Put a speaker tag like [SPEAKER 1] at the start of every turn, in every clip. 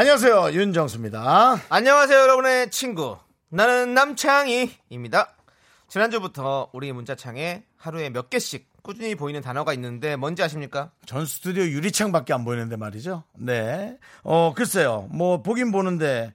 [SPEAKER 1] 안녕하세요 윤정수입니다.
[SPEAKER 2] 안녕하세요, 여러분의 친구. 나는 남창희입니다. 지난주부터 우리 문자창에 하루에 몇 개씩 꾸준히 보이는 단어가 있는데 뭔지 아십니까?
[SPEAKER 1] 전 스튜디오 유리창밖에 안 보이는데 말이죠. 네. 어 글쎄요. 뭐 보긴 보는데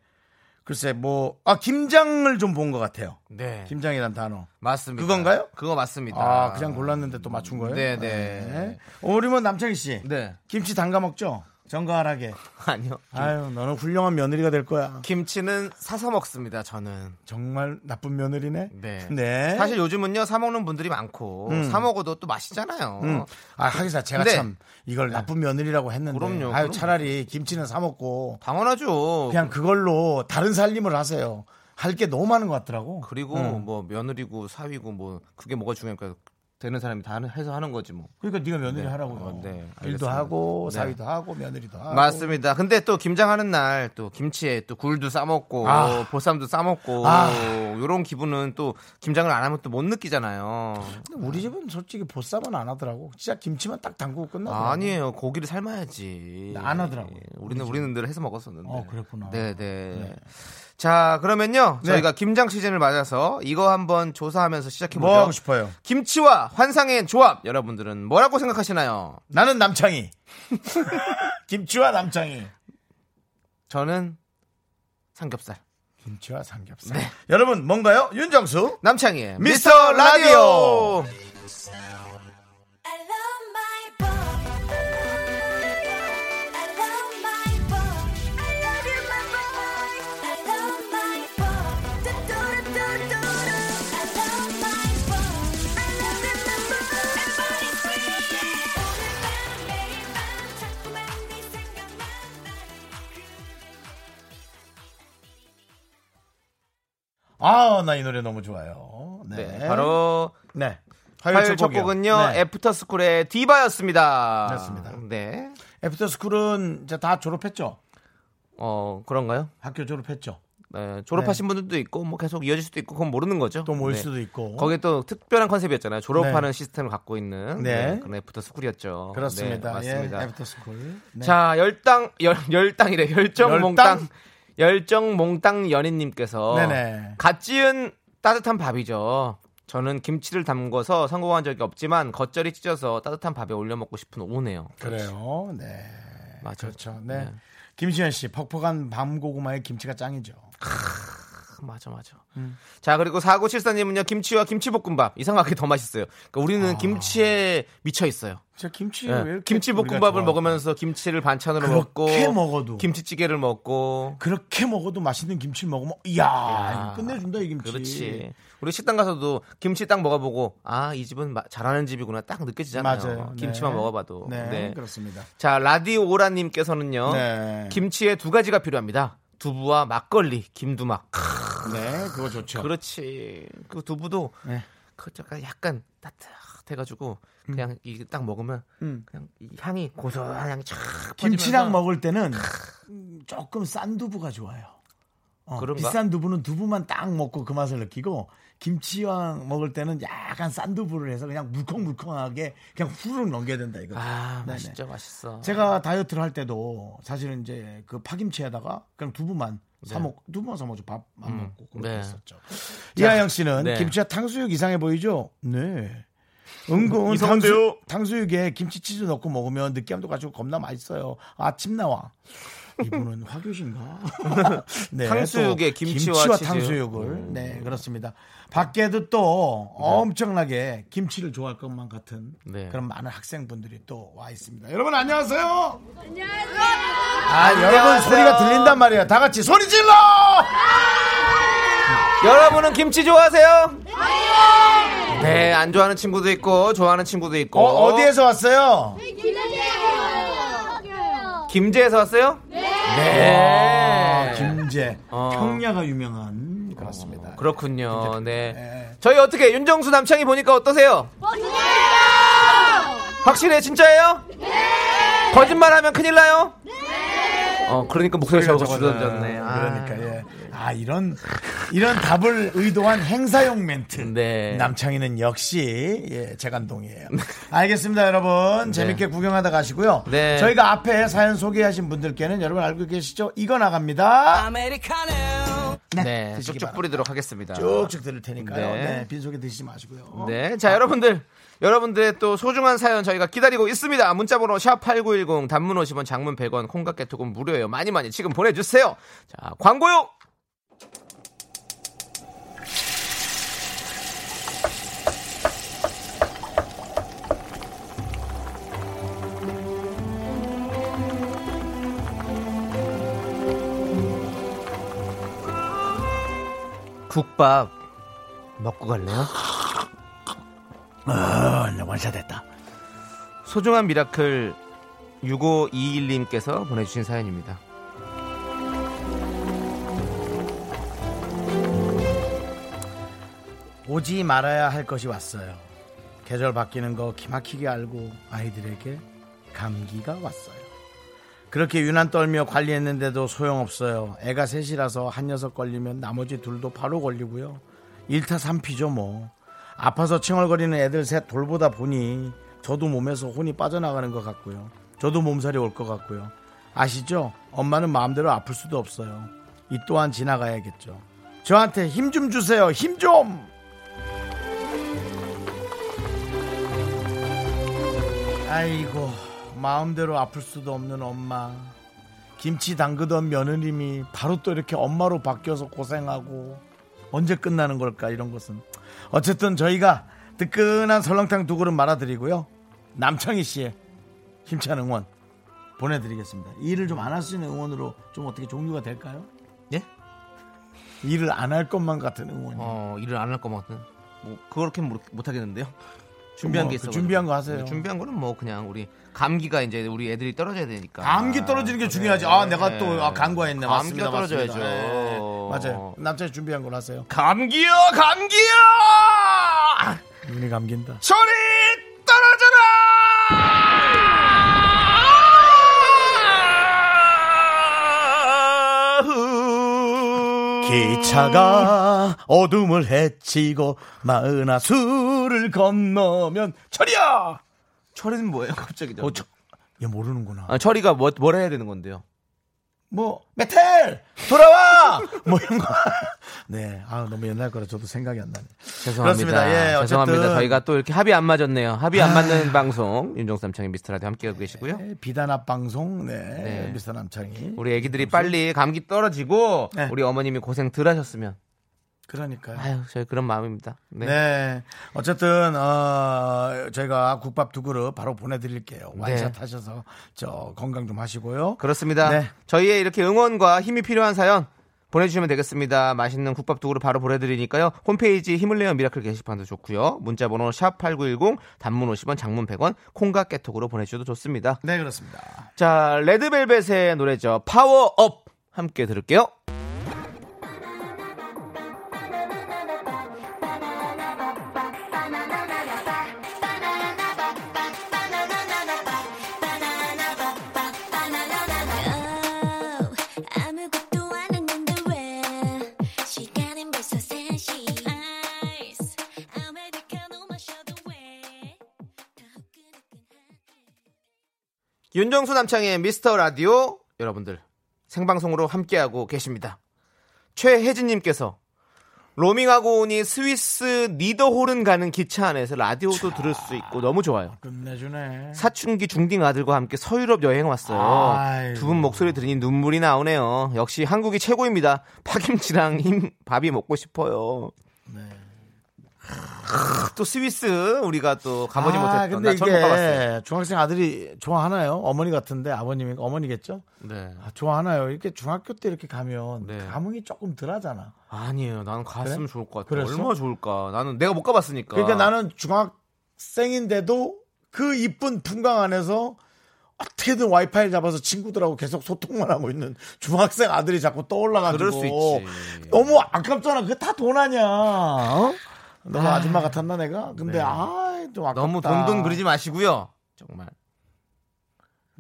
[SPEAKER 1] 글쎄 뭐 아 김장을 좀 본 것 같아요.
[SPEAKER 2] 네.
[SPEAKER 1] 김장이란 단어.
[SPEAKER 2] 맞습니다.
[SPEAKER 1] 그건가요?
[SPEAKER 2] 그거 맞습니다.
[SPEAKER 1] 아 그냥 골랐는데 또 맞춘 거예요?
[SPEAKER 2] 네, 네.
[SPEAKER 1] 우리면 뭐 남창희 씨.
[SPEAKER 2] 네.
[SPEAKER 1] 김치 담가 먹죠. 정갈하게.
[SPEAKER 2] 아니요.
[SPEAKER 1] 아유 너는 훌륭한 며느리가 될 거야.
[SPEAKER 2] 김치는 사서 먹습니다, 저는.
[SPEAKER 1] 정말 나쁜 며느리네.
[SPEAKER 2] 네.
[SPEAKER 1] 네.
[SPEAKER 2] 사실 요즘은요, 사먹는 분들이 많고, 사먹어도 또 맛있잖아요.
[SPEAKER 1] 음. 아, 하기사 제가
[SPEAKER 2] 근데-
[SPEAKER 1] 참 이걸 나쁜 며느리라고 했는데.
[SPEAKER 2] 그럼요,
[SPEAKER 1] 아유,
[SPEAKER 2] 그럼요.
[SPEAKER 1] 차라리 김치는 사 먹고
[SPEAKER 2] 당연하죠.
[SPEAKER 1] 그냥 그걸로 다른 살림을 하세요. 할 게 너무 많은 것 같더라고.
[SPEAKER 2] 그리고
[SPEAKER 1] 음.
[SPEAKER 2] 뭐 며느리고 사위고 뭐 그게 뭐가 중요할까 되는 사람이 다 해서 하는 거지 뭐.
[SPEAKER 1] 그러니까 네가 며느리
[SPEAKER 2] 네.
[SPEAKER 1] 하라고.
[SPEAKER 2] 어, 네.
[SPEAKER 1] 일도
[SPEAKER 2] 알겠습니다.
[SPEAKER 1] 하고
[SPEAKER 2] 네.
[SPEAKER 1] 사위도 하고 며느리도 하고.
[SPEAKER 2] 맞습니다. 근데 또 김장하는 날 또 김치에 또 굴도 싸먹고
[SPEAKER 1] 아.
[SPEAKER 2] 보쌈도 싸먹고
[SPEAKER 1] 아.
[SPEAKER 2] 요런 기분은 또 김장을 안 하면 또 못 느끼잖아요.
[SPEAKER 1] 우리 집은 솔직히 보쌈은 안 하더라고. 진짜 김치만 딱 담그고 끝나고.
[SPEAKER 2] 아, 니에요 고기를 삶아야지. 예,
[SPEAKER 1] 안 하더라고요.
[SPEAKER 2] 우리는 우리는 늘 해서 먹었었는데.
[SPEAKER 1] 어, 그랬구나.
[SPEAKER 2] 네, 네. 자, 그러면요.
[SPEAKER 1] 네.
[SPEAKER 2] 저희가 김장 시즌을 맞아서 이거 한번 조사하면서 시작해 보죠.
[SPEAKER 1] 뭐 하고 싶어요?
[SPEAKER 2] 김치와 환상의 조합. 여러분들은 뭐라고 생각하시나요?
[SPEAKER 1] 나는 남창이. 김치와 남창이.
[SPEAKER 2] 저는 삼겹살.
[SPEAKER 1] 김치와 삼겹살.
[SPEAKER 2] 네.
[SPEAKER 1] 여러분 뭔가요? 윤정수.
[SPEAKER 2] 남창희의
[SPEAKER 1] 미스터
[SPEAKER 2] 미스터
[SPEAKER 1] 라디오.
[SPEAKER 2] 라디오.
[SPEAKER 3] I love my boy. I love my boy. I love you, my boy. I love my boy. Do do do do do. I love my boy. I love you, my boy. Everybody scream. 오늘 밤 매일 밤 자꾸만 네 생각만
[SPEAKER 1] 아, 나 이 노래 너무 좋아요.
[SPEAKER 2] 네, 바로
[SPEAKER 1] 네.
[SPEAKER 2] 화요일 첫 곡은요.
[SPEAKER 1] 네.
[SPEAKER 2] 애프터스쿨의 디바였습니다.
[SPEAKER 1] 그렇습니다.
[SPEAKER 2] 네.
[SPEAKER 1] 애프터스쿨은 이제 다 졸업했죠.
[SPEAKER 2] 어, 그런가요?
[SPEAKER 1] 학교 졸업했죠.
[SPEAKER 2] 네, 졸업하신 분들도 있고 뭐 계속 이어질 수도 있고 그건 모르는 거죠.
[SPEAKER 1] 또 모일
[SPEAKER 2] 네.
[SPEAKER 1] 수도 있고.
[SPEAKER 2] 거기에 또 특별한 컨셉이었잖아요. 졸업하는 시스템을 갖고 있는
[SPEAKER 1] 네.
[SPEAKER 2] 네. 그런 애프터 스쿨이었죠.
[SPEAKER 1] 어, 그렇습니다.
[SPEAKER 2] 네, 맞습니다.
[SPEAKER 1] 예, 애프터스쿨. 네.
[SPEAKER 2] 자, 열당 열 열당이래. 열정
[SPEAKER 1] 열당?
[SPEAKER 2] 몽땅 열정 몽땅 연인 님께서
[SPEAKER 1] 네네.
[SPEAKER 2] 갓 지은 따뜻한 밥이죠. 저는 김치를 담궈서 성공한 적이 없지만 겉절이 찢어서 따뜻한 밥에 올려 먹고 싶은 오네요.
[SPEAKER 1] 그래요. 네.
[SPEAKER 2] 맞아요.
[SPEAKER 1] 그렇죠. 네. 김지현 씨, 퍽퍽한 밤고구마에 김치가 짱이죠.
[SPEAKER 2] 맞아 맞아.
[SPEAKER 1] 음.
[SPEAKER 2] 자 그리고 4974님은요 김치와 김치볶음밥 이상하게 더 맛있어요. 그러니까 우리는 김치에 미쳐 있어요.
[SPEAKER 1] 저 네. 김치
[SPEAKER 2] 예.
[SPEAKER 1] 왜 아. 이렇게 우리가
[SPEAKER 2] 김치볶음밥을
[SPEAKER 1] 좋아할까?
[SPEAKER 2] 먹으면서 김치를 반찬으로
[SPEAKER 1] 그렇게
[SPEAKER 2] 먹고
[SPEAKER 1] 먹어도.
[SPEAKER 2] 김치찌개를 먹고
[SPEAKER 1] 그렇게 먹어도 맛있는 김치를 먹으면 이야, 이거 끝내준다 이 김치.
[SPEAKER 2] 그렇지. 우리 식당 가서도 김치 딱 먹어보고 아 이 집은 마- 잘하는 집이구나 딱 느껴지잖아요.
[SPEAKER 1] 맞아요.
[SPEAKER 2] 김치만
[SPEAKER 1] 네.
[SPEAKER 2] 먹어봐도.
[SPEAKER 1] 네,
[SPEAKER 2] 네.
[SPEAKER 1] 그렇습니다.
[SPEAKER 2] 자 라디오라님께서는요
[SPEAKER 1] 네.
[SPEAKER 2] 김치에 두 가지가 필요합니다. 두부와 막걸리, 김두막.
[SPEAKER 1] 네, 그거 좋죠.
[SPEAKER 2] 그렇지. 그 두부도
[SPEAKER 1] 네. 음.
[SPEAKER 2] 그 약간 약간 따뜻해가지고 그냥 이게 딱 먹으면 그냥 이 향이 고소한 향이 쫙
[SPEAKER 1] 김치랑
[SPEAKER 2] 퍼지면서
[SPEAKER 1] 먹을 때는 음, 조금 싼 두부가 좋아요. 어,
[SPEAKER 2] 그런가?
[SPEAKER 1] 비싼 두부는 두부만 딱 먹고 그 맛을 느끼고 김치랑 먹을 때는 약간 싼 두부를 해서 그냥 물컹물컹하게 그냥 후루룩 넘겨야 된다 이거.
[SPEAKER 2] 아
[SPEAKER 1] 네네.
[SPEAKER 2] 맛있죠 맛있어.
[SPEAKER 1] 제가 다이어트를 할 때도 사실은 이제 그 파김치에다가 그냥 두부만 사먹 두부만 사먹죠 밥 안 먹고 그렇게
[SPEAKER 2] 네.
[SPEAKER 1] 했었죠. 이하영 씨는
[SPEAKER 2] 네.
[SPEAKER 1] 김치와 탕수육 이상해 보이죠? 네. 은근 탕수,
[SPEAKER 2] 이상한데요?
[SPEAKER 1] 탕수육에 김치 치즈 넣고 먹으면 느끼함도 가지고 겁나 맛있어요. 아침 나와. 이분은 화교신가? 네,
[SPEAKER 2] 탕수육에
[SPEAKER 1] 또
[SPEAKER 2] 김치와 치즈.
[SPEAKER 1] 탕수육을
[SPEAKER 2] 음.
[SPEAKER 1] 네 그렇습니다. 밖에도 또 엄청나게 김치를 좋아할 것만 같은
[SPEAKER 2] 네.
[SPEAKER 1] 그런 많은 학생분들이 또 와 있습니다. 여러분 안녕하세요.
[SPEAKER 2] 아
[SPEAKER 1] 여러분 소리가 들린단 말이에요. 다 같이 소리 질러!
[SPEAKER 2] 여러분은 김치 좋아하세요? 네, 안 좋아하는 친구도 있고 좋아하는 친구도 있고.
[SPEAKER 1] 어, 어디에서 왔어요? 네.
[SPEAKER 2] 김제에서 왔어요? 네.
[SPEAKER 1] 이제
[SPEAKER 2] 어.
[SPEAKER 1] 평야가 유명한 그렇습니다.
[SPEAKER 2] 그렇군요. 네.
[SPEAKER 1] 예.
[SPEAKER 2] 저희 어떻게 윤정수 남창이 보니까 어떠세요? 확실해 진짜예요? 거짓말하면 큰일 나요? 어 그러니까 목소리
[SPEAKER 1] 소리가
[SPEAKER 2] 적어
[SPEAKER 1] 적어져요.
[SPEAKER 2] 줄어졌네. 아.
[SPEAKER 1] 그러니까 예. 아 이런 이런 답을 의도한 행사용 멘트.
[SPEAKER 2] 네.
[SPEAKER 1] 남창희는 역시 예, 재간동이에요. 알겠습니다, 여러분. 재밌게 구경하다 가시고요.
[SPEAKER 2] 네.
[SPEAKER 1] 저희가 앞에 사연 소개하신 분들께는 여러분 알고 계시죠? 이거 나갑니다.
[SPEAKER 2] 네.
[SPEAKER 1] 드시기
[SPEAKER 2] 쭉쭉
[SPEAKER 1] 바랍니다.
[SPEAKER 2] 뿌리도록 하겠습니다.
[SPEAKER 1] 쭉쭉 들을 테니까요.
[SPEAKER 2] 네.
[SPEAKER 1] 네. 빈속에 드시지 마시고요.
[SPEAKER 2] 네. 자, 여러분들. 여러분들의 또 소중한 사연 저희가 기다리고 있습니다. 문자번호 샵8910 단문 50원 장문 100원 콩깍개톡은 무료예요. 많이 많이 지금 보내주세요. 자, 광고요! 국밥 먹고 갈래요?
[SPEAKER 1] 아, 완샷됐다.
[SPEAKER 2] 소중한 미라클 6521님께서 보내주신 사연입니다.
[SPEAKER 1] 오지 말아야 할 것이 왔어요. 계절 바뀌는 거 기막히게 알고 아이들에게 감기가 왔어요. 그렇게 유난 떨며 관리했는데도 소용없어요. 애가 셋이라서 한 녀석 걸리면 나머지 둘도 바로 걸리고요. 일타삼피죠 뭐. 아파서 칭얼거리는 애들 셋 돌보다 보니 저도 몸에서 혼이 빠져나가는 것 같고요. 저도 몸살이 올 것 같고요. 아시죠? 엄마는 마음대로 아플 수도 없어요. 이 또한 지나가야겠죠. 저한테 힘 좀 주세요. 힘 좀! 아이고 마음대로 아플 수도 없는 엄마 김치 담그던 며느님이 바로 또 이렇게 엄마로 바뀌어서 고생하고 언제 끝나는 걸까 이런 것은 어쨌든 저희가 뜨끈한 설렁탕 두 그릇 말아드리고요 남창희 씨의 힘찬 응원 보내드리겠습니다 일을 좀 안 할 수 있는 응원으로 좀 어떻게 종류가 될까요?
[SPEAKER 2] 예?
[SPEAKER 1] 일을 안 할 것만 같은 응원이
[SPEAKER 2] 어, 일을 안 할 거거든. 뭐 그렇게 못 하겠는데요. 준비한
[SPEAKER 1] 뭐,
[SPEAKER 2] 게
[SPEAKER 1] 그
[SPEAKER 2] 있어.
[SPEAKER 1] 준비한 거 하세요.
[SPEAKER 2] 준비한 거는 뭐 그냥 우리 감기가 이제 우리 애들이 떨어져야 되니까. 네.
[SPEAKER 1] 감기 떨어지는 게 중요하지. 아, 내가 또 아, 간과했네.
[SPEAKER 2] 감기가
[SPEAKER 1] 맞습니다. 맞습니다.
[SPEAKER 2] 떨어져야죠. 네.
[SPEAKER 1] 예, 예. 맞아요. 남자 준비한 걸 하세요.
[SPEAKER 2] 감기요, 감기요!
[SPEAKER 1] 눈이 감긴다.
[SPEAKER 2] 소리 떨어져라!
[SPEAKER 1] 기차가 어둠을 헤치고 마은하수를 건너면 철이야.
[SPEAKER 2] 철이는 뭐예요, 갑자기?
[SPEAKER 1] 어, 철. 얘 모르는구나.
[SPEAKER 2] 아, 철이가 뭐, 뭘 해야 되는 건데요?
[SPEAKER 1] 뭐 메텔 돌아와. 뭐 이런 거. 네. 아 너무 옛날 거라 저도 생각이 안 나네.
[SPEAKER 2] 죄송합니다.
[SPEAKER 1] 그렇습니다. 예,
[SPEAKER 2] 죄송합니다.
[SPEAKER 1] 어쨌든. 아.
[SPEAKER 2] 저희가 또 이렇게 합이 안 맞았네요. 합이 안 맞는 방송 윤종삼창의 미스터라디오 함께하고 계시고요.
[SPEAKER 1] 네, 비단합 방송. 네.
[SPEAKER 2] 네.
[SPEAKER 1] 미스터 남창이.
[SPEAKER 2] 우리 애기들이 빨리 감기 떨어지고
[SPEAKER 1] 네.
[SPEAKER 2] 우리 어머님이 고생 덜 하셨으면
[SPEAKER 1] 그러니까요.
[SPEAKER 2] 아유 저희 그런 마음입니다. 네.
[SPEAKER 1] 네. 어쨌든 어, 저희가 국밥 두 그릇 바로 보내드릴게요. 완샷 하셔서 저 건강 좀 하시고요.
[SPEAKER 2] 네. 그렇습니다.
[SPEAKER 1] 네.
[SPEAKER 2] 저희의 이렇게 응원과 힘이 필요한 사연 보내주시면 되겠습니다. 맛있는 국밥 두 그릇 바로 보내드리니까요. 홈페이지 힘을 내어 미라클 게시판도 좋고요. 문자번호 샵 #8910 단문 50원, 장문 100원, 콩과 깨톡으로 보내주셔도 좋습니다.
[SPEAKER 1] 네 그렇습니다.
[SPEAKER 2] 자, 레드벨벳의 노래죠. 파워업 함께 들을게요.
[SPEAKER 3] 아무것도 안 했는데 왜 시간은 벌써 3시 Ice 아메리카노 마셔도 왜더 후끈후끈하게
[SPEAKER 2] 윤정수 남창의 미스터 라디오 여러분들 생방송으로 함께하고 계십니다. 최혜진님께서 로밍하고 오니 스위스 니더홀은 가는 기차 안에서 라디오도 들을 수 있고 너무 좋아요.
[SPEAKER 1] 끝내주네.
[SPEAKER 2] 사춘기 중딩 아들과 함께 서유럽 여행 왔어요.
[SPEAKER 1] 아이고.
[SPEAKER 2] 두 분 목소리 들으니 눈물이 나오네요. 역시 한국이 최고입니다. 파김치랑 흰 밥이 먹고 싶어요.
[SPEAKER 1] 네.
[SPEAKER 2] 크, 또 스위스 우리가 또 가보지 못했던 나
[SPEAKER 1] 아, 근데
[SPEAKER 2] 처음 가봤어요.
[SPEAKER 1] 이게 중학생 아들이 좋아하나요? 어머니 같은데 아버님이 어머니겠죠?
[SPEAKER 2] 네.
[SPEAKER 1] 아, 좋아하나요? 이렇게 중학교 때 이렇게 가면
[SPEAKER 2] 네.
[SPEAKER 1] 감흥이 조금 덜하잖아.
[SPEAKER 2] 아니에요. 나는 갔으면
[SPEAKER 1] 그래?
[SPEAKER 2] 좋을 것 같아.
[SPEAKER 1] 그랬어?
[SPEAKER 2] 얼마나 좋을까. 나는 내가 못 그러니까 가봤으니까.
[SPEAKER 1] 그러니까 나는 중학생인데도 그 이쁜 풍광 안에서 어떻게든 와이파이를 잡아서 친구들하고 계속 소통만 하고 있는 중학생 아들이 자꾸 떠올라가지고
[SPEAKER 2] 그럴 수 있지.
[SPEAKER 1] 너무 아깝잖아. 그게 다 돈 아니야. 어? 너무 아... 줌마 같았나 내가? 근데 아좀 아깝다.
[SPEAKER 2] 네. 너무 돈돈 그리지 마시고요. 정말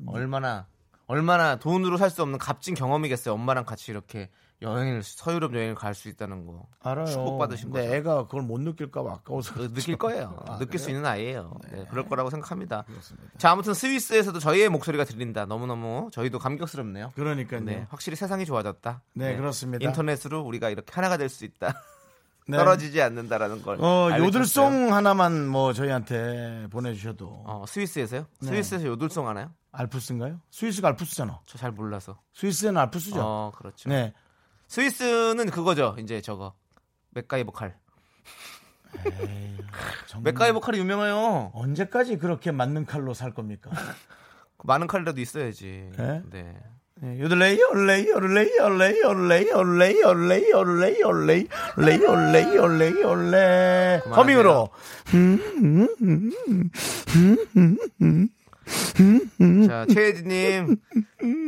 [SPEAKER 2] 얼마나 얼마나 돈으로 살 수 없는 값진 경험이겠어요. 엄마랑 같이 이렇게 여행을 서유럽 여행을 갈 수 있다는 거.
[SPEAKER 1] 알아요.
[SPEAKER 2] 축복받으신
[SPEAKER 1] 근데
[SPEAKER 2] 거죠.
[SPEAKER 1] 애가 그걸 못 느낄까 봐 아까워서
[SPEAKER 2] 그 느낄 거예요.
[SPEAKER 1] 아,
[SPEAKER 2] 느낄 수
[SPEAKER 1] 그래요?
[SPEAKER 2] 있는 아이예요. 네, 그럴 거라고 생각합니다.
[SPEAKER 1] 그렇습니다.
[SPEAKER 2] 자, 아무튼 스위스에서도 저희의 목소리가 들린다. 너무너무 저희도 감격스럽네요.
[SPEAKER 1] 그러니까요.
[SPEAKER 2] 네,
[SPEAKER 1] 네,
[SPEAKER 2] 확실히 세상이 좋아졌다.
[SPEAKER 1] 네, 그렇습니다.
[SPEAKER 2] 인터넷으로 우리가 이렇게 하나가 될 수 있다. 떨어지지 않는다라는 걸.
[SPEAKER 1] 네. 어
[SPEAKER 2] 알려주셨어요.
[SPEAKER 1] 요들송 하나만 뭐 저희한테 보내주셔도
[SPEAKER 2] 어, 스위스에서요?
[SPEAKER 1] 네.
[SPEAKER 2] 스위스에서 요들송 하나요?
[SPEAKER 1] 알프스인가요? 스위스가 알프스잖아.
[SPEAKER 2] 저 잘 몰라서.
[SPEAKER 1] 스위스는 알프스죠.
[SPEAKER 2] 어, 그렇죠.
[SPEAKER 1] 네.
[SPEAKER 2] 스위스는 그거죠. 이제 저거. 맥가이버 칼.
[SPEAKER 1] 정말
[SPEAKER 2] 맥가이버 칼이 유명해요.
[SPEAKER 1] 언제까지 그렇게 맞는 칼로 살 겁니까?
[SPEAKER 2] 많은 칼이라도 있어야지.
[SPEAKER 1] 네?
[SPEAKER 2] 네.
[SPEAKER 1] 네, 요들레이 올레이 올레이 올레이 올레이 올레이 올레이 올레이 올레이 올레이 올레이 올레이 올레 허밍으로
[SPEAKER 2] 자, 최혜진님.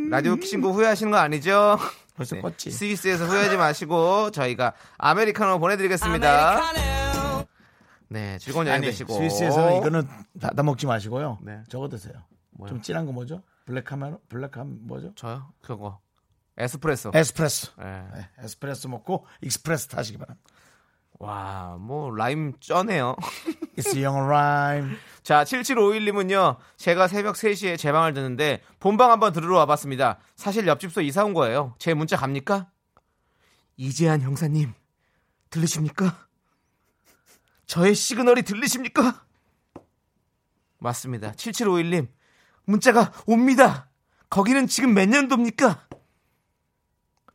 [SPEAKER 2] 라디오 키신거 후회하시는 거 아니죠?
[SPEAKER 1] 벌써
[SPEAKER 2] 네,
[SPEAKER 1] 껐지.
[SPEAKER 2] 스위스에서 후회하지 마시고 저희가 아메리카노 보내드리겠습니다. 네, 즐거운 여행
[SPEAKER 1] 아니
[SPEAKER 2] 되시고.
[SPEAKER 1] 스위스에서는 이거는 다, 다 먹지 마시고요.
[SPEAKER 2] 네.
[SPEAKER 1] 적어 드세요. 좀 진한 거 뭐죠? 블랙하면 블랙함 뭐죠?
[SPEAKER 2] 저요? 그거. 에스프레소.
[SPEAKER 1] 에스프레소.
[SPEAKER 2] 예.
[SPEAKER 1] 네, 에스프레소 먹고 익스프레소 타시기 바랍니다.
[SPEAKER 2] 와, 뭐 라임 쩌네요.
[SPEAKER 1] It's young rhyme.
[SPEAKER 2] 자, 7751님은요. 제가 새벽 3시에 제 방을 듣는데 본방 한번 들으러 와봤습니다. 사실 옆집소 이사 온 거예요. 제 문자 갑니까? 이재한 형사님 들리십니까? 저의 시그널이 들리십니까? 맞습니다. 7751님 문자가 옵니다. 거기는 지금 몇 년도입니까?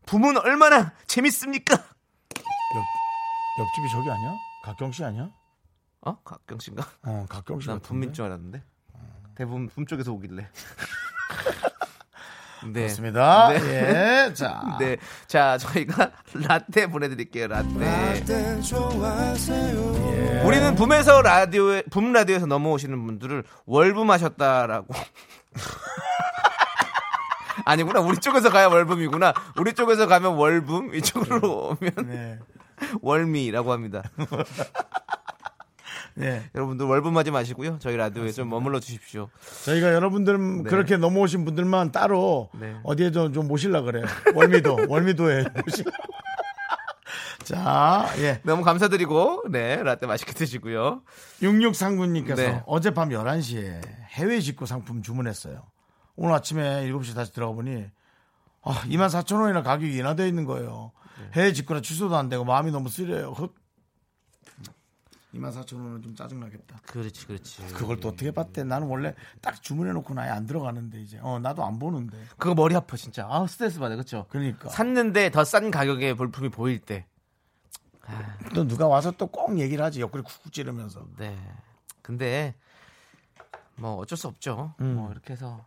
[SPEAKER 2] 붐은 얼마나 재밌습니까?
[SPEAKER 1] 옆집이 저기 아니야? 각경 씨 아니야?
[SPEAKER 2] 어? 각경 씨인가?
[SPEAKER 1] 어, 각경 씨.
[SPEAKER 2] 난 분민
[SPEAKER 1] 같은데? 음.
[SPEAKER 2] 줄 알았는데 대부분 분 쪽에서 오길래 네.
[SPEAKER 1] 맞습니다.
[SPEAKER 2] 네.
[SPEAKER 1] 예. 자.
[SPEAKER 2] 네. 자, 저희가 라떼 보내드릴게요, 라떼. 예. 우리는 붐에서 라디오에, 붐 라디오에서 넘어오시는 분들을 월붐 하셨다라고. 아니구나. 우리 쪽에서 가야 월붐이구나. 우리 쪽에서 가면 월붐, 이쪽으로 오면
[SPEAKER 1] 네.
[SPEAKER 2] 월미라고 합니다.
[SPEAKER 1] 네.
[SPEAKER 2] 여러분들 월붐하지 마시고요. 저희 라디오에 좀 머물러 주십시오.
[SPEAKER 1] 저희가 여러분들 그렇게 넘어오신 분들만 따로
[SPEAKER 2] 네.
[SPEAKER 1] 어디에 좀, 좀 모실라 그래요. 월미도, 월미도에 모실라. 자, 예.
[SPEAKER 2] 너무 감사드리고, 네, 라떼 맛있게 드시고요.
[SPEAKER 1] 6639님께서
[SPEAKER 2] 네.
[SPEAKER 1] 어젯밤 11시에 해외 직구 상품 주문했어요. 오늘 아침에 7시 다시 들어가 보니 아, 24,000원이나 가격이 인하되어 있는 거예요.
[SPEAKER 2] 네.
[SPEAKER 1] 해외 직구나 취소도 안 되고 마음이 너무 쓰려요. 흑. 24,000원은 좀 짜증나겠다.
[SPEAKER 2] 그렇지, 그렇지.
[SPEAKER 1] 그걸 또 어떻게 봤대? 나는 원래 딱 주문해놓고 는 아예 안 들어가는데 이제 어 나도 안 보는데
[SPEAKER 2] 그거 머리 아파 진짜. 아 스트레스 받아 그렇죠.
[SPEAKER 1] 그러니까
[SPEAKER 2] 샀는데 더 싼 가격에 볼품이 보일 때. 아,
[SPEAKER 1] 또 누가 와서 또 꼭 얘기를 하지 옆구리 쿡쿡 찌르면서
[SPEAKER 2] 네. 근데 뭐 어쩔 수 없죠. 뭐 이렇게 해서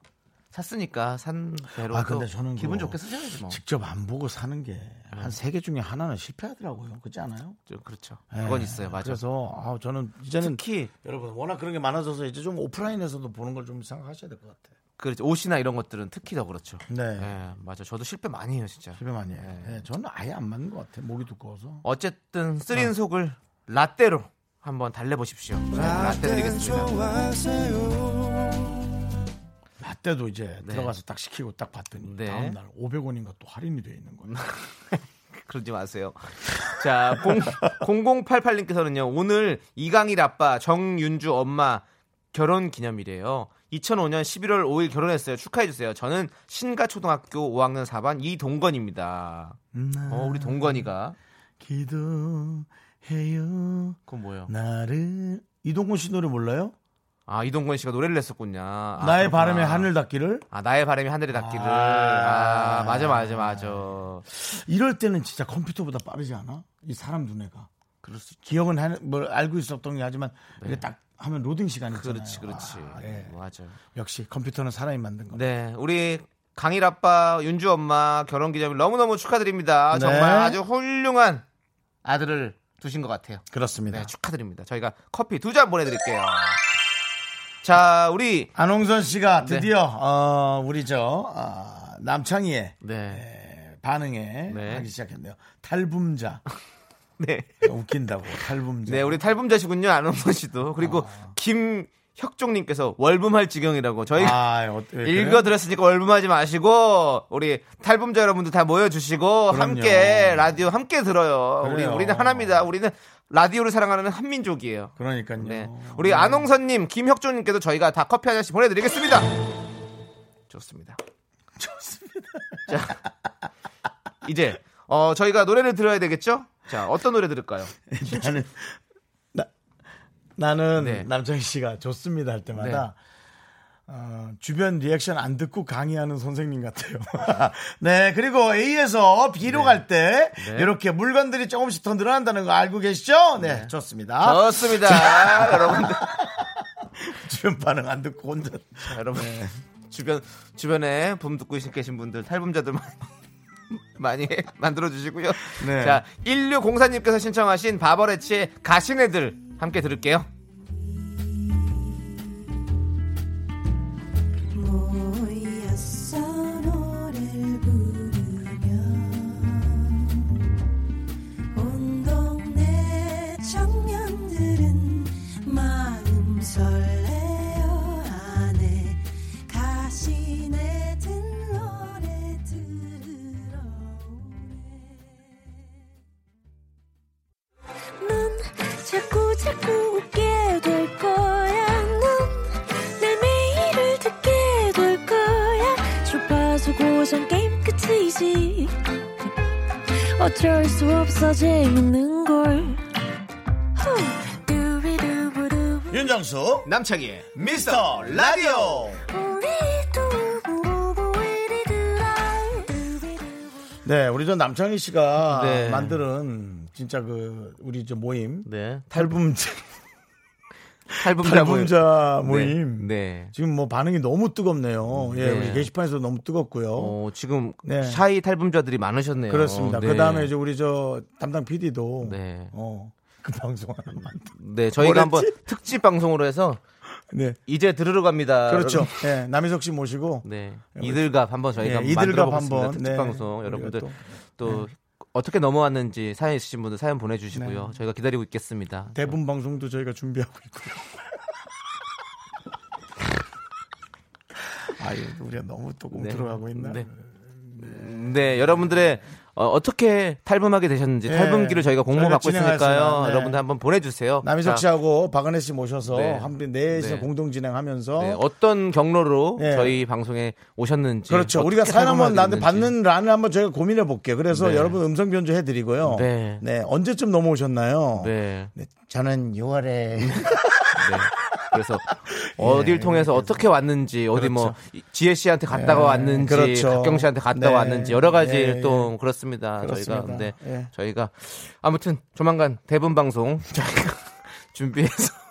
[SPEAKER 2] 샀으니까 산 대로
[SPEAKER 1] 아,
[SPEAKER 2] 또
[SPEAKER 1] 근데 저는
[SPEAKER 2] 기분
[SPEAKER 1] 그거
[SPEAKER 2] 좋게 쓰셔야지 뭐. 네.
[SPEAKER 1] 직접 안 보고 사는 게 한 세 개 중에 하나는 실패하더라고요 그렇지 않아요?
[SPEAKER 2] 좀 그렇죠. 그건 있어요. 맞아. 요
[SPEAKER 1] 그래서 아, 저는 이제는
[SPEAKER 2] 특히
[SPEAKER 1] 여러분 워낙 그런 게 많아져서 이제 좀 오프라인에서도 보는 걸 좀 생각하셔야 될 것 같아요.
[SPEAKER 2] 그 옷이나 이런 것들은 특히 더 그렇죠.
[SPEAKER 1] 네.
[SPEAKER 2] 예, 맞아. 저도 실패 많이 해요, 진짜.
[SPEAKER 1] 집에 많이 해요. 네, 저는 아예 안 맞는 것 같아요. 목이 두꺼워서.
[SPEAKER 2] 어쨌든 쓰린 속을 라떼로 한번 달래 보십시오. 네, 라떼 드리겠습니다.
[SPEAKER 1] 라떼도 이제 들어가서 딱 시키고 딱 봤더니
[SPEAKER 2] 네.
[SPEAKER 1] 다음날 500원인가 또 할인이 돼 있는 거예요.
[SPEAKER 2] 그러지 마세요. 자, 0, 0088님께서는요, 오늘 이강일 아빠, 정윤주 엄마 결혼 기념일이에요. 2005년 11월 5일 결혼했어요. 축하해주세요. 저는 신가 초등학교 5학년 4반 이동건입니다.
[SPEAKER 1] 음.
[SPEAKER 2] 어, 우리 동건이가.
[SPEAKER 1] 기도해요
[SPEAKER 2] 그건 뭐예요?
[SPEAKER 1] 나를 이동건 씨 노래 몰라요?
[SPEAKER 2] 아, 이동건 씨가 노래를 냈었군요. 아,
[SPEAKER 1] 나의
[SPEAKER 2] 그렇구나.
[SPEAKER 1] 바람에 하늘 닿기를
[SPEAKER 2] 아, 나의 바람이 하늘에 닿기를. 아, 맞아, 맞아, 맞아.
[SPEAKER 1] 이럴 때는 진짜 컴퓨터보다 빠르지 않아? 이 사람 눈에가
[SPEAKER 2] 그럴 수 있죠. 네.
[SPEAKER 1] 기억은 하, 뭘 알고 있었던 게 하지만 이게 딱 하면 로딩 시간이 있잖아요.
[SPEAKER 2] 그렇지, 그렇지.
[SPEAKER 1] 아, 예.
[SPEAKER 2] 맞아.
[SPEAKER 1] 역시 컴퓨터는 사람이 만든 거.
[SPEAKER 2] 네, 우리 강일 아빠, 윤주 엄마 결혼 기념일 너무너무 축하드립니다.
[SPEAKER 1] 네.
[SPEAKER 2] 정말 아주 훌륭한 아들을 두신 것 같아요.
[SPEAKER 1] 그렇습니다.
[SPEAKER 2] 네, 축하드립니다. 저희가 커피 두 잔 보내드릴게요. 자, 우리
[SPEAKER 1] 안홍선 씨가
[SPEAKER 2] 네.
[SPEAKER 1] 드디어 어, 우리 저 아, 남창희의
[SPEAKER 2] 네.
[SPEAKER 1] 에, 반응에
[SPEAKER 2] 네.
[SPEAKER 1] 하기 시작했네요. 탈붐자
[SPEAKER 2] 네.
[SPEAKER 1] 웃긴다고 탈붐자.
[SPEAKER 2] 네, 우리 탈붐자시군요. 안원선 씨도. 그리고
[SPEAKER 1] 아.
[SPEAKER 2] 김혁종 님께서 월붐할 지경이라고 저희 가
[SPEAKER 1] 아, 어, 왜 그래요?
[SPEAKER 2] 읽어드렸으니까 월붐하지 마시고 우리 탈붐자 여러분들 다 모여주시고
[SPEAKER 1] 그럼요.
[SPEAKER 2] 함께 라디오 함께 들어요. 우리
[SPEAKER 1] 그래요.
[SPEAKER 2] 우리는 하나입니다. 우리는 라디오를 사랑하는 한민족이에요.
[SPEAKER 1] 그러니까요.
[SPEAKER 2] 네. 우리 안홍선님, 김혁조님께도 저희가 다 커피 한 잔씩 보내드리겠습니다. 좋습니다. 좋습니다. 자, 이제 어, 저희가 노래를 들어야 되겠죠? 자, 어떤 노래 들을까요?
[SPEAKER 1] 나는 나, 나는
[SPEAKER 2] 네.
[SPEAKER 1] 남창희 씨가 좋습니다 할 때마다 어, 주변 리액션 안 듣고 강의하는 선생님 같아요. 네, 그리고 A에서 B로
[SPEAKER 2] 네.
[SPEAKER 1] 갈 때 이렇게 물건들이 조금씩 더 늘어난다는 거 알고 계시죠? 네, 좋습니다.
[SPEAKER 2] 좋습니다, 여러분들.
[SPEAKER 1] 주변 반응 안 듣고 혼자
[SPEAKER 2] 여러분 주변 주변에 붐 듣고 계신 분들 탈붐자들 많이 많이 만들어 주시고요.
[SPEAKER 1] 네.
[SPEAKER 2] 자, 1604님께서 신청하신 바버레치의 가시네들 함께 들을게요.
[SPEAKER 3] 모여서 노래를 부르면 온 동네 청년들은 마음 설레어 안에 가시네 든 노래 들으러 오네 넌 자꾸 자꾸 웃게 될 거야. 넌내 매일을 듣게 될 거야. 주파수 고정 게임 끝이지. 어쩔 수 없어 재밌는 걸. 후. 두비두부두.
[SPEAKER 1] 윤정수
[SPEAKER 2] 남창희의
[SPEAKER 1] 미스터 라디오.
[SPEAKER 3] 우리 두부부부 우리 두라. 두비두부.
[SPEAKER 1] 네, 우리 저 남창희 씨가
[SPEAKER 2] 네.
[SPEAKER 1] 만드는 진짜 그 우리 저 모임
[SPEAKER 2] 네.
[SPEAKER 1] 탈붐자
[SPEAKER 2] 탈붐자 모임.
[SPEAKER 1] 탈붐자
[SPEAKER 2] 네,
[SPEAKER 1] 모임.
[SPEAKER 2] 네.
[SPEAKER 1] 지금 뭐 반응이 너무 뜨겁네요. 예,
[SPEAKER 2] 네.
[SPEAKER 1] 우리 게시판에서 너무 뜨겁고요.
[SPEAKER 2] 어, 지금
[SPEAKER 1] 네.
[SPEAKER 2] 샤이 탈붐자들이 많으셨네요.
[SPEAKER 1] 그렇습니다.
[SPEAKER 2] 네.
[SPEAKER 1] 그 다음에 이제 우리 저 담당 PD도
[SPEAKER 2] 네.
[SPEAKER 1] 어, 그 방송 하나 만들.
[SPEAKER 2] 네, 저희가 한번
[SPEAKER 1] 뭐랬지?
[SPEAKER 2] 특집 방송으로 해서
[SPEAKER 1] 네.
[SPEAKER 2] 이제 들으러 갑니다.
[SPEAKER 1] 그렇죠.
[SPEAKER 2] 여러분.
[SPEAKER 1] 예, 남희석 씨 모시고
[SPEAKER 2] 아, 네. 이들갑 한번 저희가
[SPEAKER 1] 네,
[SPEAKER 2] 이들갑
[SPEAKER 1] 이들갑
[SPEAKER 2] 한번
[SPEAKER 1] 한번.
[SPEAKER 2] 특집
[SPEAKER 1] 네.
[SPEAKER 2] 방송
[SPEAKER 1] 우리가
[SPEAKER 2] 여러분들 또,
[SPEAKER 1] 또, 네.
[SPEAKER 2] 어떻게 넘어왔는지 사연 있으신 분들 사연 보내 주시고요. 저희가 기다리고 있겠습니다.
[SPEAKER 1] 대본 방송도 저희가 준비하고 있고요. 아, 예, 우리가 너무 또 공들어가고 있나?
[SPEAKER 2] 네. 네, 여러분들의 어, 떻게 탈붐하게 되셨는지
[SPEAKER 1] 네.
[SPEAKER 2] 탈붐기를 저희가 공모
[SPEAKER 1] 저희가
[SPEAKER 2] 받고 있으니까요.
[SPEAKER 1] 진행하겠습니다. 네.
[SPEAKER 2] 여러분들 한번 보내 주세요.
[SPEAKER 1] 남희석 씨하고 박은혜 씨 모셔서
[SPEAKER 2] 네.
[SPEAKER 1] 한번 넷이서
[SPEAKER 2] 네.
[SPEAKER 1] 공동 진행하면서
[SPEAKER 2] 네, 어떤 경로로
[SPEAKER 1] 네.
[SPEAKER 2] 저희 방송에 오셨는지
[SPEAKER 1] 그렇죠.
[SPEAKER 2] 예, 어떻게
[SPEAKER 1] 우리가 사연 한번
[SPEAKER 2] 탈북하게
[SPEAKER 1] 나한테
[SPEAKER 2] 됐는지.
[SPEAKER 1] 받는 란을 한번 저희가 고민해 볼게요. 그래서
[SPEAKER 2] 네.
[SPEAKER 1] 여러분 음성 변조 해드리고요.
[SPEAKER 2] 네.
[SPEAKER 1] 언제쯤 넘어오셨나요?
[SPEAKER 2] 네.
[SPEAKER 1] 네, 저는 6월에
[SPEAKER 2] 네. 그래서
[SPEAKER 1] 예,
[SPEAKER 2] 어딜 통해서 어떻게 왔는지 어디 뭐 지혜 씨한테 갔다가
[SPEAKER 1] 그렇죠. 예,
[SPEAKER 2] 왔는지
[SPEAKER 1] 그렇죠.
[SPEAKER 2] 박경 씨한테 갔다 가
[SPEAKER 1] 네.
[SPEAKER 2] 왔는지 여러 가지
[SPEAKER 1] 예, 예.
[SPEAKER 2] 또 그렇습니다.
[SPEAKER 1] 그렇습니다.
[SPEAKER 2] 저희가 근데
[SPEAKER 1] 예.
[SPEAKER 2] 저희가 아무튼 조만간 대본 방송 저희가 준비해서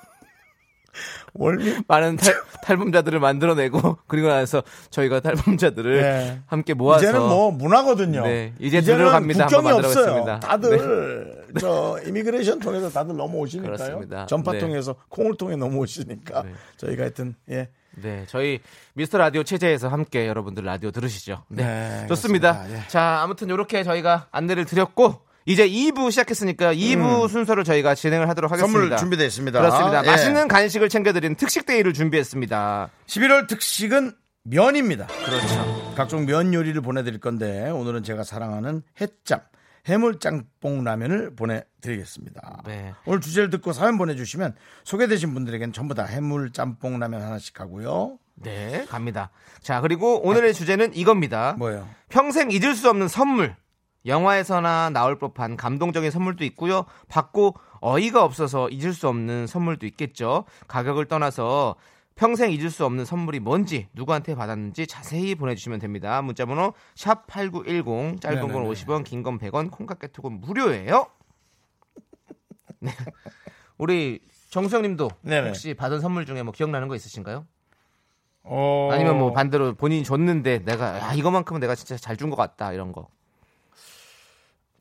[SPEAKER 1] 월미
[SPEAKER 2] 많은 탈, 탈북자들을 만들어내고 그리고 나서 저희가 탈북자들을
[SPEAKER 1] 예.
[SPEAKER 2] 함께 모아서
[SPEAKER 1] 이제는 뭐 문화거든요.
[SPEAKER 2] 네, 이제 들어갑니다.
[SPEAKER 1] 국경이
[SPEAKER 2] 한번
[SPEAKER 1] 없어요.
[SPEAKER 2] 만들어보겠습니다. 네.
[SPEAKER 1] 다들 저 이미그레이션 통해서 다들 넘어오시니까요.
[SPEAKER 2] 그렇습니다.
[SPEAKER 1] 전파
[SPEAKER 2] 네.
[SPEAKER 1] 통해서 콩을 통해 넘어오시니까
[SPEAKER 2] 네.
[SPEAKER 1] 저희가 하여튼 예.
[SPEAKER 2] 네, 저희 미스터 라디오 체제에서 함께 여러분들 라디오 들으시죠. 네,
[SPEAKER 1] 네,
[SPEAKER 2] 좋습니다.
[SPEAKER 1] 그렇습니다. 예.
[SPEAKER 2] 자, 아무튼 이렇게 저희가 안내를 드렸고 이제 2부 시작했으니까 2부 순서로 저희가 진행을 하도록 하겠습니다.
[SPEAKER 1] 음. 선물 준비되어 있습니다.
[SPEAKER 2] 그렇습니다.
[SPEAKER 1] 예.
[SPEAKER 2] 맛있는 간식을 챙겨드리는 특식데이를 준비했습니다.
[SPEAKER 1] 11월 특식은 면입니다.
[SPEAKER 2] 그렇죠.
[SPEAKER 1] 각종 면 요리를 보내드릴 건데 오늘은 제가 사랑하는 햇짬 해물짬뽕 라면을 보내드리겠습니다.
[SPEAKER 2] 네.
[SPEAKER 1] 오늘 주제를 듣고 사연 보내주시면 소개되신 분들에게는 전부 다 해물짬뽕 라면 하나씩 하고요.
[SPEAKER 2] 네, 갑니다. 자, 그리고 오늘의 주제는 이겁니다.
[SPEAKER 1] 네. 뭐예요?
[SPEAKER 2] 평생 잊을 수 없는 선물. 영화에서나 나올 법한 감동적인 선물도 있고요. 받고 어이가 없어서 잊을 수 없는 선물도 있겠죠. 가격을 떠나서 평생 잊을 수 없는 선물이 뭔지 누구한테 받았는지 자세히 보내주시면 됩니다. 문자번호 샵 #8910 짧은 건
[SPEAKER 1] 네네네.
[SPEAKER 2] 50원, 긴 건 100원, 콩깍개톡은 무료예요. 네. 우리 정수영님도
[SPEAKER 1] 네네.
[SPEAKER 2] 혹시 받은 선물 중에 뭐 기억나는 거 있으신가요?
[SPEAKER 1] 어,
[SPEAKER 2] 아니면 뭐 반대로 본인이 줬는데 내가 아, 이거만큼은 내가 진짜 잘 준 것 같다 이런 거.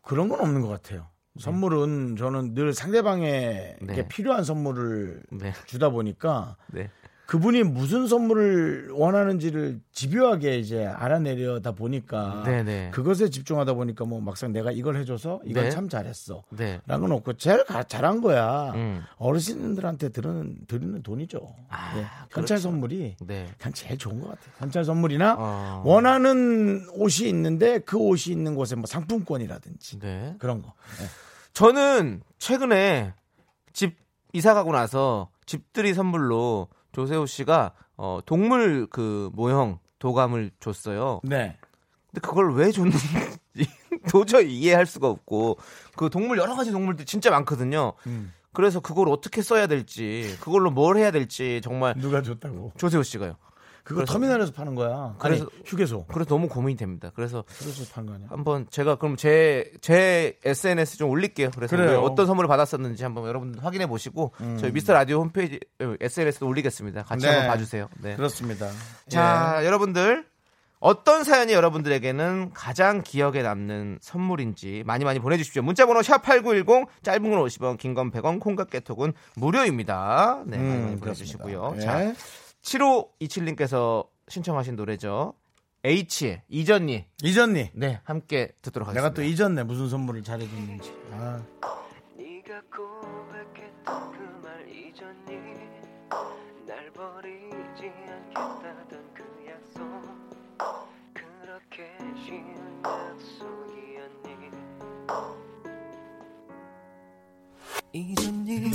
[SPEAKER 1] 그런 건 없는 것 같아요. 선물은 저는 늘 상대방에게
[SPEAKER 2] 네.
[SPEAKER 1] 필요한 선물을
[SPEAKER 2] 네.
[SPEAKER 1] 주다 보니까
[SPEAKER 2] 네.
[SPEAKER 1] 그분이 무슨 선물을 원하는지를 집요하게 이제 알아내려다 보니까
[SPEAKER 2] 네네.
[SPEAKER 1] 그것에 집중하다 보니까 뭐 막상 내가 이걸 해줘서 이건
[SPEAKER 2] 네.
[SPEAKER 1] 참 잘했어.
[SPEAKER 2] 네.
[SPEAKER 1] 라는 건 없고 제일 가- 잘한 거야.
[SPEAKER 2] 음.
[SPEAKER 1] 어르신들한테 드리는, 드리는 돈이죠.
[SPEAKER 2] 아,
[SPEAKER 1] 예. 현찰 선물이
[SPEAKER 2] 네.
[SPEAKER 1] 그냥 제일 좋은 것 같아요. 현찰 선물이나
[SPEAKER 2] 어.
[SPEAKER 1] 원하는 옷이 있는데 그 옷이 있는 곳에 뭐 상품권이라든지
[SPEAKER 2] 네.
[SPEAKER 1] 그런 거. 예.
[SPEAKER 2] 저는 최근에 집 이사 가고 나서 집들이 선물로 조세호 씨가 어, 동물 그 모형 도감을 줬어요.
[SPEAKER 1] 네.
[SPEAKER 2] 근데 그걸 왜 줬는지 도저히 이해할 수가 없고 그 동물 여러 가지 동물들 진짜 많거든요. 그래서 그걸 어떻게 써야 될지 그걸로 뭘 해야 될지 정말
[SPEAKER 1] 누가 줬다고?
[SPEAKER 2] 조세호 씨가요.
[SPEAKER 1] 그거 터미널에서 파는 거야.
[SPEAKER 2] 그래서-
[SPEAKER 1] 아니, 휴게소.
[SPEAKER 2] 그래서 너무 고민이 됩니다. 그래서
[SPEAKER 1] 휴게소 파는 거 아니야?
[SPEAKER 2] 한번 제가 그럼 제 제 SNS 좀 올릴게요. 그래서
[SPEAKER 1] 그래요.
[SPEAKER 2] 우리가 어떤 선물을 받았었는지 한번 여러분들 확인해 보시고 저희 미스터 라디오 홈페이지 어, SNS도 올리겠습니다. 같이
[SPEAKER 1] 네.
[SPEAKER 2] 한번 봐주세요. 네.
[SPEAKER 1] 그렇습니다.
[SPEAKER 2] 자
[SPEAKER 1] 예.
[SPEAKER 2] 여러분들 어떤 사연이 여러분들에게는 가장 기억에 남는 선물인지 많이 많이 보내주십시오. 문자번호 샵 #8910 짧은 건 50원, 긴 건 100원, 콩과 깨톡은 무료입니다. 네, 많이 많이
[SPEAKER 1] 음,
[SPEAKER 2] 보내주시고요.
[SPEAKER 1] 그렇습니다.
[SPEAKER 2] 자
[SPEAKER 1] 예.
[SPEAKER 2] 7527님께서 신청하신 노래죠. H의 이전니
[SPEAKER 1] 예. 이전니.
[SPEAKER 2] 네 함께 듣도록 하겠습니다.
[SPEAKER 1] 내가 또 잊었네 무슨 선물을 잘해줬는지. 아,
[SPEAKER 4] 네가 고백했던 그 말 잊었니 날 버리지 않겠다던 그 약속 그렇게 쉬운 약속이었니 잊었니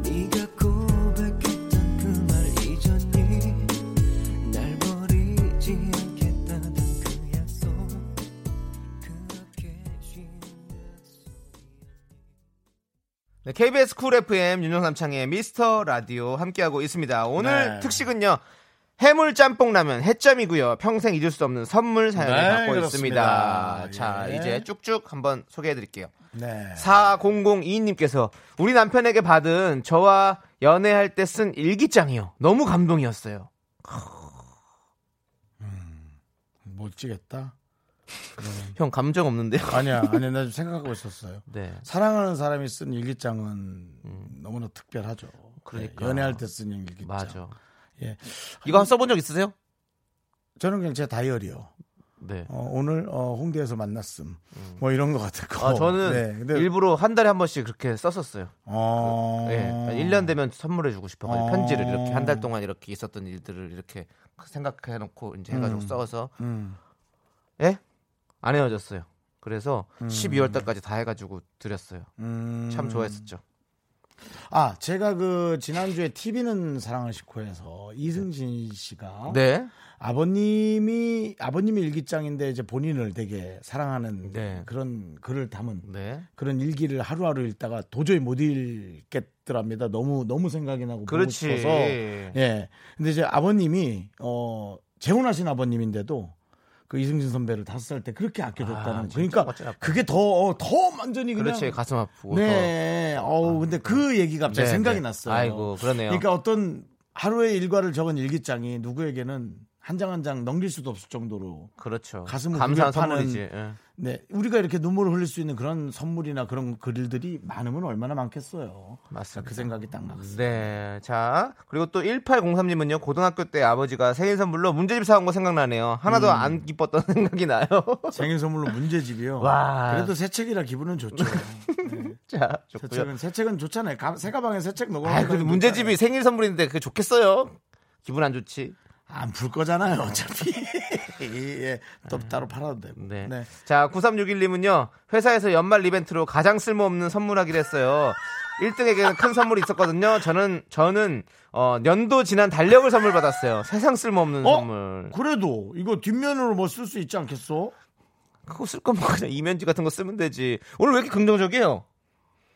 [SPEAKER 4] 네가 고백했던 그 말 잊었니 날 버리지 않겠다던 그 약속 그렇게 쉬운 약속이었니
[SPEAKER 2] 네, KBS 쿨 FM 윤정삼창의 미스터 라디오 함께하고 있습니다. 오늘
[SPEAKER 1] 네.
[SPEAKER 2] 특식은요. 해물 짬뽕 라면 해점이고요. 평생 잊을 수 없는 선물 사연을
[SPEAKER 1] 네,
[SPEAKER 2] 받고
[SPEAKER 1] 그렇습니다.
[SPEAKER 2] 있습니다. 자,
[SPEAKER 1] 예.
[SPEAKER 2] 이제 쭉쭉 한번 소개해 드릴게요.
[SPEAKER 1] 네.
[SPEAKER 2] 4002님께서 우리 남편에게 받은 저와 연애할 때 쓴 일기장이요. 너무 감동이었어요.
[SPEAKER 1] 못 지겠다.
[SPEAKER 2] 형 감정 없는데요?
[SPEAKER 1] 아니야, 아니야. 나 지금 생각하고 있었어요.
[SPEAKER 2] 네.
[SPEAKER 1] 사랑하는 사람이 쓴 일기장은 너무나 특별하죠.
[SPEAKER 2] 음. 그러니까.
[SPEAKER 1] 예, 연애할 때 쓴 일기장.
[SPEAKER 2] 맞아.
[SPEAKER 1] 예.
[SPEAKER 2] 이거 써본 적 있으세요?
[SPEAKER 1] 저는 그냥 제 다이어리요.
[SPEAKER 2] 네.
[SPEAKER 1] 어, 오늘 어, 홍대에서 만났음. 뭐 이런 거 같은 거.
[SPEAKER 2] 아, 저는
[SPEAKER 1] 네, 근데-
[SPEAKER 2] 일부러 한 달에 한 번씩 그렇게 썼었어요.
[SPEAKER 1] 어.
[SPEAKER 2] 예, 1년 되면 선물해주고 싶어가지고
[SPEAKER 1] 어.
[SPEAKER 2] 편지를 이렇게 한 달 동안 이렇게 있었던 일들을 이렇게 생각해놓고 이제 해가지고 써서
[SPEAKER 1] 음.
[SPEAKER 2] 예? 안 헤어졌어요. 그래서 12월 달까지 다 해가지고 드렸어요.
[SPEAKER 1] 음.
[SPEAKER 2] 참 좋아했었죠.
[SPEAKER 1] 아, 제가 그 지난주에 TV는 사랑을 싣고 해서 이승진 씨가
[SPEAKER 2] 네.
[SPEAKER 1] 아버님이 아버님의 일기장인데 이제 본인을 되게 사랑하는
[SPEAKER 2] 네.
[SPEAKER 1] 그런 글을 담은
[SPEAKER 2] 네.
[SPEAKER 1] 그런 일기를 하루하루 읽다가 도저히 못 읽겠더랍니다. 너무 너무 생각이 나고 보고
[SPEAKER 2] 그렇지.
[SPEAKER 1] 싶어서 예. 근데 이제 아버님이 어 재혼하신 아버님인데도 그 이승진 선배를 다섯 살 때 그렇게 아껴줬다는
[SPEAKER 2] 아,
[SPEAKER 1] 그러니까
[SPEAKER 2] 어찌나 아파.
[SPEAKER 1] 그게 더더 더 완전히 그냥
[SPEAKER 2] 그렇지. 가슴 아프고.
[SPEAKER 1] 네. 어우, 근데 그 얘기가 갑자기
[SPEAKER 2] 네,
[SPEAKER 1] 생각이
[SPEAKER 2] 네.
[SPEAKER 1] 났어요.
[SPEAKER 2] 아이고, 그러네요.
[SPEAKER 1] 그러니까 어떤 하루의 일과를 적은 일기장이 누구에게는 한 장 한 장 넘길 수도 없을 정도로
[SPEAKER 2] 또. 그렇죠.
[SPEAKER 1] 가슴을
[SPEAKER 2] 감사한
[SPEAKER 1] 울려 파는-
[SPEAKER 2] 선물이지. 예.
[SPEAKER 1] 네, 우리가 이렇게 눈물을 흘릴 수 있는 그런 선물이나 그런 글들이 많으면 얼마나 많겠어요.
[SPEAKER 2] 맞습니다.
[SPEAKER 1] 그 생각이 딱 났어요.
[SPEAKER 2] 네. 자, 그리고 또 1803님은요, 고등학교 때 아버지가 생일 선물로 문제집 사온 거 생각나네요. 하나도
[SPEAKER 1] 음.
[SPEAKER 2] 안 기뻤던 생각이 나요.
[SPEAKER 1] 생일 선물로 문제집이요.
[SPEAKER 2] 와.
[SPEAKER 1] 그래도 새 책이라 기분은 좋죠. 네.
[SPEAKER 2] 자,
[SPEAKER 1] 새
[SPEAKER 2] 좋고요.
[SPEAKER 1] 책은 새 책은 좋잖아요. 가- 새 가방에 새 책 넣어.
[SPEAKER 2] 아, 그래도 문제집이 생일 선물인데 그게 좋겠어요? 기분 안 좋지?
[SPEAKER 1] 안풀 거잖아요. 어차피 예, 또 따로 팔아도 되고.
[SPEAKER 2] 네.
[SPEAKER 1] 네.
[SPEAKER 2] 자, 9361님은요. 회사에서 연말 이벤트로 가장 쓸모없는 선물하기로 했어요. 1등에게는 큰 선물이 있었거든요. 저는 저는 어, 연도 지난 달력을 선물 받았어요. 세상 쓸모없는
[SPEAKER 1] 어?
[SPEAKER 2] 선물.
[SPEAKER 1] 그래도 이거 뒷면으로 뭐 쓸 수 있지 않겠어?
[SPEAKER 2] 그거 쓸 거면 그냥 이면지 같은 거 쓰면 되지. 오늘 왜 이렇게 긍정적이에요?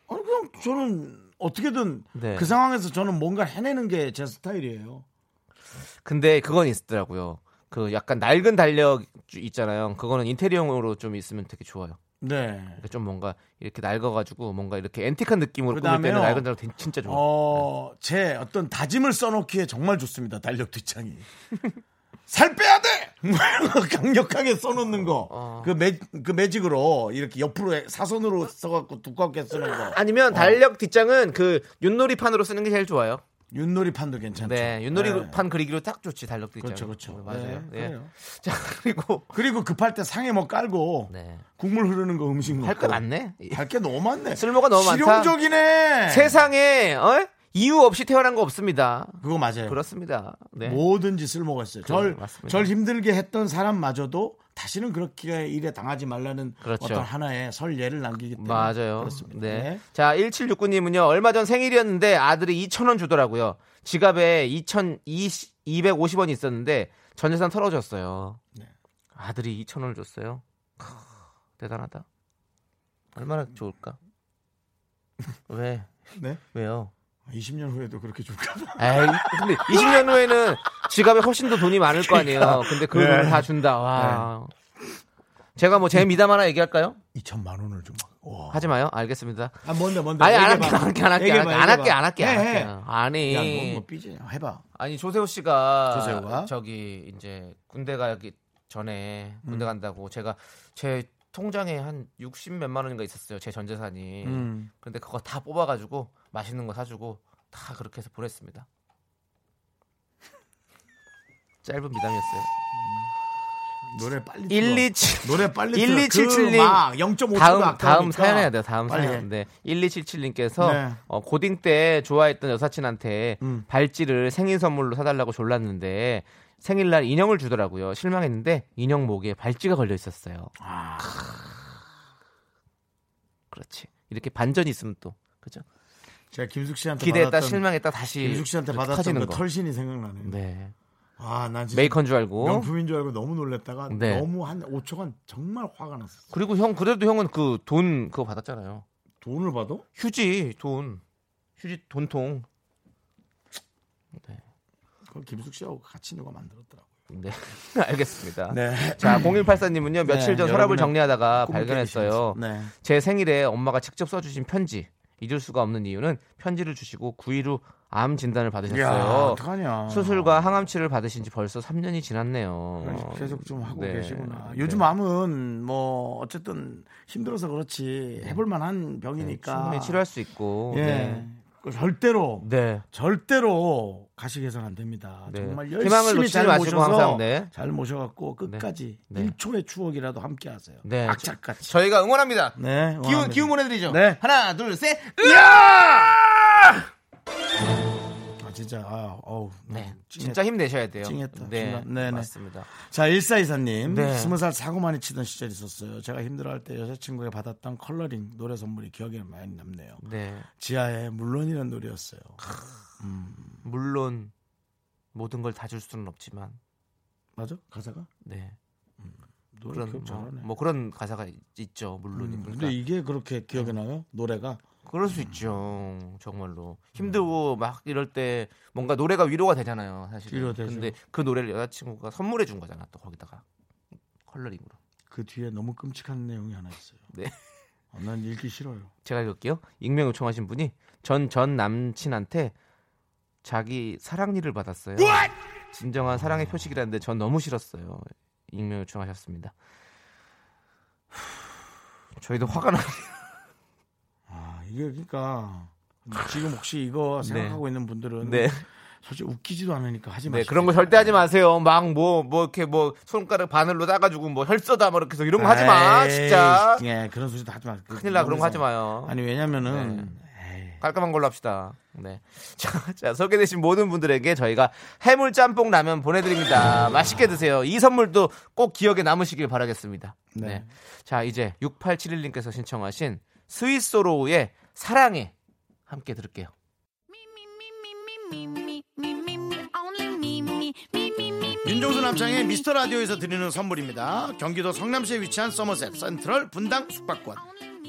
[SPEAKER 1] 아니 그냥 저는 어떻게든
[SPEAKER 2] 네.
[SPEAKER 1] 그 상황에서 저는 뭔가 해내는 게 제 스타일이에요.
[SPEAKER 2] 근데 그건 있더라고요. 그 약간 낡은 달력 있잖아요. 그거는 인테리어용으로 좀 있으면 되게 좋아요.
[SPEAKER 1] 네.
[SPEAKER 2] 그러니까 좀 뭔가 이렇게 낡아가지고 뭔가 이렇게 앤틱한 느낌으로 꾸밀
[SPEAKER 1] 그다음에요.
[SPEAKER 2] 때는 낡은 달력 되게 진짜 좋아요.
[SPEAKER 1] 어, 제 어떤 다짐을 써놓기에 정말 좋습니다. 달력 뒷장이. 살 빼야 돼! 강력하게 써놓는 거.
[SPEAKER 2] 어.
[SPEAKER 1] 그, 매, 그 매직으로 이렇게 옆으로 해- 사선으로 써갖고 두껍게 쓰는 거.
[SPEAKER 2] 어. 아니면 달력 뒷장은 그 윷놀이판으로 쓰는 게 제일 좋아요.
[SPEAKER 1] 윷놀이판도 괜찮죠.
[SPEAKER 2] 네,
[SPEAKER 1] 네.
[SPEAKER 2] 윷놀이판 그리기로 딱 좋지 달력도 있잖아요.
[SPEAKER 1] 그렇죠, 그렇죠.
[SPEAKER 2] 맞아요.
[SPEAKER 1] 네,
[SPEAKER 2] 예.
[SPEAKER 1] 그래요.
[SPEAKER 2] 자 그리고
[SPEAKER 1] 그리고 급할 때 상에 뭐 깔고
[SPEAKER 2] 네.
[SPEAKER 1] 국물 흐르는 거 음식 넣고
[SPEAKER 2] 할 거 많네.
[SPEAKER 1] 할게 너무 어. 많네.
[SPEAKER 2] 쓸모가 너무 많다.
[SPEAKER 1] 실용적이네.
[SPEAKER 2] 세상에 어? 이유 없이 태어난 거 없습니다.
[SPEAKER 1] 그거 맞아요.
[SPEAKER 2] 그렇습니다. 네.
[SPEAKER 1] 뭐든지 쓸모가 있어요.
[SPEAKER 2] 그럼,
[SPEAKER 1] 절,
[SPEAKER 2] 맞습니다.
[SPEAKER 1] 절 힘들게 했던 사람마저도 다시는 그렇게 일에 당하지 말라는
[SPEAKER 2] 그렇죠.
[SPEAKER 1] 어떤 하나의 설례를 남기기 때문에
[SPEAKER 2] 맞아요.
[SPEAKER 1] 그렇습니다.
[SPEAKER 2] 네.
[SPEAKER 1] 네.
[SPEAKER 2] 자, 1769님은요, 얼마 전 생일이었는데 아들이 2,000원 주더라고요. 지갑에 2,250원이 있었는데 전 재산 털어줬어요.
[SPEAKER 1] 네.
[SPEAKER 2] 아들이 2,000원을 줬어요. 크, 대단하다. 얼마나 좋을까? 왜?
[SPEAKER 1] 네?
[SPEAKER 2] 왜요?
[SPEAKER 1] 20년 후에도 그렇게 줄까 봐.
[SPEAKER 2] 에이, 근데 20년 후에는 지갑에 훨씬 더 돈이 많을 거 아니에요. 근데 그 돈을
[SPEAKER 1] 네.
[SPEAKER 2] 다 준다. 와. 제가 뭐 제 미담 하나 얘기할까요?
[SPEAKER 1] 2천만 원을 좀. 와.
[SPEAKER 2] 하지 마요. 알겠습니다.
[SPEAKER 1] 아 뭔데 뭔데.
[SPEAKER 2] 아니 안
[SPEAKER 1] 얘기해봐.
[SPEAKER 2] 할게 안 할게 안 할게
[SPEAKER 1] 얘기해봐,
[SPEAKER 2] 안 할게
[SPEAKER 1] 얘기해봐.
[SPEAKER 2] 안 할게 안
[SPEAKER 1] 해,
[SPEAKER 2] 할게
[SPEAKER 1] 해. 야, 너
[SPEAKER 2] 아니
[SPEAKER 1] 뭐 삐지? 해봐.
[SPEAKER 2] 아니 조세호 씨가
[SPEAKER 1] 조세호가?
[SPEAKER 2] 저기 이제 군대 가기 전에 군대
[SPEAKER 1] 음.
[SPEAKER 2] 간다고 제가 제 통장에 한 60 몇만 원인가 있었어요 제 전재산이
[SPEAKER 1] 음.
[SPEAKER 2] 근데 그거 다 뽑아가지고 맛있는 거 사주고 다 그렇게 해서 보냈습니다 짧은 미담이었어요
[SPEAKER 1] 노래 빨리.
[SPEAKER 2] 1, 2,
[SPEAKER 1] 틀어.
[SPEAKER 2] 7
[SPEAKER 1] 노래 빨리.
[SPEAKER 2] 1277 님.
[SPEAKER 1] 0.5초
[SPEAKER 2] 다음 다음 사연 해야 돼요. 다음
[SPEAKER 1] 빨리 해.
[SPEAKER 2] 사연. 네. 1277님께서 어,
[SPEAKER 1] 네.
[SPEAKER 2] 고딩 때 좋아했던 여사친한테
[SPEAKER 1] 음.
[SPEAKER 2] 발찌를 생일 선물로 사달라고 졸랐는데 생일날 인형을 주더라고요. 실망했는데 인형 목에 발찌가 걸려 있었어요.
[SPEAKER 1] 아.
[SPEAKER 2] 그렇지. 이렇게 반전이 있으면 또 그죠?
[SPEAKER 1] 제가 김숙 씨한테
[SPEAKER 2] 기대했다
[SPEAKER 1] 받았던
[SPEAKER 2] 실망했다 다시
[SPEAKER 1] 김숙 씨한테
[SPEAKER 2] 이렇게
[SPEAKER 1] 받았던
[SPEAKER 2] 터지는
[SPEAKER 1] 그
[SPEAKER 2] 거.
[SPEAKER 1] 털신이 생각나네요.
[SPEAKER 2] 네.
[SPEAKER 1] 아, 난 진짜
[SPEAKER 2] 메이커인 줄 알고.
[SPEAKER 1] 명품인 줄 알고 너무 놀랬다가
[SPEAKER 2] 어? 네.
[SPEAKER 1] 너무 한 5초간 정말 화가 났어.
[SPEAKER 2] 그리고 형 그래도 형은 그 돈 그거 받았잖아요.
[SPEAKER 1] 돈을 봐도
[SPEAKER 2] 휴지 돈. 휴지 돈통.
[SPEAKER 1] 그걸 김숙 씨하고 같이 누가 만들었더라고.
[SPEAKER 2] 네. 알겠습니다.
[SPEAKER 1] 네.
[SPEAKER 2] 자, 0184님은요, 며칠 전
[SPEAKER 1] 네,
[SPEAKER 2] 서랍을
[SPEAKER 1] 여러분의
[SPEAKER 2] 정리하다가
[SPEAKER 1] 꿈을
[SPEAKER 2] 아, 발견했어요.
[SPEAKER 1] 네.
[SPEAKER 2] 제 생일에 엄마가 직접 써주신 편지. 잊을 수가 없는 이유는 편지를 주시고 9일 후 암 진단을
[SPEAKER 1] 야,
[SPEAKER 2] 받으셨어요.
[SPEAKER 1] 어떡하냐.
[SPEAKER 2] 수술과 항암치를 받으신 지 벌써 3년이 지났네요.
[SPEAKER 1] 그러니까 계속 좀 하고
[SPEAKER 2] 네.
[SPEAKER 1] 계시구나.
[SPEAKER 2] 네.
[SPEAKER 1] 요즘 암은 뭐 어쨌든 힘들어서 그렇지 해볼 만한 병이니까.
[SPEAKER 2] 네. 충분히 치료할 수 있고.
[SPEAKER 1] 예.
[SPEAKER 2] 네.
[SPEAKER 1] 그거 절대로
[SPEAKER 2] 네.
[SPEAKER 1] 절대로 가시게선 안 됩니다.
[SPEAKER 2] 네.
[SPEAKER 1] 정말
[SPEAKER 2] 희망을
[SPEAKER 1] 열심히
[SPEAKER 2] 놓치지
[SPEAKER 1] 잘
[SPEAKER 2] 마시고
[SPEAKER 1] 모셔서
[SPEAKER 2] 항상, 네.
[SPEAKER 1] 잘 모셔갖고 끝까지
[SPEAKER 2] 네.
[SPEAKER 1] 1초의 추억이라도 함께하세요.
[SPEAKER 2] 네.
[SPEAKER 1] 악착같이.
[SPEAKER 2] 저희가 응원합니다.
[SPEAKER 1] 네,
[SPEAKER 2] 기운,
[SPEAKER 1] 응원합니다.
[SPEAKER 2] 기운 보내드리죠.
[SPEAKER 1] 네.
[SPEAKER 2] 하나, 둘, 셋.
[SPEAKER 1] 아, 진짜 아, 어우.
[SPEAKER 2] 네.
[SPEAKER 1] 찡했-
[SPEAKER 2] 진짜 힘내셔야 돼요.
[SPEAKER 1] 찡했다.
[SPEAKER 2] 네.
[SPEAKER 1] 중간- 네네.
[SPEAKER 2] 맞습니다.
[SPEAKER 1] 자, 일사이사님.
[SPEAKER 2] 네.
[SPEAKER 1] 스무 살 사고 많이 치던 시절이 있었어요. 제가 힘들어할 때 여자친구에게 받았던 컬러링 노래 선물이 기억에 많이 남네요.
[SPEAKER 2] 네.
[SPEAKER 1] 지하의 물론이라는 노래였어요.
[SPEAKER 2] 물론 모든 걸 다 줄 수는 없지만
[SPEAKER 1] 맞아? 가사가?
[SPEAKER 2] 네.
[SPEAKER 1] 노래
[SPEAKER 2] 그런
[SPEAKER 1] 기억
[SPEAKER 2] 뭐,
[SPEAKER 1] 잘하네.
[SPEAKER 2] 뭐 그런 가사가 있- 있죠 물론
[SPEAKER 1] 음,
[SPEAKER 2] 그러니까
[SPEAKER 1] 근데 이게 그렇게 기억에
[SPEAKER 2] 네.
[SPEAKER 1] 나요? 노래가?
[SPEAKER 2] 그럴 수 있죠
[SPEAKER 1] 음.
[SPEAKER 2] 정말로 힘들고 막 이럴 때 뭔가 노래가 위로가 되잖아요 사실
[SPEAKER 1] 위로
[SPEAKER 2] 은
[SPEAKER 1] 되죠.
[SPEAKER 2] 근데 그 노래를 여자친구가 선물해 준 거잖아 또 거기다가 컬러링으로
[SPEAKER 1] 그 뒤에 너무 끔찍한 내용이 하나 있어요.
[SPEAKER 2] 네.
[SPEAKER 1] 아, 난 읽기 싫어요.
[SPEAKER 2] 제가 읽을게요 익명 요청하신 분이 전 전 남친한테 자기 사랑니를 받았어요 진정한 사랑의 표식이라는데 전 너무 싫었어요 익명 요청하셨습니다 저희도 화가 나
[SPEAKER 1] 아, 이게 그러니까 지금 혹시 이거 생각하고 있는 분들은
[SPEAKER 2] 네.
[SPEAKER 1] 솔직히 웃기지도 않으니까 하지 마세요.
[SPEAKER 2] 네, 그런 거 절대 하지 마세요. 막 뭐 뭐 이렇게 뭐 손가락 바늘로 따가지고 뭐 혈서다 뭐 이렇게 해서 이런 거 하지 마. 진짜
[SPEAKER 1] 예, 그런 소리도 하지 마.
[SPEAKER 2] 큰일 나 그런 거 하지 마요. 네.
[SPEAKER 1] 아니 왜냐면은
[SPEAKER 2] 깔끔한 걸로 합시다. 네. 자, 자, 소개되신 모든 분들에게 저희가 해물 짬뽕 라면 보내드립니다. 맛있게 드세요. 이 선물도 꼭 기억에 남으시길 바라겠습니다. 네.
[SPEAKER 1] 네.
[SPEAKER 2] 자, 이제 6871님께서 신청하신 스위스로우의 사랑해 함께 들을게요.
[SPEAKER 1] 윤종수 남창의 미스터 라디오에서 드리는 선물입니다. 경기도 성남시에 위치한 서머셋 센트럴 분당 숙박권,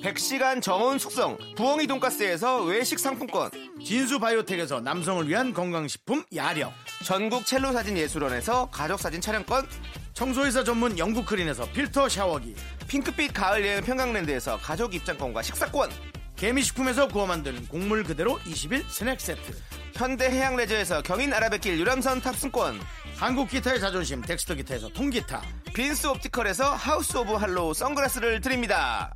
[SPEAKER 2] 100시간 저온 숙성 부엉이 돈가스에서 외식 상품권
[SPEAKER 1] 진수 바이오텍에서 남성을 위한 건강식품 야력,
[SPEAKER 2] 전국 첼로 사진 예술원에서 가족 사진 촬영권,
[SPEAKER 1] 청소이사 전문 영국 크린에서 필터 샤워기,
[SPEAKER 2] 핑크빛 가을 여행 평강랜드에서 가족 입장권과 식사권,
[SPEAKER 1] 개미식품에서 구워 만드는 곡물 그대로 20일 스낵 세트.
[SPEAKER 2] 현대 해양 레저에서 경인 아라뱃길 유람선 탑승권,
[SPEAKER 1] 한국 기타의 자존심 덱스터 기타에서 통기타
[SPEAKER 2] 빈스 옵티컬에서 하우스 오브 할로우 선글라스를 드립니다.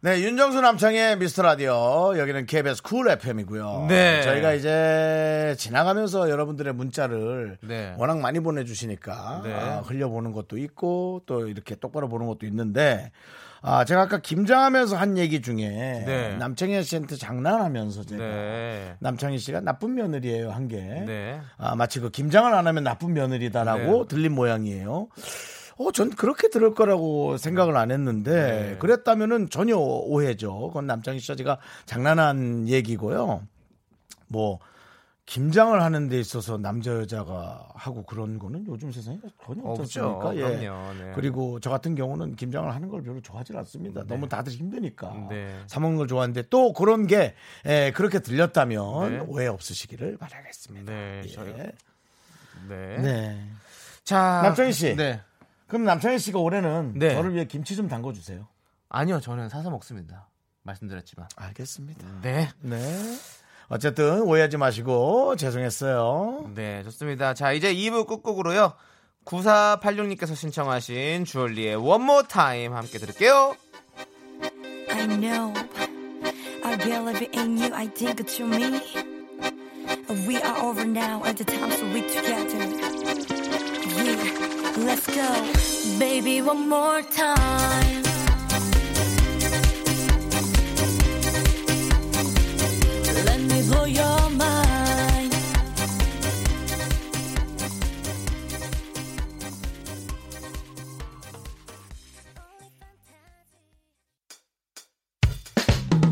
[SPEAKER 1] 네, 윤정수 남창의 미스터 라디오. 여기는 KBS 쿨 FM이고요.
[SPEAKER 2] 네.
[SPEAKER 1] 저희가 이제 지나가면서 여러분들의 문자를
[SPEAKER 2] 네.
[SPEAKER 1] 워낙 많이 보내주시니까
[SPEAKER 2] 네.
[SPEAKER 1] 아, 흘려보는 것도 있고 또 이렇게 똑바로 보는 것도 있는데 아, 제가 아까 김장하면서 한 얘기 중에
[SPEAKER 2] 네.
[SPEAKER 1] 남창희 씨한테 장난하면서 제가
[SPEAKER 2] 네.
[SPEAKER 1] 남창희 씨가 나쁜 며느리예요 한 게.
[SPEAKER 2] 네.
[SPEAKER 1] 아, 마치 그 김장을 안 하면 나쁜 며느리다라고 들린 모양이에요. 어, 전 그렇게 들을 거라고 생각을 안 했는데
[SPEAKER 2] 네.
[SPEAKER 1] 그랬다면은 전혀 오해죠. 그건 남창희 씨가 제가 장난한 얘기고요. 뭐 김장을 하는 데 있어서 남자 여자가 하고 그런 거는 요즘 세상에 전혀
[SPEAKER 2] 어,
[SPEAKER 1] 없지
[SPEAKER 2] 그죠.
[SPEAKER 1] 않습니까? 예.
[SPEAKER 2] 그럼요. 네.
[SPEAKER 1] 그리고 저 같은 경우는 김장을 하는 걸 별로 좋아하지 않습니다. 너무 다들 힘드니까
[SPEAKER 2] 네.
[SPEAKER 1] 사 먹는 걸 좋아하는데 또 그런 게 에, 그렇게 들렸다면
[SPEAKER 2] 네.
[SPEAKER 1] 오해 없으시기를 바라겠습니다.
[SPEAKER 2] 네,
[SPEAKER 1] 예.
[SPEAKER 2] 저희가-
[SPEAKER 1] 네.
[SPEAKER 2] 네. 자,
[SPEAKER 1] 남창희 씨.
[SPEAKER 2] 네.
[SPEAKER 1] 그럼 남창희 씨가 올해는
[SPEAKER 2] 네.
[SPEAKER 1] 저를 위해 김치 좀 담궈 주세요.
[SPEAKER 2] 아니요, 저는 사서 먹습니다. 말씀드렸지만.
[SPEAKER 1] 알겠습니다.
[SPEAKER 2] 네.
[SPEAKER 1] 네. 어쨌든 오해하지 마시고 죄송했어요.
[SPEAKER 2] 네, 좋습니다. 자, 이제 2부 끝곡으로요. 9486님께서 신청하신 주얼리의 One More Time 함께 들을게요.
[SPEAKER 3] I know I believe in you, I think it's you me We are over now at the time so we together Yeah, let's go Baby one more time Let me blow your mind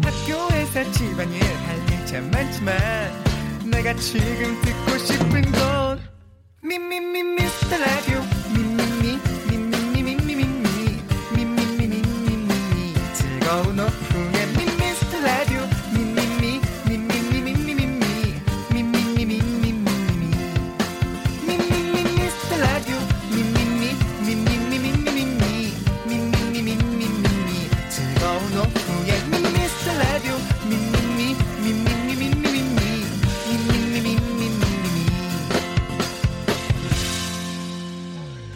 [SPEAKER 4] 학교에서 집안일 할 일 참 많지만 내가 지금 듣고 싶은 건 미미미 미스터 라디오 미미미 미미미미미미 미미미미미미 즐거운 오후에 미스터 라디오 미미미 미미미미미미 미미미미미미 미미미 미스터 라디오 미미미 미미미미미미 미미미미미미 즐거운 오후에 미스터 라디오 미미미 미미미미미미 미미미미미미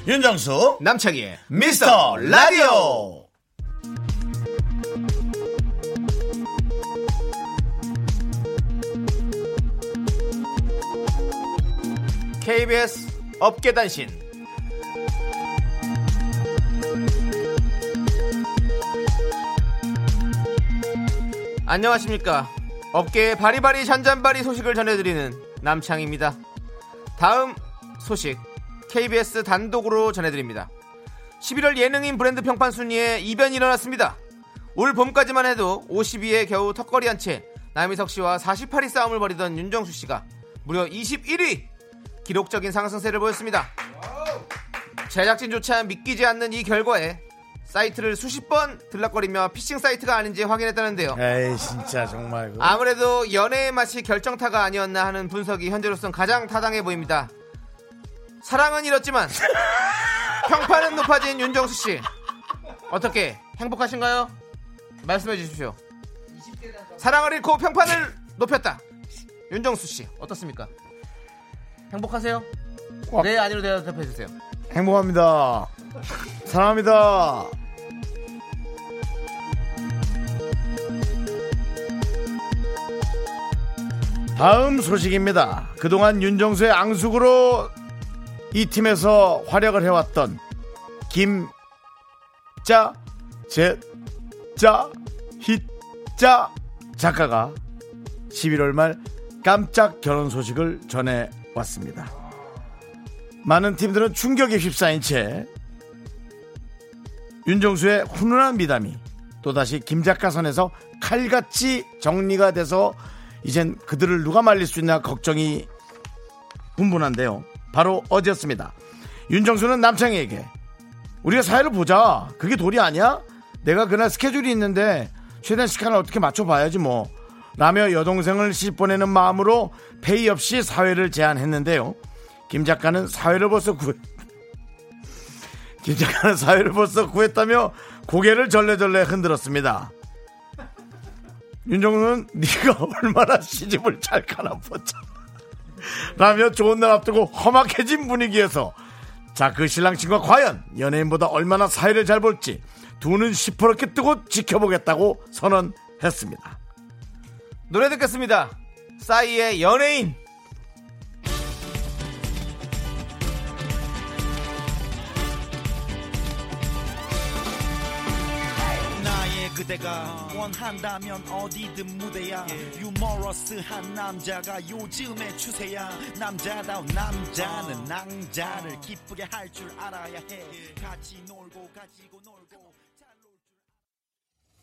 [SPEAKER 1] 윤정수
[SPEAKER 2] 남창희의
[SPEAKER 1] 미스터 라디오.
[SPEAKER 2] KBS 업계단신. 안녕하십니까. 업계의 바리바리 잔잔바리 소식을 전해드리는 남창입니다. 다음 소식 KBS 단독으로 전해드립니다. 11월 예능인 브랜드 평판 순위에 이변이 일어났습니다. 올 봄까지만 해도 50위에 겨우 턱걸이 한 채 남희석 씨와 48위 싸움을 벌이던 윤정수 씨가 무려 21위 기록적인 상승세를 보였습니다. 제작진조차 믿기지 않는 이 결과에 사이트를 수십 번 들락거리며 피싱 사이트가 아닌지 확인했다는데요.
[SPEAKER 1] 에이 진짜 정말 그-
[SPEAKER 2] 아무래도 연애의 맛이 결정타가 아니었나 하는 분석이 현재로선 가장 타당해 보입니다. 사랑은 잃었지만 평판은 높아진 윤정수 씨 어떻게 행복하신가요? 말씀해 주십시오. 사랑을 잃고 평판을 높였다. 윤정수 씨 어떻습니까? 행복하세요?
[SPEAKER 1] 꽉.
[SPEAKER 2] 네 아니로 대답해 주세요.
[SPEAKER 1] 행복합니다. 사랑합니다. 다음 소식입니다. 그동안 윤정수의 앙숙으로 이 팀에서 활약을 해왔던 김자 제자 히자 작가가 11월 말 깜짝 결혼 소식을 전해 왔습니다. 많은 팀들은 충격에 휩싸인 채 윤정수의 훈훈한 미담이 또다시 김 작가 선에서 칼같이 정리가 돼서 이젠 그들을 누가 말릴 수 있나 걱정이 분분한데요. 바로 어제였습니다. 윤정수는 남창희에게 우리가 사회를 보자. 그게 도리 아니야? 내가 그날 스케줄이 있는데 최대한 시간을 어떻게 맞춰봐야지 뭐. 라며 여동생을 씹보내는 마음으로 페이 없이 사회를 제안했는데요. 김 작가는 사회를 벌써 구했 김 작가는 사회를 벌써 구했다며 고개를 절레절레 흔들었습니다. 윤정수는 네가 얼마나 시집을 잘 가나 보자. 라며 좋은 날 앞두고 험악해진 분위기에서 자, 그 신랑 친구가 과연 연예인보다 얼마나 사회를 잘 볼지 두 눈 시퍼렇게 뜨고 지켜보겠다고 선언했습니다.
[SPEAKER 2] 노래 듣겠습니다. 싸이의 연예인.
[SPEAKER 5] 나의 그대가 원한다면 어디든 무대야 유머러스한 남자가 요즘의 추세야 남자다운 남자는 낭자를 기쁘게 할 줄 알아야 해 같이 놀고 가지고 놀고 잘 놀 줄-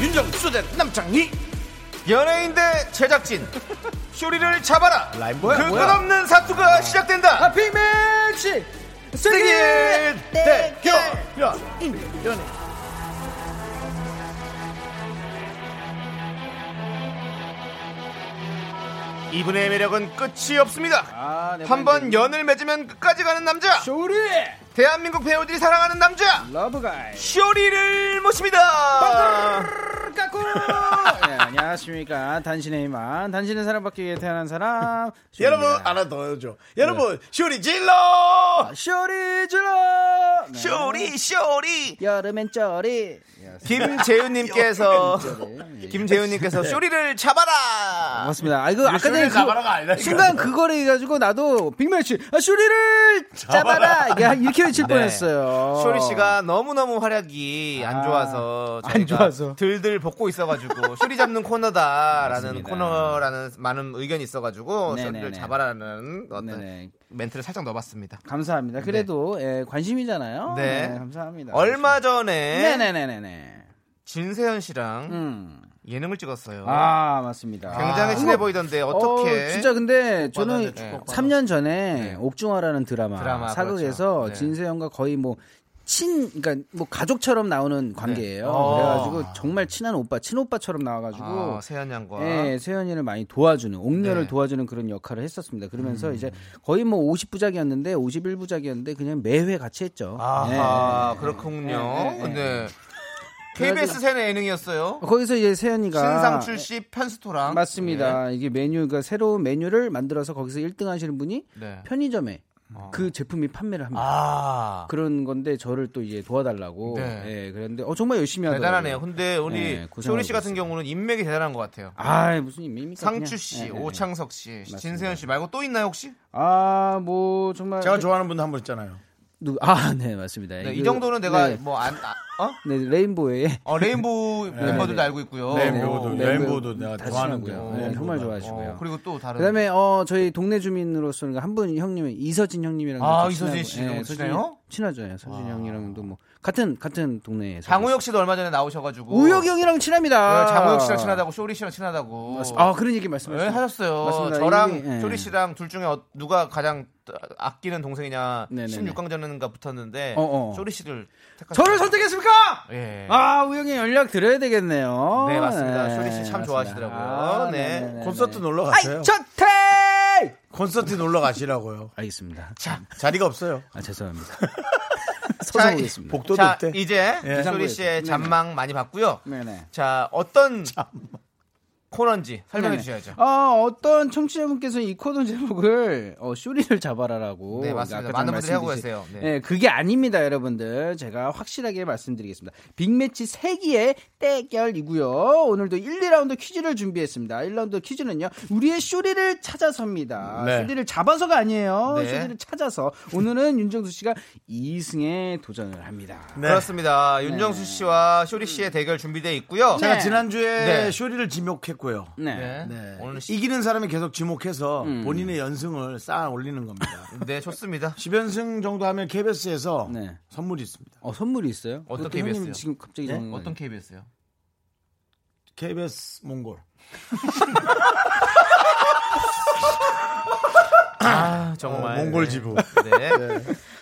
[SPEAKER 1] 윤정수 대 남창희
[SPEAKER 2] 연예인 대 제작진. 쇼리를 잡아라.
[SPEAKER 1] 라임 뭐야, 어.
[SPEAKER 2] 그
[SPEAKER 1] 뭐야?
[SPEAKER 2] 끝없는 사투가 시작된다.
[SPEAKER 1] 하피매치
[SPEAKER 2] 승일
[SPEAKER 1] 대결 연인 연인
[SPEAKER 2] 이분의 매력은 끝이 없습니다. 한 번 연을 맺으면 끝까지 가는 남자.
[SPEAKER 1] 아, 쇼리
[SPEAKER 2] 대한민국 배우들이 사랑하는 남자.
[SPEAKER 6] 러브가이
[SPEAKER 2] 쇼리를 모십니다.
[SPEAKER 6] 까꾸 예, 안녕하십니까 단신의 힘만 단신의 사랑받기 위해 태어난 사람
[SPEAKER 1] 여러분
[SPEAKER 6] 쇼리입니다.
[SPEAKER 1] 하나 더 해줘 어, 여러분 쇼리 질러
[SPEAKER 6] 아, 쇼리 질러 네.
[SPEAKER 2] 쇼리 쇼리.
[SPEAKER 6] 여름엔 쩌리
[SPEAKER 2] 김재윤님께서
[SPEAKER 6] 네.
[SPEAKER 2] 김재윤님께서 쇼리를 잡아라.
[SPEAKER 6] 맞습니다. 아 이거 아까 전에
[SPEAKER 1] 쇼리를 잡아라가
[SPEAKER 6] 그
[SPEAKER 1] 아니라
[SPEAKER 6] 순간 그거를 해가지고 나도 빅매치 아, 쇼리를 잡아라 이게 이렇게 외칠 뻔했어요.
[SPEAKER 2] 네. 쇼리 씨가 너무너무 활약이 안
[SPEAKER 6] 아,
[SPEAKER 2] 좋아서
[SPEAKER 6] 안
[SPEAKER 2] 저희가
[SPEAKER 6] 좋아서.
[SPEAKER 2] 들들 볶고 있어가지고 쇼리 잡는 코너다라는
[SPEAKER 6] 맞습니다.
[SPEAKER 2] 코너라는 많은 의견이 있어가지고
[SPEAKER 6] 네네네.
[SPEAKER 2] 쇼리를 잡아라는 어떤
[SPEAKER 6] 네네. 네,
[SPEAKER 2] 멘트를 살짝 넣어봤습니다.
[SPEAKER 6] 감사합니다. 그래도 예, 관심이잖아요.
[SPEAKER 2] 네.
[SPEAKER 6] 감사합니다. 네,
[SPEAKER 2] 얼마 전에
[SPEAKER 6] 네네네네네.
[SPEAKER 2] 진세현 씨랑
[SPEAKER 6] 음.
[SPEAKER 2] 예능을 찍었어요.
[SPEAKER 6] 아 맞습니다.
[SPEAKER 2] 굉장히
[SPEAKER 6] 아,
[SPEAKER 2] 친해
[SPEAKER 6] 이거-
[SPEAKER 2] 보이던데 어떻게?
[SPEAKER 6] 어, 진짜
[SPEAKER 2] 받아야
[SPEAKER 6] 근데 저는 네.
[SPEAKER 2] 될지 네.
[SPEAKER 6] 3년 전에 옥중화라는 드라마,
[SPEAKER 2] 드라마,
[SPEAKER 6] 사극에서
[SPEAKER 2] 그렇죠. 네.
[SPEAKER 6] 진세영과 거의 뭐 친, 그러니까 뭐 가족처럼 나오는 관계예요.
[SPEAKER 2] 어.
[SPEAKER 6] 그래가지고 정말 친한 오빠, 친오빠처럼 나와가지고
[SPEAKER 2] 어, 세현 양과
[SPEAKER 6] 예, 세연이를 많이 도와주는 옥녀를
[SPEAKER 2] 네. 음.
[SPEAKER 6] 도와주는 그런 역할을 했었습니다. 그러면서 이제 거의 뭐 50부작이었는데 51부작이었는데 그냥 매회 같이 했죠.
[SPEAKER 2] 아하
[SPEAKER 6] 예.
[SPEAKER 2] 그렇군요.
[SPEAKER 6] 네, 네,
[SPEAKER 2] 네. KBS 세네 예능이었어요.
[SPEAKER 6] 거기서 이제 세연이가
[SPEAKER 2] 신상 출시 편스토랑
[SPEAKER 6] 그러니까 맞습니다.
[SPEAKER 2] 예.
[SPEAKER 6] 이게 메뉴가 그러니까 새로운 메뉴를 만들어서 거기서 1등 하시는 분이
[SPEAKER 2] 네.
[SPEAKER 6] 편의점에 그 제품이 판매를 합니다.
[SPEAKER 2] 아
[SPEAKER 6] 그런 건데 저를 또 이제 도와달라고.
[SPEAKER 2] 네.
[SPEAKER 6] 예, 그랬는데 어 정말 열심히 하더라고요.
[SPEAKER 2] 대단하네요. 근데 우리
[SPEAKER 6] 네, 고생하고
[SPEAKER 2] 쇼리 씨 같은
[SPEAKER 6] 있습니다.
[SPEAKER 2] 경우는 인맥이 대단한 것 같아요.
[SPEAKER 6] 아, 네, 무슨 입입니까? 예,
[SPEAKER 2] 상추 씨, 오창석 씨, 진세현 씨 말고 또 있나요 혹시?
[SPEAKER 6] 아, 뭐 정말
[SPEAKER 1] 제가 좋아하는 분도 한 분 있잖아요
[SPEAKER 6] 누... 아, 네, 맞습니다.
[SPEAKER 2] 네, 이
[SPEAKER 6] 그-
[SPEAKER 2] 정도는 내가
[SPEAKER 6] 네,
[SPEAKER 2] 뭐 안 어?
[SPEAKER 6] 네, 레인보우의
[SPEAKER 2] 어 레인보우 멤버들도 알고 있고요.
[SPEAKER 1] 네,
[SPEAKER 2] 어,
[SPEAKER 1] 멤버도
[SPEAKER 6] 네,
[SPEAKER 1] 멤버도
[SPEAKER 6] 그-
[SPEAKER 1] 내가
[SPEAKER 6] 다
[SPEAKER 1] 좋아하는군요
[SPEAKER 6] 친하고요. 네, 정말 좋아하시고요.
[SPEAKER 2] 어, 그리고 또 다른
[SPEAKER 6] 그다음에 어 저희 동네 주민으로서는 한 분 형님은 이서진 형님이랑
[SPEAKER 2] 아,
[SPEAKER 6] 좀
[SPEAKER 2] 이서진
[SPEAKER 6] 친하고- 예,
[SPEAKER 2] 씨 너무
[SPEAKER 6] 서진이
[SPEAKER 2] 친해요?
[SPEAKER 6] 친하죠. 예, 서진 형이랑도 뭐 같은 같은 동네에
[SPEAKER 2] 장우혁 씨도 얼마 전에 나오셔가지고
[SPEAKER 6] 우혁 형이랑 친합니다.
[SPEAKER 2] 네, 장우혁 씨랑 친하다고 쇼리 씨랑 친하다고
[SPEAKER 6] 아 그런 얘기
[SPEAKER 2] 네,
[SPEAKER 6] 말씀하셨어요.
[SPEAKER 2] 하셨어요.
[SPEAKER 6] 맞습니다.
[SPEAKER 2] 저랑
[SPEAKER 6] 이게, 예.
[SPEAKER 2] 쇼리 씨랑 둘 중에 어- 누가 가장 아끼는 동생이냐
[SPEAKER 6] 네네네.
[SPEAKER 2] 16강전인가 붙었는데
[SPEAKER 6] 어, 어.
[SPEAKER 2] 쇼리 씨를 택하
[SPEAKER 6] 저를 선택했습니까?
[SPEAKER 2] 예.
[SPEAKER 6] 아 우영이 연락 드려야 되겠네요.
[SPEAKER 2] 네, 맞습니다. 쇼리 씨참
[SPEAKER 6] 맞습니다.
[SPEAKER 2] 좋아하시더라고요. 네.
[SPEAKER 6] 네네네네.
[SPEAKER 1] 콘서트 놀러
[SPEAKER 6] 아이
[SPEAKER 1] 가세요
[SPEAKER 6] 저태.
[SPEAKER 1] 콘서트 놀러 가시라고요
[SPEAKER 6] 알겠습니다.
[SPEAKER 1] 자리가 없어요
[SPEAKER 6] 아 죄송합니다. 아, 서서
[SPEAKER 2] 이-
[SPEAKER 6] 보겠습니다. 네.
[SPEAKER 1] 복도도
[SPEAKER 2] 자
[SPEAKER 1] 없대
[SPEAKER 2] 이제
[SPEAKER 1] 예.
[SPEAKER 2] 쇼리 씨의 잔망 많이 봤고요.
[SPEAKER 6] 네네.
[SPEAKER 2] 자 어떤 코너인지 설명해
[SPEAKER 6] 네네.
[SPEAKER 2] 주셔야죠.
[SPEAKER 6] 아, 어떤 청취자분께서 이 코너 제목을 어, 쇼리를 잡아라라고
[SPEAKER 2] 네, 맞습니다.
[SPEAKER 6] 아까 전에
[SPEAKER 2] 많은 분들이 하고
[SPEAKER 6] 말씀드렸듯이-
[SPEAKER 2] 계세요. 네.
[SPEAKER 6] 네, 그게 아닙니다, 여러분들. 제가 확실하게 말씀드리겠습니다. 빅매치 세기의 대결이고요. 오늘도 1, 2라운드 퀴즈를 준비했습니다. 1라운드 퀴즈는요. 우리의 쇼리를 찾아서입니다.
[SPEAKER 1] 네.
[SPEAKER 6] 쇼리를 잡아서가 아니에요.
[SPEAKER 2] 네.
[SPEAKER 6] 쇼리를 찾아서 오늘은 윤정수 씨가 2승에 도전을 합니다.
[SPEAKER 1] 네.
[SPEAKER 2] 그렇습니다. 윤정수 씨와 쇼리 씨의 대결 준비되어 있고요.
[SPEAKER 1] 제가
[SPEAKER 6] 네.
[SPEAKER 1] 지난주에
[SPEAKER 2] 네.
[SPEAKER 1] 쇼리를 지목했고요
[SPEAKER 6] 네.
[SPEAKER 2] 네.
[SPEAKER 1] 네.
[SPEAKER 2] 오늘 시...
[SPEAKER 1] 이기는 사람이 계속 지목해서
[SPEAKER 6] 음.
[SPEAKER 1] 본인의 연승을 쌓아 올리는 겁니다.
[SPEAKER 2] 네 좋습니다.
[SPEAKER 1] 10연승 정도 하면 KBS에서
[SPEAKER 6] 네.
[SPEAKER 1] 선물이 있습니다.
[SPEAKER 6] 어, 선물이 있어요?
[SPEAKER 2] 어떤
[SPEAKER 6] 그것도 형님
[SPEAKER 2] KBS 요?
[SPEAKER 6] 지금 갑자기
[SPEAKER 1] 예?
[SPEAKER 6] 정한 거
[SPEAKER 2] 네? 어떤 KBS요?
[SPEAKER 1] KBS 몽골.
[SPEAKER 2] 아, 정말
[SPEAKER 1] 몽골 지부.
[SPEAKER 2] 네.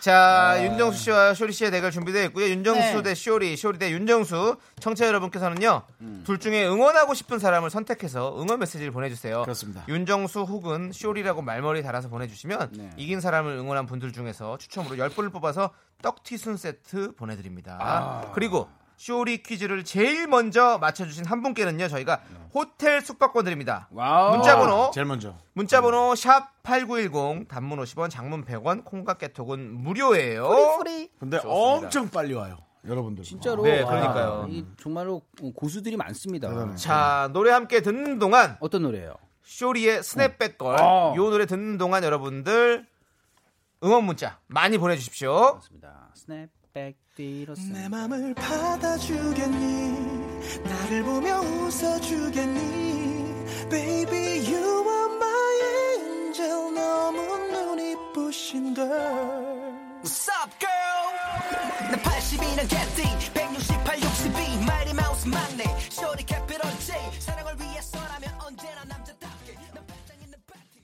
[SPEAKER 2] 자,
[SPEAKER 1] 아.
[SPEAKER 2] 윤정수 씨와 쇼리 씨의 대결 준비되어 있고요. 윤정수 대 쇼리, 쇼리 대 윤정수. 청취자 여러분께서는요,
[SPEAKER 1] 음.
[SPEAKER 2] 둘 중에 응원하고 싶은 사람을 선택해서 응원 메시지를 보내주세요.
[SPEAKER 1] 그렇습니다.
[SPEAKER 2] 윤정수 혹은 쇼리라고 말머리 달아서 보내주시면
[SPEAKER 1] 네.
[SPEAKER 2] 이긴 사람을 응원한 분들 중에서 추첨으로 10분을 뽑아서 떡튀순 세트 보내드립니다. 그리고 쇼리 퀴즈를 제일 먼저 맞춰주신 한 분께는요 저희가 호텔 숙박권 드립니다
[SPEAKER 6] 와우.
[SPEAKER 2] 문자번호
[SPEAKER 1] 네. 아, 제일 먼저.
[SPEAKER 2] 문자번호 샵 8910 단문 50원 장문 100원 콩과 깨톡은 무료예요
[SPEAKER 1] 근데 엄청 빨리 와요. 여러분들.
[SPEAKER 6] 진짜로.
[SPEAKER 2] 네,
[SPEAKER 6] 아,
[SPEAKER 2] 그러니까요. 네.
[SPEAKER 6] 이 정말로 고수들이 많습니다.
[SPEAKER 2] 자 노래 함께 듣는 동안
[SPEAKER 6] 어떤 노래예요?
[SPEAKER 2] 쇼리의 스냅백걸
[SPEAKER 6] 어.
[SPEAKER 2] 이 노래 듣는 동안 여러분들 응원 문자 많이 보내주십시오
[SPEAKER 6] 맞습니다. 스냅백 뒤로
[SPEAKER 4] 내
[SPEAKER 6] 스냅.
[SPEAKER 4] 맘을 받아주겠니 나를 보며 웃어주겠니 Baby you are my angel 너무 눈이 부신 걸 What's up girl 나 80이나 개띠 168, 62 마이리 마우스 막내 쇼리 캐피럴 J 사랑을 위해서라면 언제나 남자답게 난 배짱 있는 파티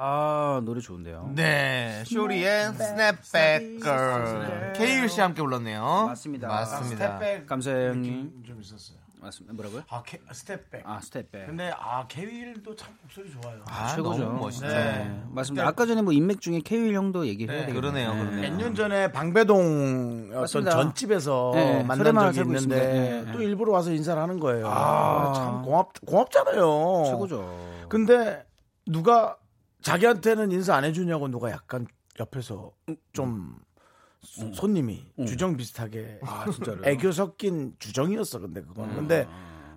[SPEAKER 6] 아 노래 좋은데요.
[SPEAKER 2] 네, 쇼리의 스냅백걸 케이윌 씨 함께 불렀네요.
[SPEAKER 6] 맞습니다.
[SPEAKER 2] 맞습니다.
[SPEAKER 6] 감사해요 형님.
[SPEAKER 1] 좀 있었어요.
[SPEAKER 6] 맞습니다. 뭐라고요?
[SPEAKER 1] 아, 케- 스텝백.
[SPEAKER 6] 아 스텝백.
[SPEAKER 1] 근데 아, 케윌도 참 목소리 좋아요.
[SPEAKER 2] 아,
[SPEAKER 6] 최고죠.
[SPEAKER 2] 너무 멋있다.
[SPEAKER 6] 네, 맞습니다. 아까 전에 뭐 인맥 중에 케일 형도 얘기를 해야 되겠네요.
[SPEAKER 2] 그러네요, 그러네요.
[SPEAKER 1] 몇 년 전에 방배동 어떤
[SPEAKER 6] 맞습니다.
[SPEAKER 1] 전집에서
[SPEAKER 6] 네,
[SPEAKER 1] 만난
[SPEAKER 6] 설해마을
[SPEAKER 1] 적이
[SPEAKER 6] 살고
[SPEAKER 1] 있는데
[SPEAKER 6] 있습니다. 네. 아.
[SPEAKER 1] 또 일부러 와서 인사를 하는 거예요. 아, 참 고맙 고맙잖아요.
[SPEAKER 6] 최고죠.
[SPEAKER 1] 근데 누가 자기한테는 인사 안 해주냐고 누가 약간 옆에서
[SPEAKER 6] 음.
[SPEAKER 1] 좀 소- 손님이 주정 비슷하게
[SPEAKER 6] 아.
[SPEAKER 1] 애교 섞인 주정이었어 근데 그건 근데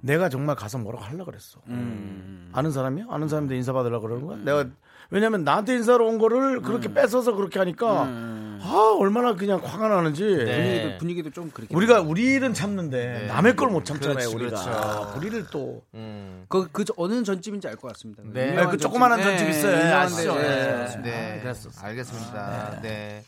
[SPEAKER 1] 내가 정말 가서 뭐라고 하려 그랬어 음. 아는 사람이요 아는 사람한테 인사 받으려 고 그러는 거야 내가 왜냐면 나한테 인사로 온 거를 그렇게 뺏어서 그렇게 하니까 아 얼마나 그냥 화가 나는지 네.
[SPEAKER 2] 네.
[SPEAKER 6] 분위기도, 분위기도 좀 그렇게.
[SPEAKER 1] 우리가 우리 일은 참는데 남의 걸 못 참잖아요
[SPEAKER 2] 그렇지,
[SPEAKER 1] 우리가
[SPEAKER 2] 그렇죠.
[SPEAKER 1] 아, 우리를 또
[SPEAKER 6] 그, 그 어느 전집인지 알 것 같습니다.
[SPEAKER 2] 네.
[SPEAKER 1] 그 조그만한 전집 있어요. 예,
[SPEAKER 6] 유명한
[SPEAKER 1] 아시죠?
[SPEAKER 6] 데죠.
[SPEAKER 1] 예.
[SPEAKER 6] 맞습니다.
[SPEAKER 2] 네, 알겠습니다. 네.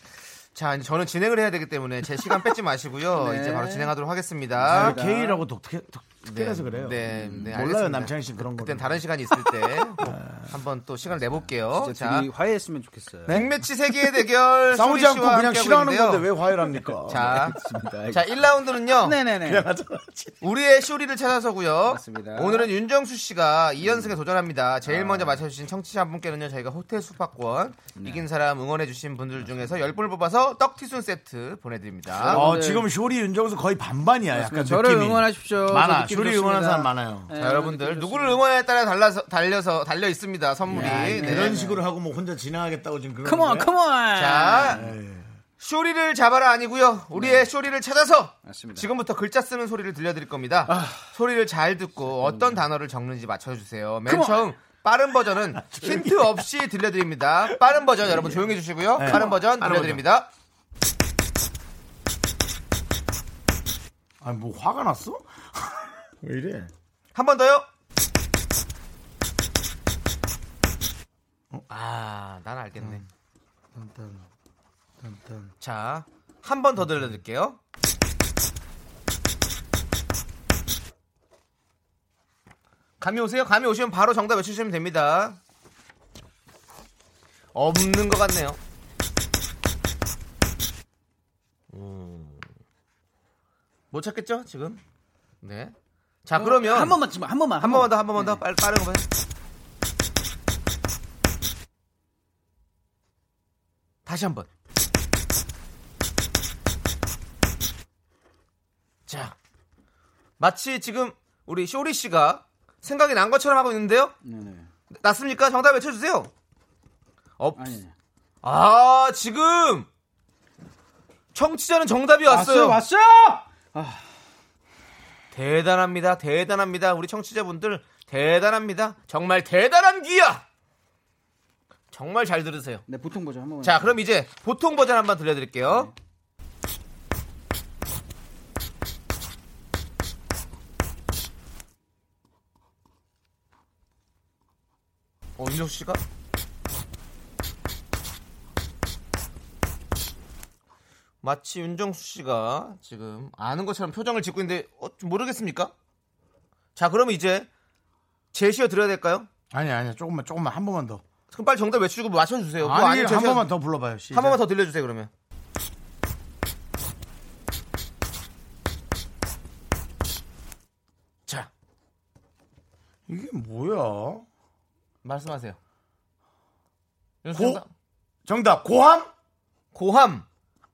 [SPEAKER 2] 자, 이제 저는 진행을 해야 되기 때문에 제 시간 뺏지 마시고요. 이제 바로 진행하도록 하겠습니다.
[SPEAKER 1] 네. 아, 게이라고 독특해, 독특해서 그래요. 음,
[SPEAKER 2] 네, 네,
[SPEAKER 1] 몰라요
[SPEAKER 2] 알겠습니다.
[SPEAKER 1] 남창희 아. 씨 그런 거.
[SPEAKER 2] 그땐 다른 시간이 있을 때뭐 한번 또 시간을 내볼게요.
[SPEAKER 6] 진짜
[SPEAKER 2] 자, 네.
[SPEAKER 6] 둘이 화해했으면 좋겠어요.
[SPEAKER 2] 백매치 세계 대결
[SPEAKER 1] 네? 싸우지
[SPEAKER 2] 쇼리
[SPEAKER 1] 않고
[SPEAKER 2] 씨와
[SPEAKER 1] 그냥
[SPEAKER 2] 함께하고
[SPEAKER 1] 싫어하는
[SPEAKER 2] 있는데요.
[SPEAKER 1] 건데 왜 화해를 합니까?
[SPEAKER 2] 자,
[SPEAKER 6] 알겠습니다.
[SPEAKER 2] 자, 1라운드는요.
[SPEAKER 6] 네네네.
[SPEAKER 2] 우리의 쇼리를 찾아서고요.
[SPEAKER 6] 맞습니다. 음. 아.
[SPEAKER 2] 오늘은 윤정수 씨가 2연승에 도전합니다. 제일 먼저 맞춰주신 청취자 한 분께는요, 저희가 호텔 숙박권
[SPEAKER 6] 네.
[SPEAKER 2] 이긴 사람 응원해주신 분들 중에서 10분을 뽑아서 떡티순 세트 보내드립니다.
[SPEAKER 1] 어, 지금 쇼리 윤정수 거의 반반이야. 약간
[SPEAKER 6] 저를
[SPEAKER 1] 느낌이.
[SPEAKER 6] 응원하십시오. 저
[SPEAKER 1] 많아.
[SPEAKER 6] 느낌
[SPEAKER 1] 쇼리
[SPEAKER 6] 좋습니다.
[SPEAKER 1] 응원하는 사람 많아요.
[SPEAKER 6] 네,
[SPEAKER 2] 자, 여러분들 누구를 응원에 따라 달라서 달려서 달려 있습니다. 선물이. 네.
[SPEAKER 1] 이런 식으로 하고 뭐 혼자 진행하겠다고 지금 그런.
[SPEAKER 6] 컴온
[SPEAKER 1] 건데?
[SPEAKER 6] 컴온.
[SPEAKER 2] 자,
[SPEAKER 6] 네.
[SPEAKER 2] 쇼리를 잡아라 아니고요. 우리의 쇼리를 찾아서
[SPEAKER 6] 맞습니다. 아.
[SPEAKER 2] 지금부터 글자 쓰는 소리를 들려드릴 겁니다. 소리를 잘 듣고 어떤 단어를 적는지 맞춰주세요. 맨
[SPEAKER 6] Come on.
[SPEAKER 2] 처음 빠른 버전은 힌트 없이 들려드립니다. 빠른 버전 여러분 조용히 해주시고요. 빠른 버전 들려드립니다.
[SPEAKER 1] 아니 뭐 화가 났어? 왜 이래?
[SPEAKER 2] 한 번 더요. 아, 난 알겠네.
[SPEAKER 6] 음.
[SPEAKER 2] 자, 한 번 더 들려드릴게요. 감이 오세요? 감이 오시면 바로 정답 외치시면 됩니다. 없는 것 같네요. 음. 못 찾겠죠, 지금? 네. 자, 그러면.
[SPEAKER 6] 어, 한 번만 지금 한 번만 네.
[SPEAKER 2] 한 번만 더, 한 번만 더. 빨, 빠른 거 봐. 다시 한 번. 자. 마치 지금 우리 쇼리 씨가 생각이 난 것처럼 하고 있는데요.
[SPEAKER 6] 네네.
[SPEAKER 2] 났습니까? 정답 외쳐주세요. 없.
[SPEAKER 6] 아니.
[SPEAKER 2] 아, 지금! 청취자는 정답이 왔어요.
[SPEAKER 6] 아, 왔어요.
[SPEAKER 2] 대단합니다. 대단합니다. 우리 청취자분들 대단합니다. 정말 대단한 귀야. 정말 잘 들으세요.
[SPEAKER 6] 네 보통 보죠 한 번만.
[SPEAKER 2] 자, 그럼 이제 보통 버전 한번 들려드릴게요. 어, 윤정 씨가? 마치 윤정수 씨가 지금 아는 것처럼 표정을 짓고 있는데 어, 좀 모르겠습니까? 자, 그럼 이제 제시어 드려야 될까요?
[SPEAKER 1] 아니 아니 조금만 조금만 한 번만 더.
[SPEAKER 2] 그럼 빨리 정답 외치고 맞춰주세요. 뭐
[SPEAKER 1] 아니
[SPEAKER 2] 아니면
[SPEAKER 1] 한
[SPEAKER 2] 제시어-
[SPEAKER 1] 번만 더 불러봐요. 시작.
[SPEAKER 2] 한 번만 더 들려주세요 그러면. 자
[SPEAKER 1] 이게 뭐야?
[SPEAKER 2] 말씀하세요.
[SPEAKER 1] 고 정답 고함
[SPEAKER 2] 고함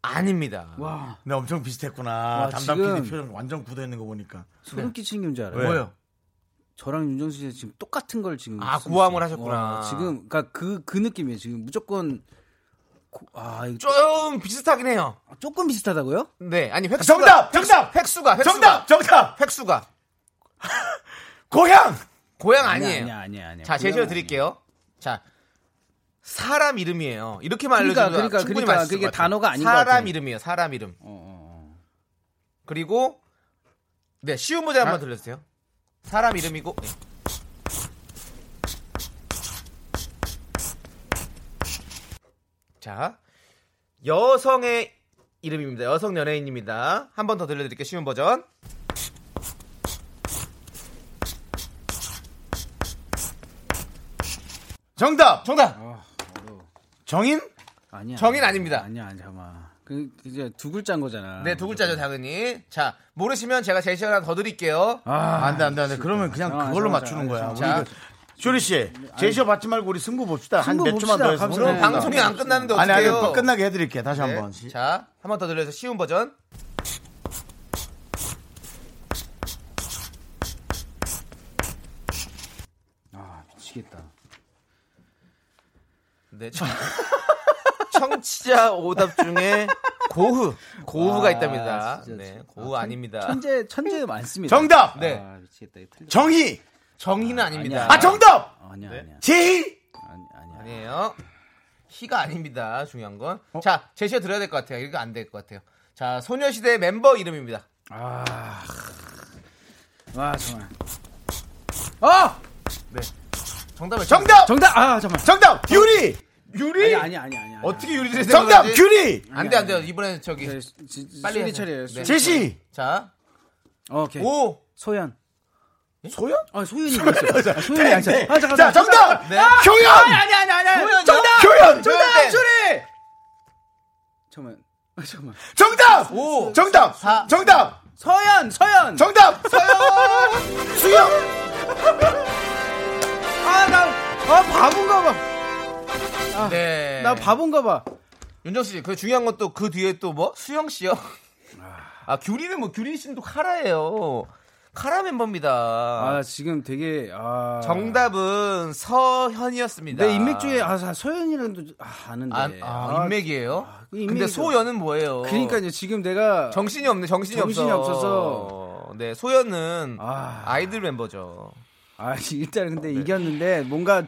[SPEAKER 2] 아닙니다.
[SPEAKER 6] 와
[SPEAKER 1] 근데 네, 엄청 비슷했구나.
[SPEAKER 6] 와,
[SPEAKER 1] 담당
[SPEAKER 6] 지금-
[SPEAKER 1] PD 표정 완전 굳어 있는 거 보니까.
[SPEAKER 2] 네.
[SPEAKER 6] 소름 끼치는 게 뭔지 알아요?
[SPEAKER 1] 왜?
[SPEAKER 2] 뭐요?
[SPEAKER 6] 저랑 윤정수 씨 지금 똑같은 걸 지금
[SPEAKER 2] 아,
[SPEAKER 6] 쓰고
[SPEAKER 2] 구함을
[SPEAKER 6] 있어요.
[SPEAKER 2] 하셨구나.
[SPEAKER 6] 와, 지금 그러니까 그, 그 느낌이에요. 지금 무조건 고- 아 이거
[SPEAKER 2] 좀 비슷하긴 해요.
[SPEAKER 6] 조금 비슷하다고요?
[SPEAKER 2] 네, 아니 획수가
[SPEAKER 1] 정답! 정답!
[SPEAKER 2] 획수가 획수가
[SPEAKER 1] 정답! 정답!
[SPEAKER 2] 획수가
[SPEAKER 1] 고향!
[SPEAKER 2] 고향 아니에요.
[SPEAKER 6] 아니야 아니야 아니야.
[SPEAKER 2] 자, 제시어 드릴게요. 자, 사람 이름이에요. 이렇게만
[SPEAKER 6] 그러니까,
[SPEAKER 2] 알려주면
[SPEAKER 6] 그러니까,
[SPEAKER 2] 충분히
[SPEAKER 6] 그러니까
[SPEAKER 2] 맞을
[SPEAKER 6] 그게
[SPEAKER 2] 것 같아요.
[SPEAKER 6] 단어가 아닌 것
[SPEAKER 2] 사람
[SPEAKER 6] 같아요.
[SPEAKER 2] 이름이에요. 사람 이름.
[SPEAKER 6] 어, 어, 어.
[SPEAKER 2] 그리고 네 쉬운 문제
[SPEAKER 6] 아.
[SPEAKER 2] 한번 들려주세요. 사람 이름이고 네. 자 여성의 이름입니다. 여성 연예인입니다. 한 번 더 들려드릴게요. 쉬운 버전.
[SPEAKER 1] 정답!
[SPEAKER 2] 정답.
[SPEAKER 1] 정인?
[SPEAKER 6] 아니야.
[SPEAKER 2] 정인 아닙니다.
[SPEAKER 6] 아니야 아니야 잠깐만. 그 이제 두 글자인 거잖아.
[SPEAKER 2] 네 두 글자죠 당연히. 자 모르시면 제가 제시어 하나 더 드릴게요.
[SPEAKER 6] 아,
[SPEAKER 1] 안 돼, 안 돼, 안 돼. 그러면 그냥
[SPEAKER 6] 아,
[SPEAKER 1] 그걸로
[SPEAKER 6] 잠깐만,
[SPEAKER 1] 맞추는 거야.
[SPEAKER 6] 잠깐만,
[SPEAKER 1] 우리
[SPEAKER 2] 자
[SPEAKER 1] 그- 쇼리 씨, 제시어 받지 말고 우리 승부 봅시다. 한
[SPEAKER 6] 승부
[SPEAKER 1] 몇 주만
[SPEAKER 6] 봅시다.
[SPEAKER 1] 더 해서.
[SPEAKER 6] 감사합니다.
[SPEAKER 2] 그럼
[SPEAKER 6] 네.
[SPEAKER 2] 방송이 안 끝나는데
[SPEAKER 1] 아니, 아니,
[SPEAKER 2] 어떡해요?
[SPEAKER 1] 또 끝나게 해드릴게요. 다시 한
[SPEAKER 2] 네.
[SPEAKER 1] 번. 시-
[SPEAKER 2] 자, 한 번 더 들려서 쉬운 버전.
[SPEAKER 6] 아 미치겠다.
[SPEAKER 2] 네. 청... 청취자 오답 중에 고흐, 고흐가
[SPEAKER 6] 아,
[SPEAKER 2] 있답니다.
[SPEAKER 6] 진짜,
[SPEAKER 2] 네,
[SPEAKER 6] 진짜.
[SPEAKER 2] 고흐
[SPEAKER 6] 아, 천-
[SPEAKER 2] 아닙니다.
[SPEAKER 6] 천재 천재 많습니다.
[SPEAKER 1] 정답!
[SPEAKER 2] 네.
[SPEAKER 6] 아 미치겠다. 이거 틀려.
[SPEAKER 1] 정희!
[SPEAKER 2] 정희는 아닙니다.
[SPEAKER 1] 아, 정답!
[SPEAKER 6] 어, 아니야
[SPEAKER 2] 네?
[SPEAKER 6] 아니야
[SPEAKER 1] 제희!
[SPEAKER 6] 아니 아니야.
[SPEAKER 2] 아니에요. 희가 아닙니다. 중요한 건. 자, 제시어 드려야 될 것 같아요. 이거 안 될 것 같아요. 자, 소녀시대 멤버 이름입니다.
[SPEAKER 6] 와 아, 정말. 아
[SPEAKER 2] 네. 정답을
[SPEAKER 1] 정답!
[SPEAKER 6] 정답 아 잠깐.
[SPEAKER 1] 정답! 유리!
[SPEAKER 6] 유리? 아니 아니 아니 아니.
[SPEAKER 2] 어떻게 유리 드세요?
[SPEAKER 1] 정답! 규리!
[SPEAKER 2] 안돼 안돼 이번에는 저기
[SPEAKER 6] 네,
[SPEAKER 2] 빨리
[SPEAKER 6] 빨리
[SPEAKER 2] 하세요.
[SPEAKER 6] 소리 처리해요. 아,
[SPEAKER 2] 네.
[SPEAKER 6] 소-
[SPEAKER 1] 제시!
[SPEAKER 2] 자,
[SPEAKER 6] 오케이.
[SPEAKER 2] 오
[SPEAKER 6] 소연.
[SPEAKER 2] 네.
[SPEAKER 1] 소연?
[SPEAKER 6] 아 소연이 있어. 아, 소연이 있어. 아 잠깐.
[SPEAKER 1] 네. 자, 정답!
[SPEAKER 2] 네.
[SPEAKER 1] 교연!
[SPEAKER 2] 아니 아니 아니 아니.
[SPEAKER 1] 정답! 교연!
[SPEAKER 2] 정답!
[SPEAKER 1] 쇼리!
[SPEAKER 6] 잠깐만. 아, 잠깐만.
[SPEAKER 1] 정답!
[SPEAKER 2] 오.
[SPEAKER 1] 정답!
[SPEAKER 2] 사.
[SPEAKER 1] 정답!
[SPEAKER 6] 서연 서연.
[SPEAKER 1] 정답! 수영!
[SPEAKER 6] 아나아 바본가 봐.
[SPEAKER 2] 네.
[SPEAKER 6] 아, 나 바본가 봐.
[SPEAKER 2] 윤정수 씨, 그 중요한 건 또 그 뒤에 또 뭐? 수영 씨요? 아, 규리는 뭐, 규리 씨는 또 카라예요. 카라 멤버입니다.
[SPEAKER 6] 아 지금 되게 아
[SPEAKER 2] 정답은 서현이었습니다.
[SPEAKER 6] 내 인맥 중에 아 사- 서연이랑도 아, 아는데.
[SPEAKER 2] 아, 아, 인맥이에요?
[SPEAKER 6] 그
[SPEAKER 2] 근데
[SPEAKER 6] 인맥이죠.
[SPEAKER 2] 소연은 뭐예요?
[SPEAKER 6] 그러니까요 지금 내가
[SPEAKER 2] 정신이 없네, 정신이,
[SPEAKER 6] 정신이
[SPEAKER 2] 없어.
[SPEAKER 6] 없어서.
[SPEAKER 2] 네, 소연은
[SPEAKER 6] 아.
[SPEAKER 2] 아... 이들 멤버죠.
[SPEAKER 6] 아 일단 근데 이겼는데 뭔가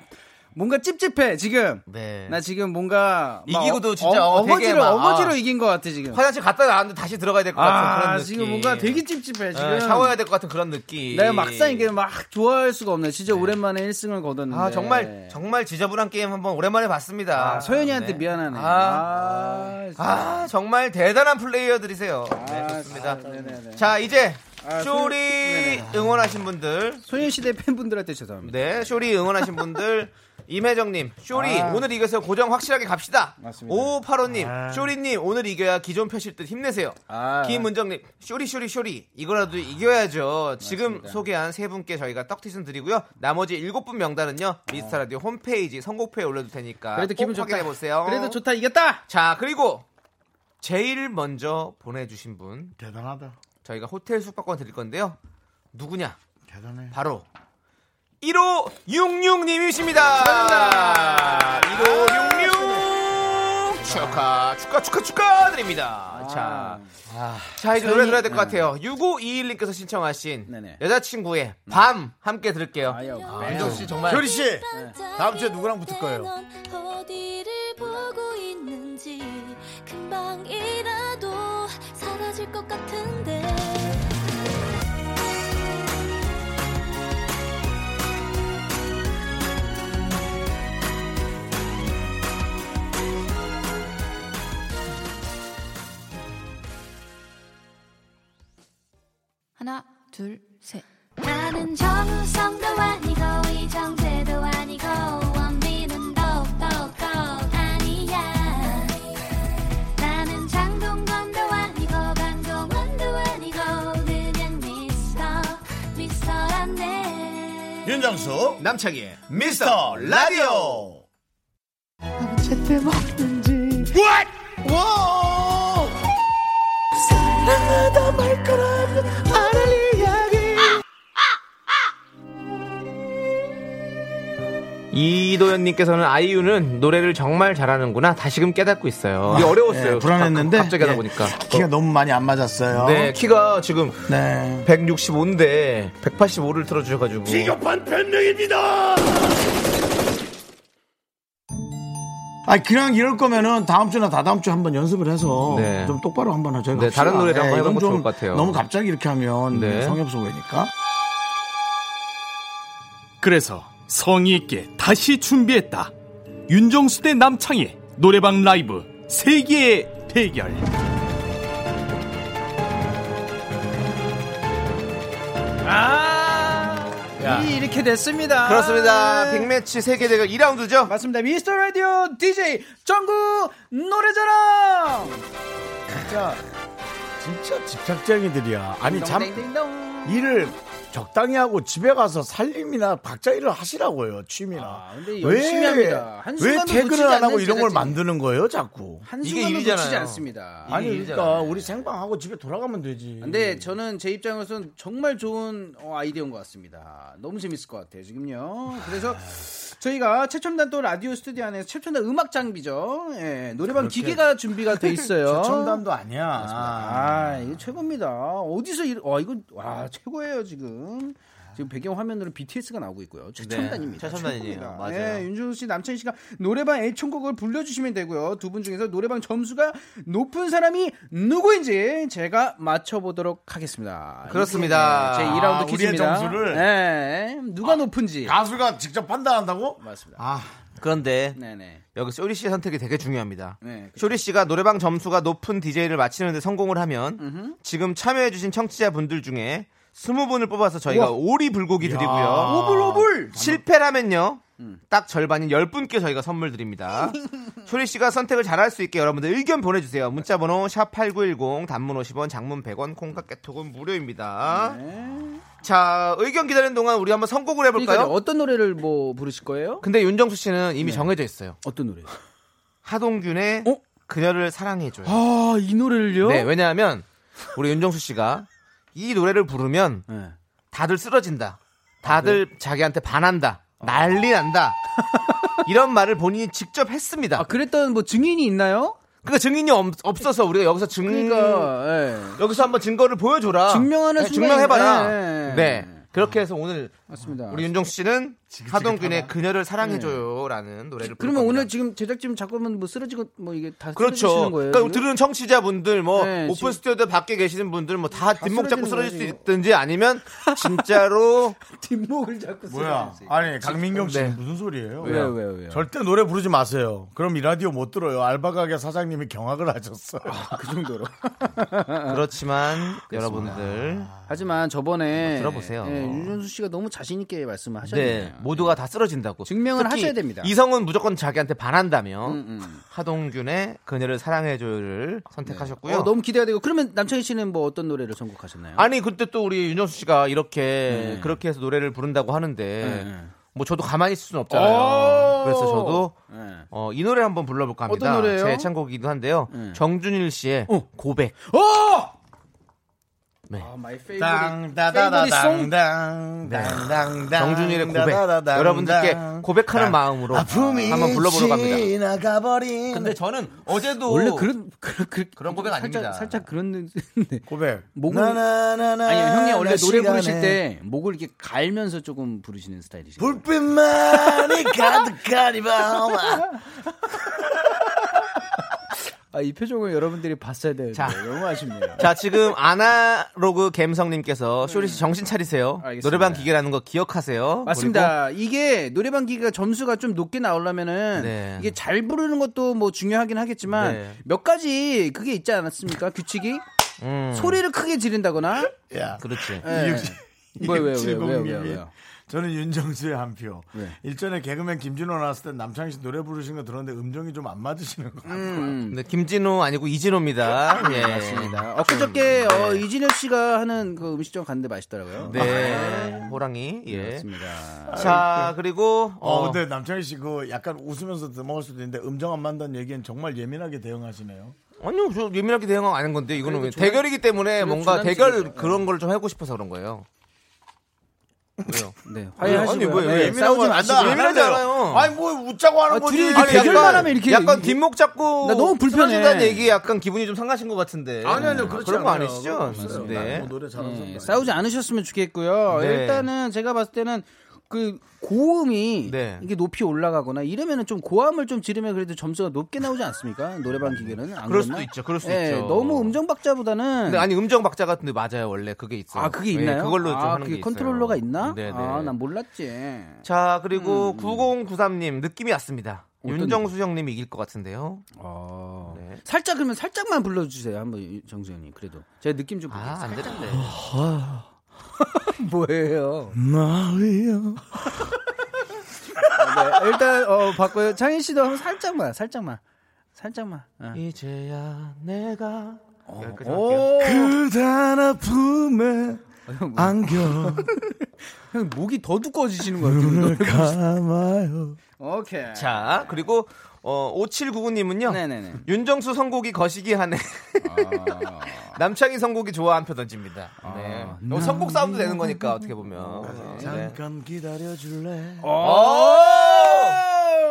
[SPEAKER 6] 뭔가 찝찝해 지금.
[SPEAKER 2] 네.
[SPEAKER 6] 나 지금 뭔가 막
[SPEAKER 2] 이기고도
[SPEAKER 6] 어-
[SPEAKER 2] 진짜 어,
[SPEAKER 6] 어,
[SPEAKER 2] 되게
[SPEAKER 6] 어거지로
[SPEAKER 2] 막, 아.
[SPEAKER 6] 어거지로 이긴 것 같아 지금.
[SPEAKER 2] 화장실 갔다 나왔는데 다시 들어가야 될 것 같은 그런
[SPEAKER 6] 아
[SPEAKER 2] 느낌.
[SPEAKER 6] 지금 뭔가 되게 찝찝해 지금.
[SPEAKER 2] 네, 샤워해야 될 것 같은 그런 느낌.
[SPEAKER 6] 내가 막상 이게 막 좋아할 수가 없네. 진짜 오랜만에 1승을 거뒀는데.
[SPEAKER 2] 아 정말 정말 지저분한 게임 한번 오랜만에 봤습니다.
[SPEAKER 6] 아, 서현이한테
[SPEAKER 2] 네.
[SPEAKER 6] 미안하네.
[SPEAKER 2] 아,
[SPEAKER 6] 아,
[SPEAKER 2] 아, 정말 대단한 플레이어들이세요. 네, 좋습니다.
[SPEAKER 6] 네네네.
[SPEAKER 2] 자 이제
[SPEAKER 6] 아, 네.
[SPEAKER 2] 쇼리 응원하신 분들,
[SPEAKER 6] 소녀시대 팬분들한테 죄송합니다.
[SPEAKER 2] 네 쇼리 응원하신 분들. 임혜정님, 쇼리 오늘 이겨서 고정 확실하게 갑시다.
[SPEAKER 6] 아. 맞습니다.
[SPEAKER 2] 5585님, 쇼리님 오늘 이겨야 기존 펴실 듯 힘내세요.
[SPEAKER 6] 아.
[SPEAKER 2] 김은정님, 쇼리 쇼리 쇼리 이거라도 이겨야죠. 지금 소개한 세 분께 저희가 떡티순 드리고요. 나머지 일곱 분 명단은요 미스터 라디오 홈페이지 선곡표에 올려둘 테니까
[SPEAKER 6] 어. 그래도 기분
[SPEAKER 2] 꼭
[SPEAKER 6] 좋다.
[SPEAKER 2] 확인해 보세요.
[SPEAKER 6] 그래도 좋다 이겼다.
[SPEAKER 2] 자 그리고 제일 먼저 보내주신 분
[SPEAKER 1] 대단하다.
[SPEAKER 2] 저희가 호텔 숙박권 드릴 건데요 누구냐
[SPEAKER 1] 대단해.
[SPEAKER 2] 바로 1566님이십니다 1566 축하 축하 축하 축하 드립니다 자, 자 이제 노래 들어야 될 것 같아요 6521님께서 신청하신
[SPEAKER 6] 네네.
[SPEAKER 2] 여자친구의 밤 함께 들을게요
[SPEAKER 6] 아유,
[SPEAKER 2] 아, 윤정씨 정말
[SPEAKER 1] 쇼리 씨!
[SPEAKER 3] 다음 주에 누구랑 붙을 거예요? 네. 어디를 보고 있는지 금방이라도 사라질 것 같은데
[SPEAKER 7] 하나, 둘, 셋.
[SPEAKER 3] 나는 정우성도 아니고 이정재도 아니고 원빈은 더욱더 아니야 나는 장동건도 아니고 강동원도 아니고 그냥 미스터 미스터란데
[SPEAKER 1] 윤정수
[SPEAKER 2] 남창희의
[SPEAKER 1] 미스터 라디오
[SPEAKER 7] 제때 먹는지.
[SPEAKER 1] 와!
[SPEAKER 2] 이도현님께서는 아이유는 노래를 정말 잘하는구나 다시금 깨닫고 있어요. 이게 어려웠어요.
[SPEAKER 1] 예, 불안했는데
[SPEAKER 2] 갑- 갑자기 하다
[SPEAKER 1] 예,
[SPEAKER 2] 보니까.
[SPEAKER 1] 키가 너무 많이 안 맞았어요.
[SPEAKER 2] 어, 네, 키가 지금
[SPEAKER 1] 네.
[SPEAKER 2] 165인데 185를 틀어주셔가지고.
[SPEAKER 8] 비겁한 변명입니다.
[SPEAKER 1] 아 그냥 이럴 거면은 다음 주나 다다음 주 한번 연습을 해서
[SPEAKER 2] 네.
[SPEAKER 1] 좀 똑바로 한번 하죠. 예,
[SPEAKER 2] 네, 다른 노래를 한번 해보는 것도 좋을 것 같아요.
[SPEAKER 1] 너무 갑자기 이렇게 하면
[SPEAKER 2] 네.
[SPEAKER 1] 성의 없어 보이니까.
[SPEAKER 8] 그래서 성의 있게 다시 준비했다. 윤정수 대 남창희 노래방 라이브 세계의 대결.
[SPEAKER 1] 야.
[SPEAKER 6] 이 이렇게 됐습니다.
[SPEAKER 2] 그렇습니다. 빅매치 세계대결 2라운드죠?
[SPEAKER 6] 맞습니다. 미스터 라디오 DJ 정구 노래자랑.
[SPEAKER 1] 진짜 진짜 집착쟁이들이야.
[SPEAKER 2] 그
[SPEAKER 1] 아니 참
[SPEAKER 6] 딩동댕동.
[SPEAKER 1] 일을 적당히 하고 집에 가서 살림이나 박자 일을 하시라고요 취미나.
[SPEAKER 6] 아, 근데 열심히 합니다.
[SPEAKER 1] 왜
[SPEAKER 6] 한순간도 놓치지
[SPEAKER 1] 퇴근을 안 하고
[SPEAKER 6] 않는
[SPEAKER 1] 이런 걸
[SPEAKER 6] 제작진이.
[SPEAKER 1] 만드는 거예요 자꾸?
[SPEAKER 2] 이게
[SPEAKER 6] 한순간도
[SPEAKER 2] 일이잖아요.
[SPEAKER 6] 놓치지 않습니다.
[SPEAKER 1] 아니
[SPEAKER 2] 일이잖아요.
[SPEAKER 1] 그러니까 우리 생방하고 집에 돌아가면 되지.
[SPEAKER 6] 근데 저는 제 입장에서는 정말 좋은 어, 아이디어인 것 같습니다. 너무 재밌을 것 같아요, 지금요. 그래서 저희가 최첨단 또 라디오 스튜디오 안에서 최첨단 음악 장비죠. 예, 노래방 기계가 준비가 돼 있어요.
[SPEAKER 1] 저첨단도 아니야.
[SPEAKER 6] 아, 이거 최고입니다. 어디서 이, 와, 이거, 와, 최고예요, 지금. 지금 배경 화면으로 BTS가 나오고 있고요.
[SPEAKER 2] 네,
[SPEAKER 6] 최첨단입니다.
[SPEAKER 2] 최첨단이에요.
[SPEAKER 6] 최고입니다.
[SPEAKER 2] 맞아요.
[SPEAKER 6] 예, 윤준호 씨, 남창희 씨가 노래방 애청곡을 불러주시면 되고요. 두 분 중에서 노래방 점수가 높은 사람이 누구인지 제가 맞춰보도록 하겠습니다. 예,
[SPEAKER 2] 그렇습니다.
[SPEAKER 6] 제
[SPEAKER 1] 아,
[SPEAKER 6] 2라운드
[SPEAKER 1] 우리의
[SPEAKER 6] 퀴즈입니다.
[SPEAKER 1] 점수를?
[SPEAKER 6] 예,
[SPEAKER 2] 아.
[SPEAKER 6] 누가 높은지.
[SPEAKER 1] 가수가 직접 판단한다고?
[SPEAKER 6] 맞습니다.
[SPEAKER 1] 아,
[SPEAKER 2] 그런데
[SPEAKER 6] 네네.
[SPEAKER 2] 여기 쇼리 씨의 선택이 되게 중요합니다.
[SPEAKER 6] 네, 그쵸.
[SPEAKER 2] 쇼리 씨가 노래방 점수가 높은 DJ를 맞히는데 성공을 하면 지금 참여해주신 청취자분들 중에 20분을 뽑아서 저희가 오리 불고기 드리고요.
[SPEAKER 6] 오불오불!
[SPEAKER 2] 실패라면요. 딱 절반인 10분께 저희가 선물 드립니다. 쇼리 씨가 선택을 잘할 수 있게 여러분들 의견 보내주세요. 문자번호 샵8910 단문 50원 장문 100원 콩깍 개톡은 무료입니다. 자 의견 기다리는 동안 우리 한번 선곡을 해볼까요?
[SPEAKER 6] 네. 그러니까 어떤 노래를 뭐 부르실 거예요?
[SPEAKER 2] 근데 윤정수 씨는 이미 정해져 있어요.
[SPEAKER 6] 어떤 노래?
[SPEAKER 2] 하동균의
[SPEAKER 6] 네. 어?
[SPEAKER 2] 그녀를 사랑해줘요.
[SPEAKER 6] 아, 이 노래를요?
[SPEAKER 2] 네, 왜냐하면 우리 윤정수 씨가 이 노래를 부르면
[SPEAKER 6] 네.
[SPEAKER 2] 다들 쓰러진다. 다들 자기한테 반한다. 난리 난다. 이런 말을 본인이 직접 했습니다.
[SPEAKER 6] 아, 그랬던 뭐 증인이 있나요?
[SPEAKER 2] 그러니까 증인이 없, 없어서 우리가 여기서 증 음.
[SPEAKER 6] 그러니까 예.
[SPEAKER 2] 여기서 한번 증거를 보여줘라. 네,
[SPEAKER 6] 증명하는 순간-
[SPEAKER 2] 증명해봐라.
[SPEAKER 6] 예.
[SPEAKER 2] 네. 그렇게 해서 오늘
[SPEAKER 6] 맞습니다.
[SPEAKER 2] 우리 윤정수 씨는 하동균의 그녀를 사랑해줘요라는 노래를
[SPEAKER 6] 그러면
[SPEAKER 2] 부를
[SPEAKER 6] 오늘
[SPEAKER 2] 겁니다.
[SPEAKER 6] 지금 제작진 작업은 뭐 쓰러지고 뭐 이게 다
[SPEAKER 2] 그렇죠.
[SPEAKER 6] 쓰러지시는 거예요.
[SPEAKER 2] 그러니까
[SPEAKER 6] 지금?
[SPEAKER 2] 들은 청취자분들 뭐
[SPEAKER 6] 네,
[SPEAKER 2] 오픈
[SPEAKER 6] 지금-
[SPEAKER 2] 스튜디오 밖에 계시는 분들 뭐 다 뒷목 잡고
[SPEAKER 6] 쓰러지는
[SPEAKER 2] 쓰러질 수
[SPEAKER 6] 거예요,
[SPEAKER 2] 있든지 아니면 진짜로
[SPEAKER 6] 뒷목을 잡고
[SPEAKER 1] 뭐야?
[SPEAKER 6] 쓰러졌어요.
[SPEAKER 1] 아니 강민경 씨
[SPEAKER 2] 네.
[SPEAKER 1] 무슨 소리예요? 네.
[SPEAKER 6] 왜요, 왜요, 왜요?
[SPEAKER 1] 절대 노래 부르지 마세요. 그럼 이 라디오 못 들어요. 알바 가게 사장님이 경악을 하셨어.
[SPEAKER 6] 그 정도로. 아,
[SPEAKER 2] 그렇지만 여러분들
[SPEAKER 6] 하지만 저번에
[SPEAKER 2] 들어보세요.
[SPEAKER 6] 예, 윤준수 씨가 너무 자신 있게 말씀을 하셨네요.
[SPEAKER 2] 네, 모두가 다 쓰러진다고
[SPEAKER 6] 증명을
[SPEAKER 2] 특히
[SPEAKER 6] 하셔야 됩니다.
[SPEAKER 2] 이성은 무조건 자기한테 반한다며
[SPEAKER 6] 음.
[SPEAKER 2] 하동균의 그녀를 사랑해줘요를 선택하셨고요.
[SPEAKER 6] 어, 너무 기대가 되고 그러면 남창희 씨는 뭐 어떤 노래를 선곡하셨나요?
[SPEAKER 2] 아니 그때 또 우리 윤정수 씨가 이렇게 그렇게 해서 노래를 부른다고 하는데
[SPEAKER 6] 네. 어.
[SPEAKER 2] 뭐 저도 가만히 있을 수는 없잖아요. 그래서 저도 어, 이 노래 한번 불러볼까 합니다.
[SPEAKER 6] 네. 어떤 노래예요? 네. 어.
[SPEAKER 2] 제 창곡이기도 한데요. 정준일 씨의 고백.
[SPEAKER 6] 아, 마이 페이보릿 페이보릿 네.
[SPEAKER 1] 땅다다당당당당
[SPEAKER 2] 네. 정준일의 고백. 여러분들께 고백하는 마음으로 한번 불러보러 갑니다.
[SPEAKER 1] 지나가버린
[SPEAKER 2] 근데 저는 어제도
[SPEAKER 6] 원래 그런 그런 그런,
[SPEAKER 2] 그런 고백
[SPEAKER 6] 살짝,
[SPEAKER 2] 아닙니다.
[SPEAKER 6] 살짝 그런 데
[SPEAKER 1] 고백.
[SPEAKER 6] 목을-
[SPEAKER 1] 나나나나
[SPEAKER 6] 아니 형이 원래 노래
[SPEAKER 1] 시간에
[SPEAKER 6] 부르실 때 목을 이렇게 갈면서 조금 부르시는 스타일이시죠.
[SPEAKER 1] 불빛만이 가득하니 밤아
[SPEAKER 6] 아, 이 표정을 여러분들이 봤어야 되는데
[SPEAKER 2] 자.
[SPEAKER 6] 너무 아쉽네요.
[SPEAKER 2] 자 지금 아나로그 갬성님께서 쇼리 씨 정신 차리세요.
[SPEAKER 6] 알겠습니다.
[SPEAKER 2] 노래방 기계라는 거 기억하세요.
[SPEAKER 6] 맞습니다. 이게 노래방 기기가 점수가 좀 높게 나오려면은
[SPEAKER 2] 네.
[SPEAKER 6] 이게 잘 부르는 것도 뭐 중요하긴 하겠지만
[SPEAKER 2] 네.
[SPEAKER 6] 몇 가지 그게 있지 않았습니까? 규칙이
[SPEAKER 2] 그리고, 음,
[SPEAKER 6] 소리를 크게 지른다거나
[SPEAKER 1] 야
[SPEAKER 2] 그렇지.
[SPEAKER 6] 뭐예요, 왜요,
[SPEAKER 1] 칠공
[SPEAKER 6] 왜요, 왜요, 네.
[SPEAKER 1] 님이
[SPEAKER 6] 왜요?
[SPEAKER 1] 저는 윤정수의 한 표.
[SPEAKER 6] 왜?
[SPEAKER 1] 일전에 개그맨 김진호 나왔을 때 남창희 씨 노래 부르신 거 들었는데 음정이 좀 안 맞으시는 거. 같아요.
[SPEAKER 6] 음,
[SPEAKER 2] 근데 음. 네, 김진호 아니고 이진호입니다. 예.
[SPEAKER 6] 맞습니다. 엊그저께 어, 이진혁 씨가 하는 그 음식점 갔는데 맛있더라고요.
[SPEAKER 2] 음, 네. 호랑이. 예.
[SPEAKER 6] 맞습니다.
[SPEAKER 2] 자 그리고
[SPEAKER 1] 어,
[SPEAKER 2] 어,
[SPEAKER 1] 근데 남창희 씨 그 약간 웃으면서 먹을 수도 있는데 음정 안 맞는 얘기엔 정말 예민하게 대응하시네요.
[SPEAKER 2] 아니요, 저 예민하게 대응하고 아는 건데 이거는 네. 왜
[SPEAKER 6] 조남-
[SPEAKER 2] 대결이기 때문에
[SPEAKER 6] 그래도
[SPEAKER 2] 뭔가
[SPEAKER 6] 조남지대죠.
[SPEAKER 2] 대결 그런 걸 좀 하고 싶어서 그런 거예요. 왜요?
[SPEAKER 6] 네, 화해하시고요.
[SPEAKER 2] 아니, 뭐, 왜,
[SPEAKER 6] 네,
[SPEAKER 2] 예민한
[SPEAKER 6] 싸우지
[SPEAKER 2] 건 안
[SPEAKER 6] 마시고요.
[SPEAKER 2] 나- 예민하지
[SPEAKER 1] 안 해요.
[SPEAKER 2] 않아요.
[SPEAKER 1] 아니 뭐 웃자고 하는
[SPEAKER 6] 아,
[SPEAKER 1] 거지.
[SPEAKER 6] 둘이 이렇게
[SPEAKER 1] 아니,
[SPEAKER 2] 아니,
[SPEAKER 6] 대결만
[SPEAKER 2] 약간-
[SPEAKER 6] 하면 이렇게-
[SPEAKER 2] 약간 뒷목 잡고
[SPEAKER 6] 나 너무 불편해.
[SPEAKER 2] 쓰러진다는 얘기 약간 기분이 좀 상하신 것 같은데 네.
[SPEAKER 1] 아니 아니요 그렇지
[SPEAKER 2] 런거
[SPEAKER 1] 않아요.
[SPEAKER 2] 아니시죠?
[SPEAKER 1] 없어요.
[SPEAKER 2] 네.
[SPEAKER 1] 나는 뭐 노래 잘하는
[SPEAKER 6] 네,
[SPEAKER 1] 사람
[SPEAKER 6] 싸우지 않으셨으면 좋겠고요.
[SPEAKER 2] 네.
[SPEAKER 6] 일단은 제가 봤을 때는 그 고음이
[SPEAKER 2] 네.
[SPEAKER 6] 이게 높이 올라가거나 이러면은 좀 고함을 좀 지르면 그래도 점수가 높게 나오지 않습니까? 노래방 기계는 안
[SPEAKER 2] 그럴
[SPEAKER 6] 그렇나?
[SPEAKER 2] 수도 있죠. 그럴 수도
[SPEAKER 6] 예,
[SPEAKER 2] 있죠.
[SPEAKER 6] 너무 음정 박자보다는
[SPEAKER 2] 근데 아니 음정 박자 같은데 맞아요 원래 그게 있어요.
[SPEAKER 6] 아 그게
[SPEAKER 2] 네,
[SPEAKER 6] 있나요?
[SPEAKER 2] 그걸로 좀
[SPEAKER 6] 아,
[SPEAKER 2] 하는
[SPEAKER 6] 그게
[SPEAKER 2] 게
[SPEAKER 6] 컨트롤러가
[SPEAKER 2] 있어요.
[SPEAKER 6] 있나?
[SPEAKER 2] 네네.
[SPEAKER 6] 아 난 몰랐지.
[SPEAKER 2] 자 그리고 9093님 느낌이 왔습니다.
[SPEAKER 6] 어떤
[SPEAKER 2] 윤정수 형님 이길 것 같은데요.
[SPEAKER 6] 아.
[SPEAKER 2] 네.
[SPEAKER 6] 살짝 그러면 살짝만 불러주세요 한번 정수 형님 그래도 제가 느낌 좀
[SPEAKER 2] 아
[SPEAKER 6] 볼게요.
[SPEAKER 2] 안 되는데.
[SPEAKER 6] 뭐예요?
[SPEAKER 1] 나요.
[SPEAKER 6] 네, 일단 어 봤고요. 장인 씨도 한번 살짝만 살짝만 살짝만. 아.
[SPEAKER 2] 이제야 내가 여기까지 할게요.
[SPEAKER 6] 오.
[SPEAKER 1] 그단 아픔에 안겨
[SPEAKER 6] 형 목이 더 두꺼워지시는 것 같아요.
[SPEAKER 1] 감아요.
[SPEAKER 6] 오케이.
[SPEAKER 2] 자 그리고 어, 5799님은요.
[SPEAKER 6] 네네네.
[SPEAKER 2] 윤정수 선곡이 거시기 하네.
[SPEAKER 6] 아.
[SPEAKER 2] 남창희 선곡이 좋아 한 표 던집니다. 네. 이거 선곡 싸움도 되는 거니까 어떻게
[SPEAKER 6] 아,
[SPEAKER 2] 보면. 네.
[SPEAKER 1] 잠깐 기다려줄래?
[SPEAKER 6] 어,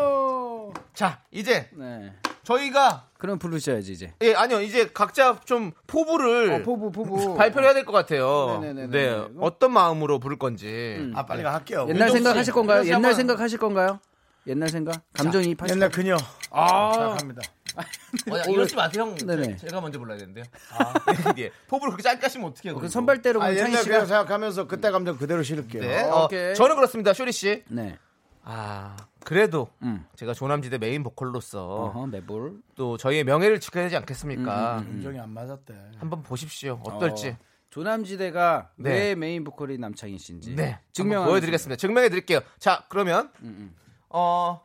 [SPEAKER 2] 오! 어! 자 이제
[SPEAKER 6] 네.
[SPEAKER 2] 저희가
[SPEAKER 6] 그럼 부르셔야지 이제.
[SPEAKER 2] 예 아니요 이제 각자 좀 포부를
[SPEAKER 6] 어, 포부 포부.
[SPEAKER 2] 발표를 해야 될 것 같아요.
[SPEAKER 6] 네네네네.
[SPEAKER 2] 네 어떤 마음으로 부를 건지.
[SPEAKER 1] 아 빨리 가 할게요.
[SPEAKER 6] 옛날
[SPEAKER 2] 윤정수
[SPEAKER 6] 생각하실
[SPEAKER 2] 씨.
[SPEAKER 6] 건가요?
[SPEAKER 2] 윤정수
[SPEAKER 6] 옛날
[SPEAKER 2] 한번-
[SPEAKER 6] 생각하실 건가요? 옛날 생각? 감정이입 하실
[SPEAKER 1] 옛날 그녀. 아, 갑니다.
[SPEAKER 2] 어, 야, 이러지 마세요 형.
[SPEAKER 6] 네네.
[SPEAKER 2] 제- 제가 먼저 불러야 되는데요. 예. 포부를 그렇게 짧게 하시면 어떻게 해요?
[SPEAKER 6] 그 선발대로
[SPEAKER 1] 아,
[SPEAKER 6] 그럼 창희
[SPEAKER 1] 옛날 그녀
[SPEAKER 6] 씨가
[SPEAKER 1] 생각하면서 그때 감정 그대로 실을게요.
[SPEAKER 2] 네.
[SPEAKER 6] 어,
[SPEAKER 2] 어,
[SPEAKER 6] 오케이.
[SPEAKER 2] 저는 그렇습니다. 쇼리 씨.
[SPEAKER 6] 네.
[SPEAKER 2] 아 그래도
[SPEAKER 6] 음.
[SPEAKER 2] 제가 조남지대 메인 보컬로서
[SPEAKER 6] 어허 매볼.
[SPEAKER 2] 또 저희의 명예를 지켜야 되지 않겠습니까?
[SPEAKER 6] 음,
[SPEAKER 1] 감정이 안 맞았대.
[SPEAKER 2] 한번 보십시오. 어떨지.
[SPEAKER 6] 조남지대가
[SPEAKER 2] 네.
[SPEAKER 6] 왜 메인 보컬이 남창희 씨인지
[SPEAKER 2] 네.
[SPEAKER 6] 증명
[SPEAKER 2] 증명 보여드리겠습니다. 증명해 드릴게요. 자, 그러면
[SPEAKER 6] 음,
[SPEAKER 2] 어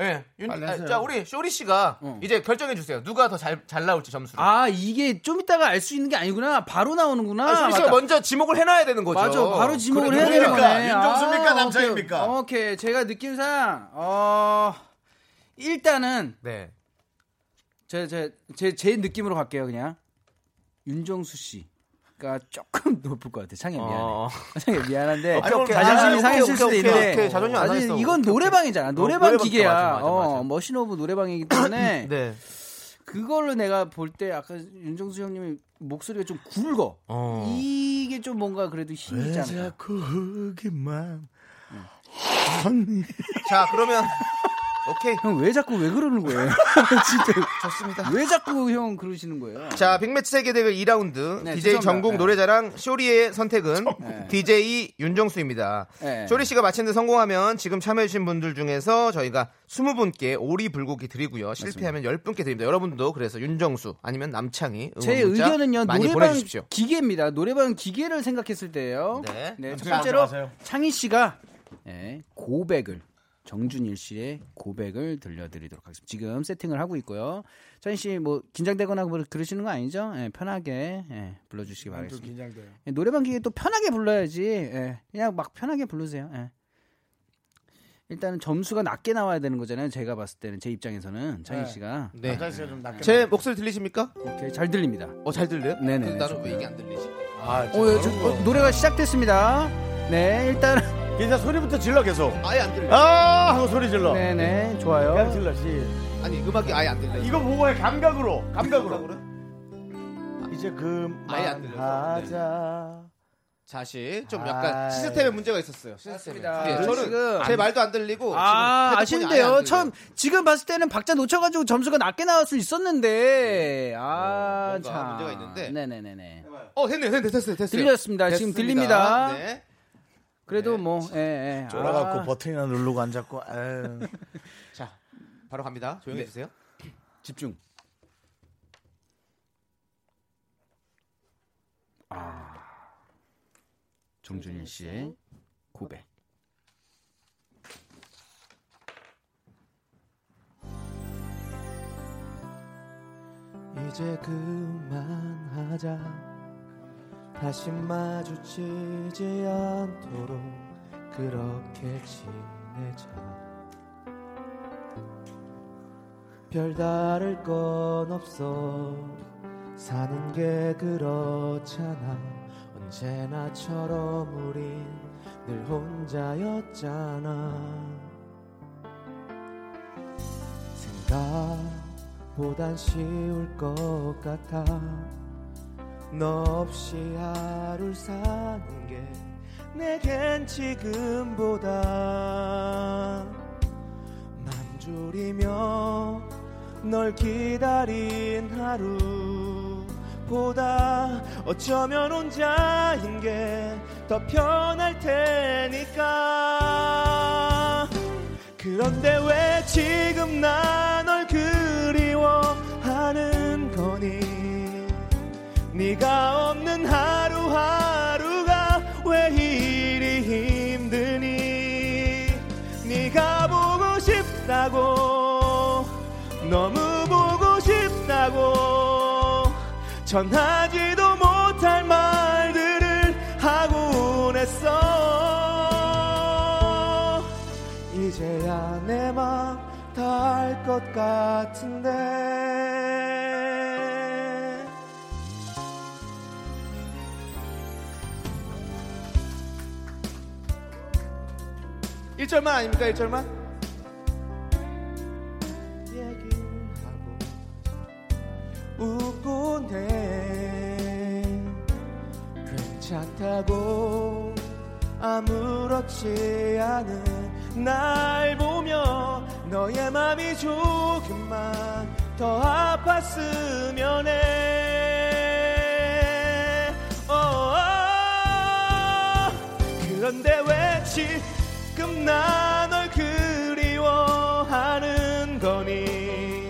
[SPEAKER 2] 예, 윤,
[SPEAKER 1] 빨리
[SPEAKER 2] 아,
[SPEAKER 1] 하세요.
[SPEAKER 2] 자 우리 쇼리 씨가
[SPEAKER 6] 어.
[SPEAKER 2] 이제 결정해 주세요. 누가 더 잘 잘 나올지 점수를.
[SPEAKER 6] 아 이게 좀 이따가 알 수 있는 게 아니구나. 바로 나오는구나.
[SPEAKER 2] 아, 쇼리 씨가
[SPEAKER 6] 맞다.
[SPEAKER 2] 먼저 지목을 해놔야 되는 거죠.
[SPEAKER 6] 맞아, 바로 지목을
[SPEAKER 2] 그래, 그러니까.
[SPEAKER 6] 해야 되는
[SPEAKER 1] 누굽니까?
[SPEAKER 6] 거네. 아,
[SPEAKER 1] 윤정수입니까? 남창입니까?
[SPEAKER 6] 오케이. 오케이, 제가 느낌상 어 일단은
[SPEAKER 2] 네.
[SPEAKER 6] 제 제 제 제 느낌으로 갈게요 그냥 윤정수 씨가 조금 높을 것 같아. 창이 미안해.
[SPEAKER 2] 어.
[SPEAKER 6] 창이 미안한데.
[SPEAKER 2] 오케이, 오케이.
[SPEAKER 6] 자존심이
[SPEAKER 2] 아,
[SPEAKER 6] 상했을
[SPEAKER 2] 오케이,
[SPEAKER 6] 수도
[SPEAKER 2] 오케이,
[SPEAKER 6] 있는데
[SPEAKER 2] 오케이, 오케이. 자존심 안
[SPEAKER 6] 사실
[SPEAKER 2] 상했어.
[SPEAKER 6] 이건
[SPEAKER 2] 오케이, 오케이.
[SPEAKER 6] 노래방이잖아. 노래방
[SPEAKER 2] 노래방
[SPEAKER 6] 기계야.
[SPEAKER 2] 맞아, 맞아, 맞아.
[SPEAKER 6] 어, 머신오브 노래방이기 때문에 어,
[SPEAKER 2] 네.
[SPEAKER 6] 그걸로 내가 볼 때 아까 윤정수 형님의 목소리가 좀 굵어.
[SPEAKER 2] 어.
[SPEAKER 6] 이게 좀 뭔가 그래도 힘이 있지 않을까.
[SPEAKER 1] 자꾸 후기만.
[SPEAKER 2] 자, 그러면 오케이.
[SPEAKER 6] 형 왜 자꾸 왜 그러는 거예요? 진짜 좋습니다. 왜 자꾸 형 그러시는 거예요?
[SPEAKER 2] 자, 빅매치 세계 대결 2라운드
[SPEAKER 6] 네,
[SPEAKER 2] DJ
[SPEAKER 6] 죄송합니다.
[SPEAKER 2] 전국
[SPEAKER 6] 네.
[SPEAKER 2] 노래자랑 쇼리의 선택은 DJ 윤정수입니다.
[SPEAKER 6] 네.
[SPEAKER 2] 쇼리 씨가 마친 데 성공하면 지금 참여해 주신 분들 중에서 저희가 20분께 오리 불고기 드리고요. 실패하면 10분께 드립니다. 여러분도 그래서 윤정수 아니면 남창희 응원
[SPEAKER 6] 제
[SPEAKER 2] 문자
[SPEAKER 6] 의견은요
[SPEAKER 2] 많이
[SPEAKER 6] 노래방
[SPEAKER 2] 보내주십시오.
[SPEAKER 6] 기계입니다. 노래방 기계를 생각했을 때예요.
[SPEAKER 2] 네.
[SPEAKER 6] 첫
[SPEAKER 1] 잠깐
[SPEAKER 6] 번째로
[SPEAKER 1] 앉아가세요.
[SPEAKER 6] 창희 씨가 네, 고백을 정준일 씨의 고백을 들려드리도록 하겠습니다. 지금 세팅을 하고 있고요. 창희 씨 뭐 긴장되거나 뭐 그러시는 거 아니죠? 예, 편하게 예, 불러주시기
[SPEAKER 1] 좀
[SPEAKER 6] 바라겠습니다.
[SPEAKER 1] 긴장돼요.
[SPEAKER 6] 예, 노래방 기계 또 편하게 불러야지. 예, 그냥 막 편하게 부르세요. 예. 일단은 점수가 낮게 나와야 되는 거잖아요. 제가 봤을 때는 제 입장에서는 창희
[SPEAKER 1] 네.
[SPEAKER 6] 씨가
[SPEAKER 2] 네.
[SPEAKER 1] 남자 씨가 좀 낮게.
[SPEAKER 2] 제 목소리 들리십니까?
[SPEAKER 6] 오케이, 잘 들립니다.
[SPEAKER 2] 어, 잘 들려요?
[SPEAKER 6] 네네,
[SPEAKER 2] 근데 나는
[SPEAKER 6] 좋아요.
[SPEAKER 2] 왜 이게 안 들리지?
[SPEAKER 1] 아,
[SPEAKER 6] 어, 예, 저, 어, 노래가 시작됐습니다. 네, 일단
[SPEAKER 1] 괜찮아 소리부터 질러 계속.
[SPEAKER 2] 아예 안 들려.
[SPEAKER 1] 아 하고 소리 질러.
[SPEAKER 6] 네네
[SPEAKER 1] 그냥
[SPEAKER 6] 어. 좋아요.
[SPEAKER 1] 질러 시.
[SPEAKER 2] 아니, 음악이 아예 안 들려.
[SPEAKER 1] 이거 보고 해 감각으로 감각으로.
[SPEAKER 2] 음악으로?
[SPEAKER 1] 이제
[SPEAKER 2] 아예 안
[SPEAKER 1] 네.
[SPEAKER 2] 들려서.
[SPEAKER 1] 그만하자.
[SPEAKER 2] 다시 좀
[SPEAKER 1] 아이.
[SPEAKER 2] 약간 시스템에 문제가 있었어요. 시스템에.
[SPEAKER 6] 예. 맞습니다.
[SPEAKER 2] 예,
[SPEAKER 6] 저는
[SPEAKER 2] 저는
[SPEAKER 6] 지금
[SPEAKER 2] 제 말도 안 들리고 지금
[SPEAKER 6] 아
[SPEAKER 2] 헤드폰이 아예 안
[SPEAKER 6] 아쉽네요.
[SPEAKER 2] 들려요.
[SPEAKER 6] 처음 지금 봤을 때는 박자 놓쳐가지고 점수가 낮게 나올 수 있었는데 아
[SPEAKER 2] 어, 뭔가
[SPEAKER 6] 참.
[SPEAKER 2] 문제가 있는데.
[SPEAKER 6] 네네네네.
[SPEAKER 2] 어, 됐네요. 됐네, 됐어요. 됐어요.
[SPEAKER 6] 들렸습니다. 지금 들립니다.
[SPEAKER 2] 네.
[SPEAKER 6] 그래도 뭐 예, 예.
[SPEAKER 1] 졸아갖고
[SPEAKER 6] 아,
[SPEAKER 1] 버튼이나 누르고 앉았고. 에휴.
[SPEAKER 2] 자, 바로 갑니다.
[SPEAKER 6] 네.
[SPEAKER 2] 조용히 해주세요.
[SPEAKER 6] 집중. 아 정준일 씨의 고백.
[SPEAKER 2] 이제 그만하자 다시 마주치지 않도록 그렇게 지내자 별다를 건 없어 사는 게 그렇잖아 언제나처럼 우린
[SPEAKER 4] 늘 혼자였잖아 생각보단 쉬울 것 같아 너 없이 하루를 사는 게 내겐 지금보다 맘졸이며 널 기다린 하루보다 어쩌면 혼자인 게 더 편할 테니까 그런데 왜 지금 나 널 그리워하는 거니 네가 없는 하루하루가 왜 이리 힘드니 네가 보고 싶다고 너무 보고 싶다고 전하지도 못할 말들을 하곤 했어 이제야 내 맘 다 알 것 같은데 일절만 아닙니까 일절만 얘기하고 웃곤 해 괜찮다고 아무렇지 않은 날 보며 너의 맘이 조금만 더 아팠으면 해 어, 그런데 왜 지금 나 널 그리워하는 거니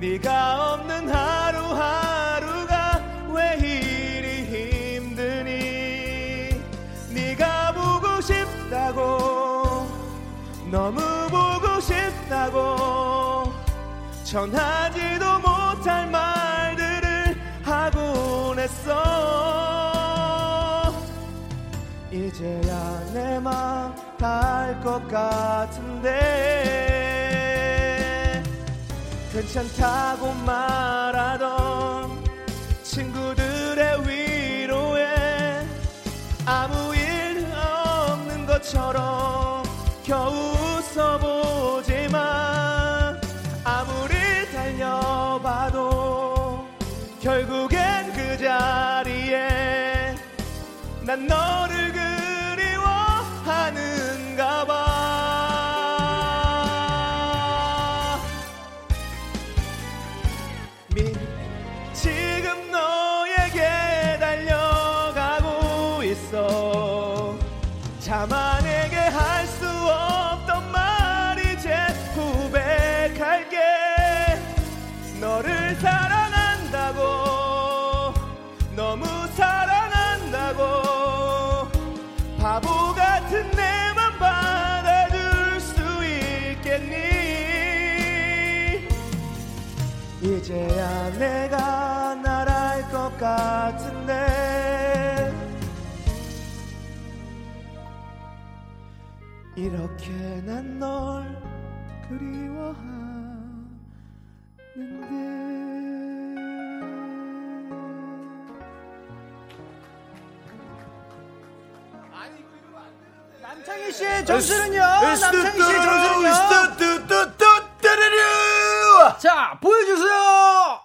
[SPEAKER 4] 네가 없는 하루하루가 왜 이리 힘드니 네가 보고 싶다고 너무 보고 싶다고 전하지도 못할 말들을 하곤 했어 이제야 내맘다알것 같은데 괜찮다고 말하던 친구들의 위로에 아무 일 없는 것처럼 겨우 웃어보지만 아무리 달려봐도 결국엔 그 자리에 난 너를 그리워하는가 봐 미, 지금 너에게 달려가고 있어 자만에게 할 수 없던 말 이제 고백할게 너를 사랑한다고 너무 사랑한다고 바보 같은 내 맘 받아줄 수 있겠니 이제야 내가 날 알 것 같은데 이렇게 난 널 그리워하는데
[SPEAKER 6] 남창희 씨의 점수는요. 남창희 씨의 점수는요. 자, 보여주세요.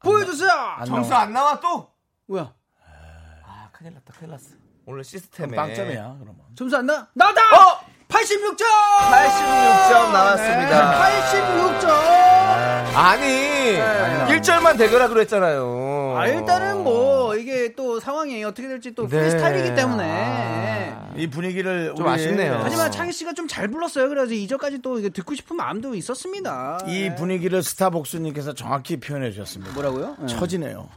[SPEAKER 6] 보여주세요.
[SPEAKER 4] 점수 안 나와 또?
[SPEAKER 6] 뭐야?
[SPEAKER 4] 아 큰일 났다 큰일 났어 오늘 시스템에
[SPEAKER 1] 빵점이야 그러면.
[SPEAKER 6] 점수 안 나? 나다. 86점.
[SPEAKER 4] 86점
[SPEAKER 6] 네.
[SPEAKER 4] 나왔습니다
[SPEAKER 6] 86점.
[SPEAKER 4] 아니 1절만 대결하기로 했잖아요
[SPEAKER 6] 네. 아, 일단은 뭐 이게 또 상황이 어떻게 될지 또
[SPEAKER 4] 어. 네.
[SPEAKER 6] 프리스타일이기 때문에.
[SPEAKER 4] 아.
[SPEAKER 1] 이 분위기를
[SPEAKER 4] 좀
[SPEAKER 1] 우리
[SPEAKER 4] 아쉽네요.
[SPEAKER 6] 하지만 창희 씨가 좀 잘 불렀어요. 그래서 이절까지또 이게 듣고 싶은 마음도 있었습니다.
[SPEAKER 1] 이 분위기를 스타복수님께서 정확히 표현해 주셨습니다.
[SPEAKER 6] 뭐라고요? 예.
[SPEAKER 1] 처지네요.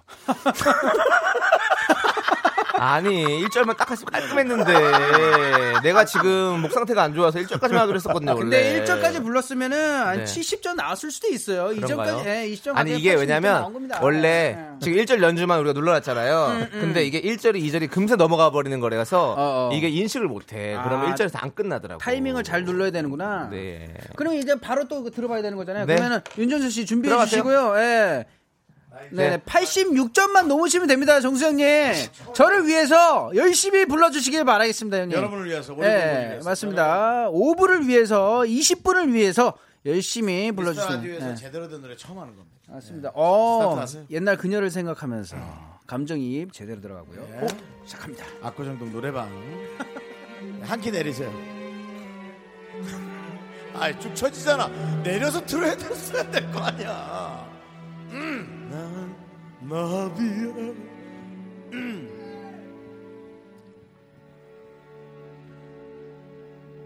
[SPEAKER 4] 아니 1절만 딱 했으면 깔끔했는데 내가 지금 목 상태가 안 좋아서 1절까지만 하기로 했었거든요 원래
[SPEAKER 6] 근데 1절까지 뭐 불렀으면은 한
[SPEAKER 4] 네.
[SPEAKER 6] 70점 나왔을 수도 있어요.
[SPEAKER 4] 그런가요?
[SPEAKER 6] 2절까지, 예, 20점 예.
[SPEAKER 4] 아니 이게 왜냐면 원래 지금 1절 연주만 우리가 눌러놨잖아요. 근데 이게 1절이 2절이 금세 넘어가 버리는 거라서
[SPEAKER 6] 음, 어, 어.
[SPEAKER 4] 이게 인식을 못해.
[SPEAKER 6] 아,
[SPEAKER 4] 그러면 1절에서 안 끝나더라고.
[SPEAKER 6] 타이밍을 잘 눌러야 되는구나.
[SPEAKER 4] 네.
[SPEAKER 6] 그럼 이제 바로 또 들어봐야 되는 거잖아요.
[SPEAKER 4] 네.
[SPEAKER 6] 그러면은 윤정수 씨 준비해
[SPEAKER 4] 들어가세요.
[SPEAKER 6] 주시고요. 예. 네, 86점만 넘으시면 됩니다, 정수영님. 저를 위해서 열심히 불러주시길 바라겠습니다, 형님.
[SPEAKER 1] 여러분을 위해서, 우리 부모님을
[SPEAKER 6] 네,
[SPEAKER 1] 위해서.
[SPEAKER 6] 맞습니다. 5부를 위해서, 20분을 위해서 열심히
[SPEAKER 1] 미스터
[SPEAKER 6] 불러주시면
[SPEAKER 1] 라디오에서
[SPEAKER 6] 네,
[SPEAKER 1] 제대로 된 노래 처음 하는 겁니다.
[SPEAKER 6] 맞습니다. 어,
[SPEAKER 1] 스타트 하세요.
[SPEAKER 6] 옛날 그녀를 생각하면서 감정이입 제대로 들어가고요.
[SPEAKER 1] 예.
[SPEAKER 6] 어, 시작합니다.
[SPEAKER 1] 압구정동 노래방 한 키 내리세요. 아이 쭉 쳐지잖아. 내려서 틀어야 됐어야 될 거 아니야. 음, 난 나비야. 음.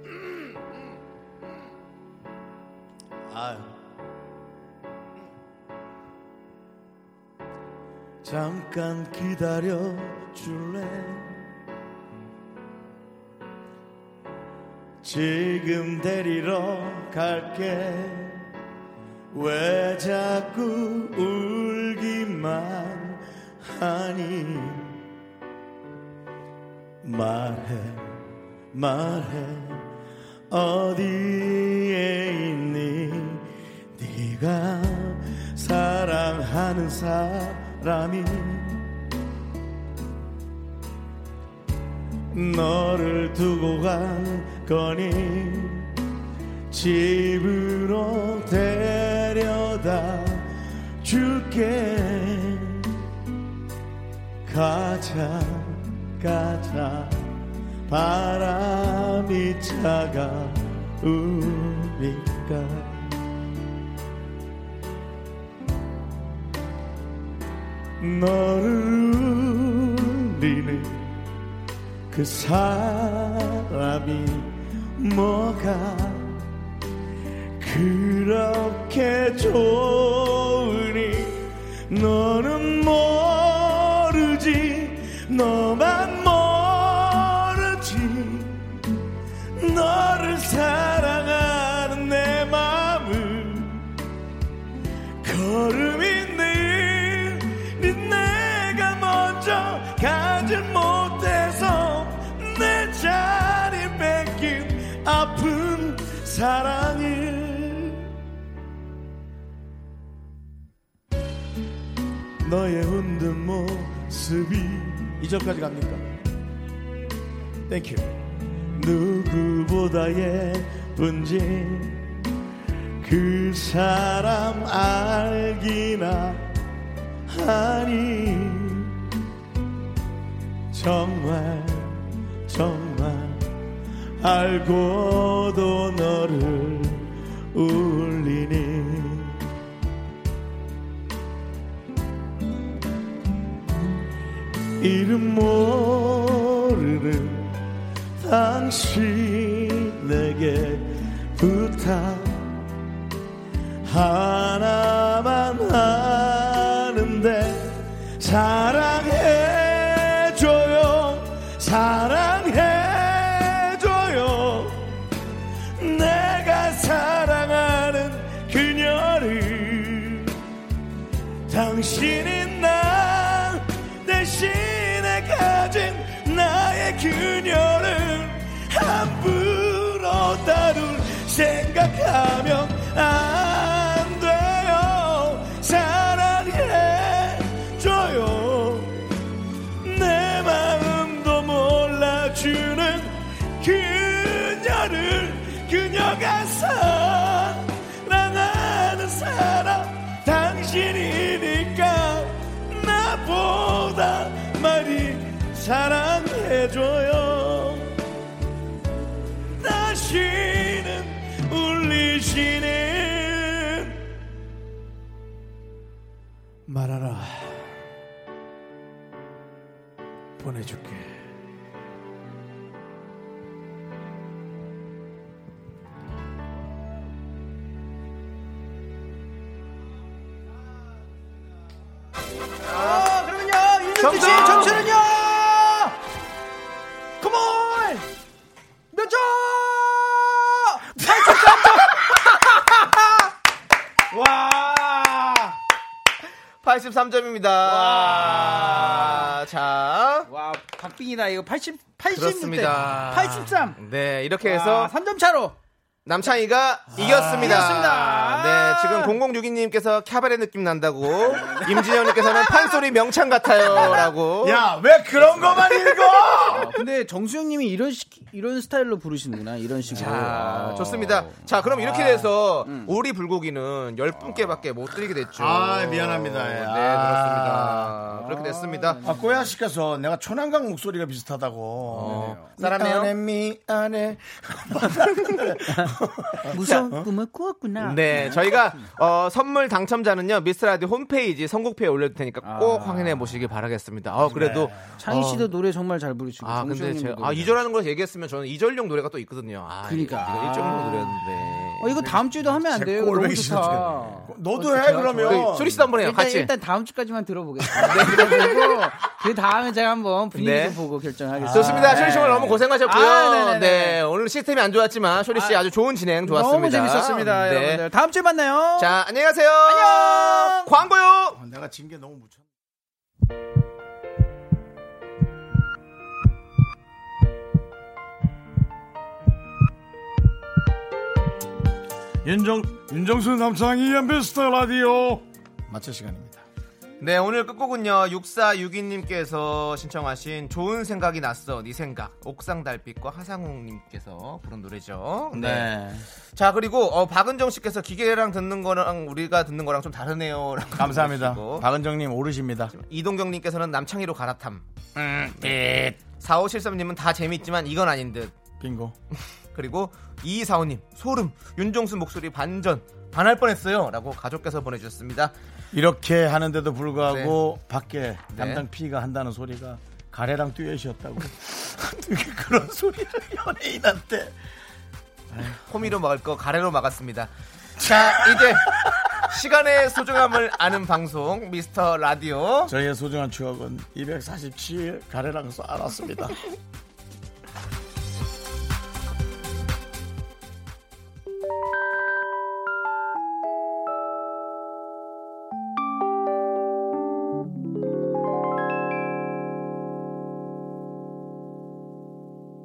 [SPEAKER 1] 음. 아유. 잠깐 기다려 줄래? 지금 데리러 갈게 왜 자꾸 울기만 하니 말해 말해 어디에 있니 네가 사랑하는 사람이 너를 두고 간 거니 집으로 데려다 줄게 가자 가자 바람이 차가우니까 너를 울리는 그 사람이 뭐가 그렇게 좋으니 너는 모르지 너만 모르지 너를 사랑하는 내 마음을 걸음이 느리 내가 먼저 가질 못해서 내 자리 뺏긴 아픈 사랑을 너의 흔든 모습이 이전까지 갑니까? 땡큐 누구보다 예쁜지 그 사람 알기나 하니 정말 정말 알고도 너를 울리니 이름 모르는 당신에게 부탁 하나만 하는데 사랑해줘요 사랑해줘요 내가 사랑하는 그녀를 당신이 나 대신에 가진 나의 그녀를 함부로 다룰 생각하면 안 돼요 사랑해줘요 내 마음도 몰라주는 그녀를 그녀가 사랑하는 사람 당신이니까 나보다 많이 사랑해줘요 다시는 울리시는 말하라 보내줄게
[SPEAKER 6] 정수 씨, 점수는요? 컴온! 몇 점?
[SPEAKER 2] 83점입니다. 자,
[SPEAKER 6] 와, 박빙이다. 이거 80, 86대
[SPEAKER 2] 그렇습니다.
[SPEAKER 6] 83.
[SPEAKER 2] 네, 이렇게
[SPEAKER 6] 그래서
[SPEAKER 2] 해서
[SPEAKER 6] 3점 차로.
[SPEAKER 1] 아,
[SPEAKER 2] 남창희가 이겼습니다.
[SPEAKER 6] 이겼습니다.
[SPEAKER 2] 네, 지금 0062님께서 캬바레 느낌 난다고 임진영님께서는 판소리 명창 같아요라고
[SPEAKER 1] 야, 왜 그런 거만 읽어?
[SPEAKER 6] 아, 근데 정수영님이 이런 식, 이런 스타일로 부르시는구나 이런 식으로.
[SPEAKER 2] 아,
[SPEAKER 6] 아.
[SPEAKER 2] 좋습니다. 자, 그럼 이렇게 돼서 오리 불고기는 10분께밖에 못 드리게 됐죠.
[SPEAKER 1] 음. 아, 미안합니다. 예.
[SPEAKER 2] 네,
[SPEAKER 1] 아.
[SPEAKER 2] 그렇습니다. 그렇게 됐습니다.
[SPEAKER 1] 아, 꼬야 씨께서 내가 초난강 목소리가 비슷하다고.
[SPEAKER 2] 어. 사람이에요?
[SPEAKER 1] 미안해, 미안해.
[SPEAKER 6] 아, 무서운 꿈을 꾸었구나.
[SPEAKER 2] 네, 저희가 어, 선물 당첨자는요. 미스터 라디오 홈페이지 선곡표에 올려 둘 테니까
[SPEAKER 6] 아.
[SPEAKER 2] 꼭 확인해 보시기 바라겠습니다. 어, 그래도
[SPEAKER 6] 창희 씨도 노래 정말 잘 부르시고.
[SPEAKER 2] 어. 아, 근데
[SPEAKER 6] 네. 정수영님도
[SPEAKER 2] 제가
[SPEAKER 6] 노래
[SPEAKER 2] 아,
[SPEAKER 6] 잘-
[SPEAKER 2] 이절하는 걸 얘기했으면 저는 이절용 노래가 또 있거든요. 아,
[SPEAKER 6] 그러니까.
[SPEAKER 2] 이거 일절용 노래였는데.
[SPEAKER 6] 어, 이거 다음 주에도 하면 안
[SPEAKER 2] 네,
[SPEAKER 6] 돼요.
[SPEAKER 1] 꼴
[SPEAKER 6] 너무
[SPEAKER 1] 보기 싫어
[SPEAKER 6] 좋다.
[SPEAKER 1] 아, 너도 해, 그러면.
[SPEAKER 2] 저희 소리씨도 한번 해요.
[SPEAKER 6] 어, 일단,
[SPEAKER 2] 네, 같이.
[SPEAKER 6] 일단 다음 주까지만 들어보겠습니다. 네, 그리고 그 다음에 제가 한번 분위기
[SPEAKER 2] 네.
[SPEAKER 6] 좀 보고 결정하겠습니다.
[SPEAKER 2] 좋습니다.
[SPEAKER 6] 아,
[SPEAKER 2] 쇼리 씨 오늘 너무 고생하셨고요.
[SPEAKER 6] 아, 네네네.
[SPEAKER 2] 네, 오늘 시스템이 안 좋았지만 쇼리 씨 아, 주 좋은 진행 좋았습니다.
[SPEAKER 6] 너무 재밌었습니다.
[SPEAKER 2] 네.
[SPEAKER 6] 여러분들 다음 주에 만나요.
[SPEAKER 2] 자, 안녕히 가세요. 안녕. 광고요.
[SPEAKER 1] 어, 내가 진 게 너무 무척. 윤정 윤정수 남창희 엠비스터 라디오 마칠 시간입니다.
[SPEAKER 2] 네, 오늘 끝곡은요. 6462님께서 신청하신 좋은 생각이 났어. 네 생각. 옥상 달빛과 하상욱 님께서 부른 노래죠. 네.
[SPEAKER 1] 네.
[SPEAKER 2] 자, 그리고 어, 박은정 씨께서 기계랑 듣는 거랑 우리가 듣는 거랑 좀 다르네요. 라고
[SPEAKER 1] 감사합니다.
[SPEAKER 2] 해주시고.
[SPEAKER 1] 박은정님 오르십니다.
[SPEAKER 2] 이동경 님께서는 남창희로 갈아탐.
[SPEAKER 1] 음,
[SPEAKER 2] 네. 사 4573님은 다 재밌지만 이건 아닌 듯.
[SPEAKER 1] 빙고.
[SPEAKER 2] 그리고 이사오님 소름 윤종수 목소리 반전 반할 뻔했어요 라고 가족께서 보내주셨습니다
[SPEAKER 1] 이렇게 하는데도 불구하고 밖에 담당 P가 한다는 소리가 가래랑 듀엣이었다고. 이게 그런 소리를 연예인한테.
[SPEAKER 2] 호미로 막을 거 가래로 막았습니다 자 이제 시간의 소중함을 아는 방송 미스터 라디오
[SPEAKER 1] 저희의 소중한 추억은 247일 가래랑 쌓아놨습니다.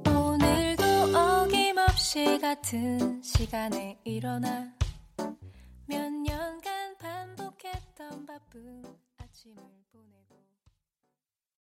[SPEAKER 3] 오늘도 어김없이 같은 시간에 일어나 면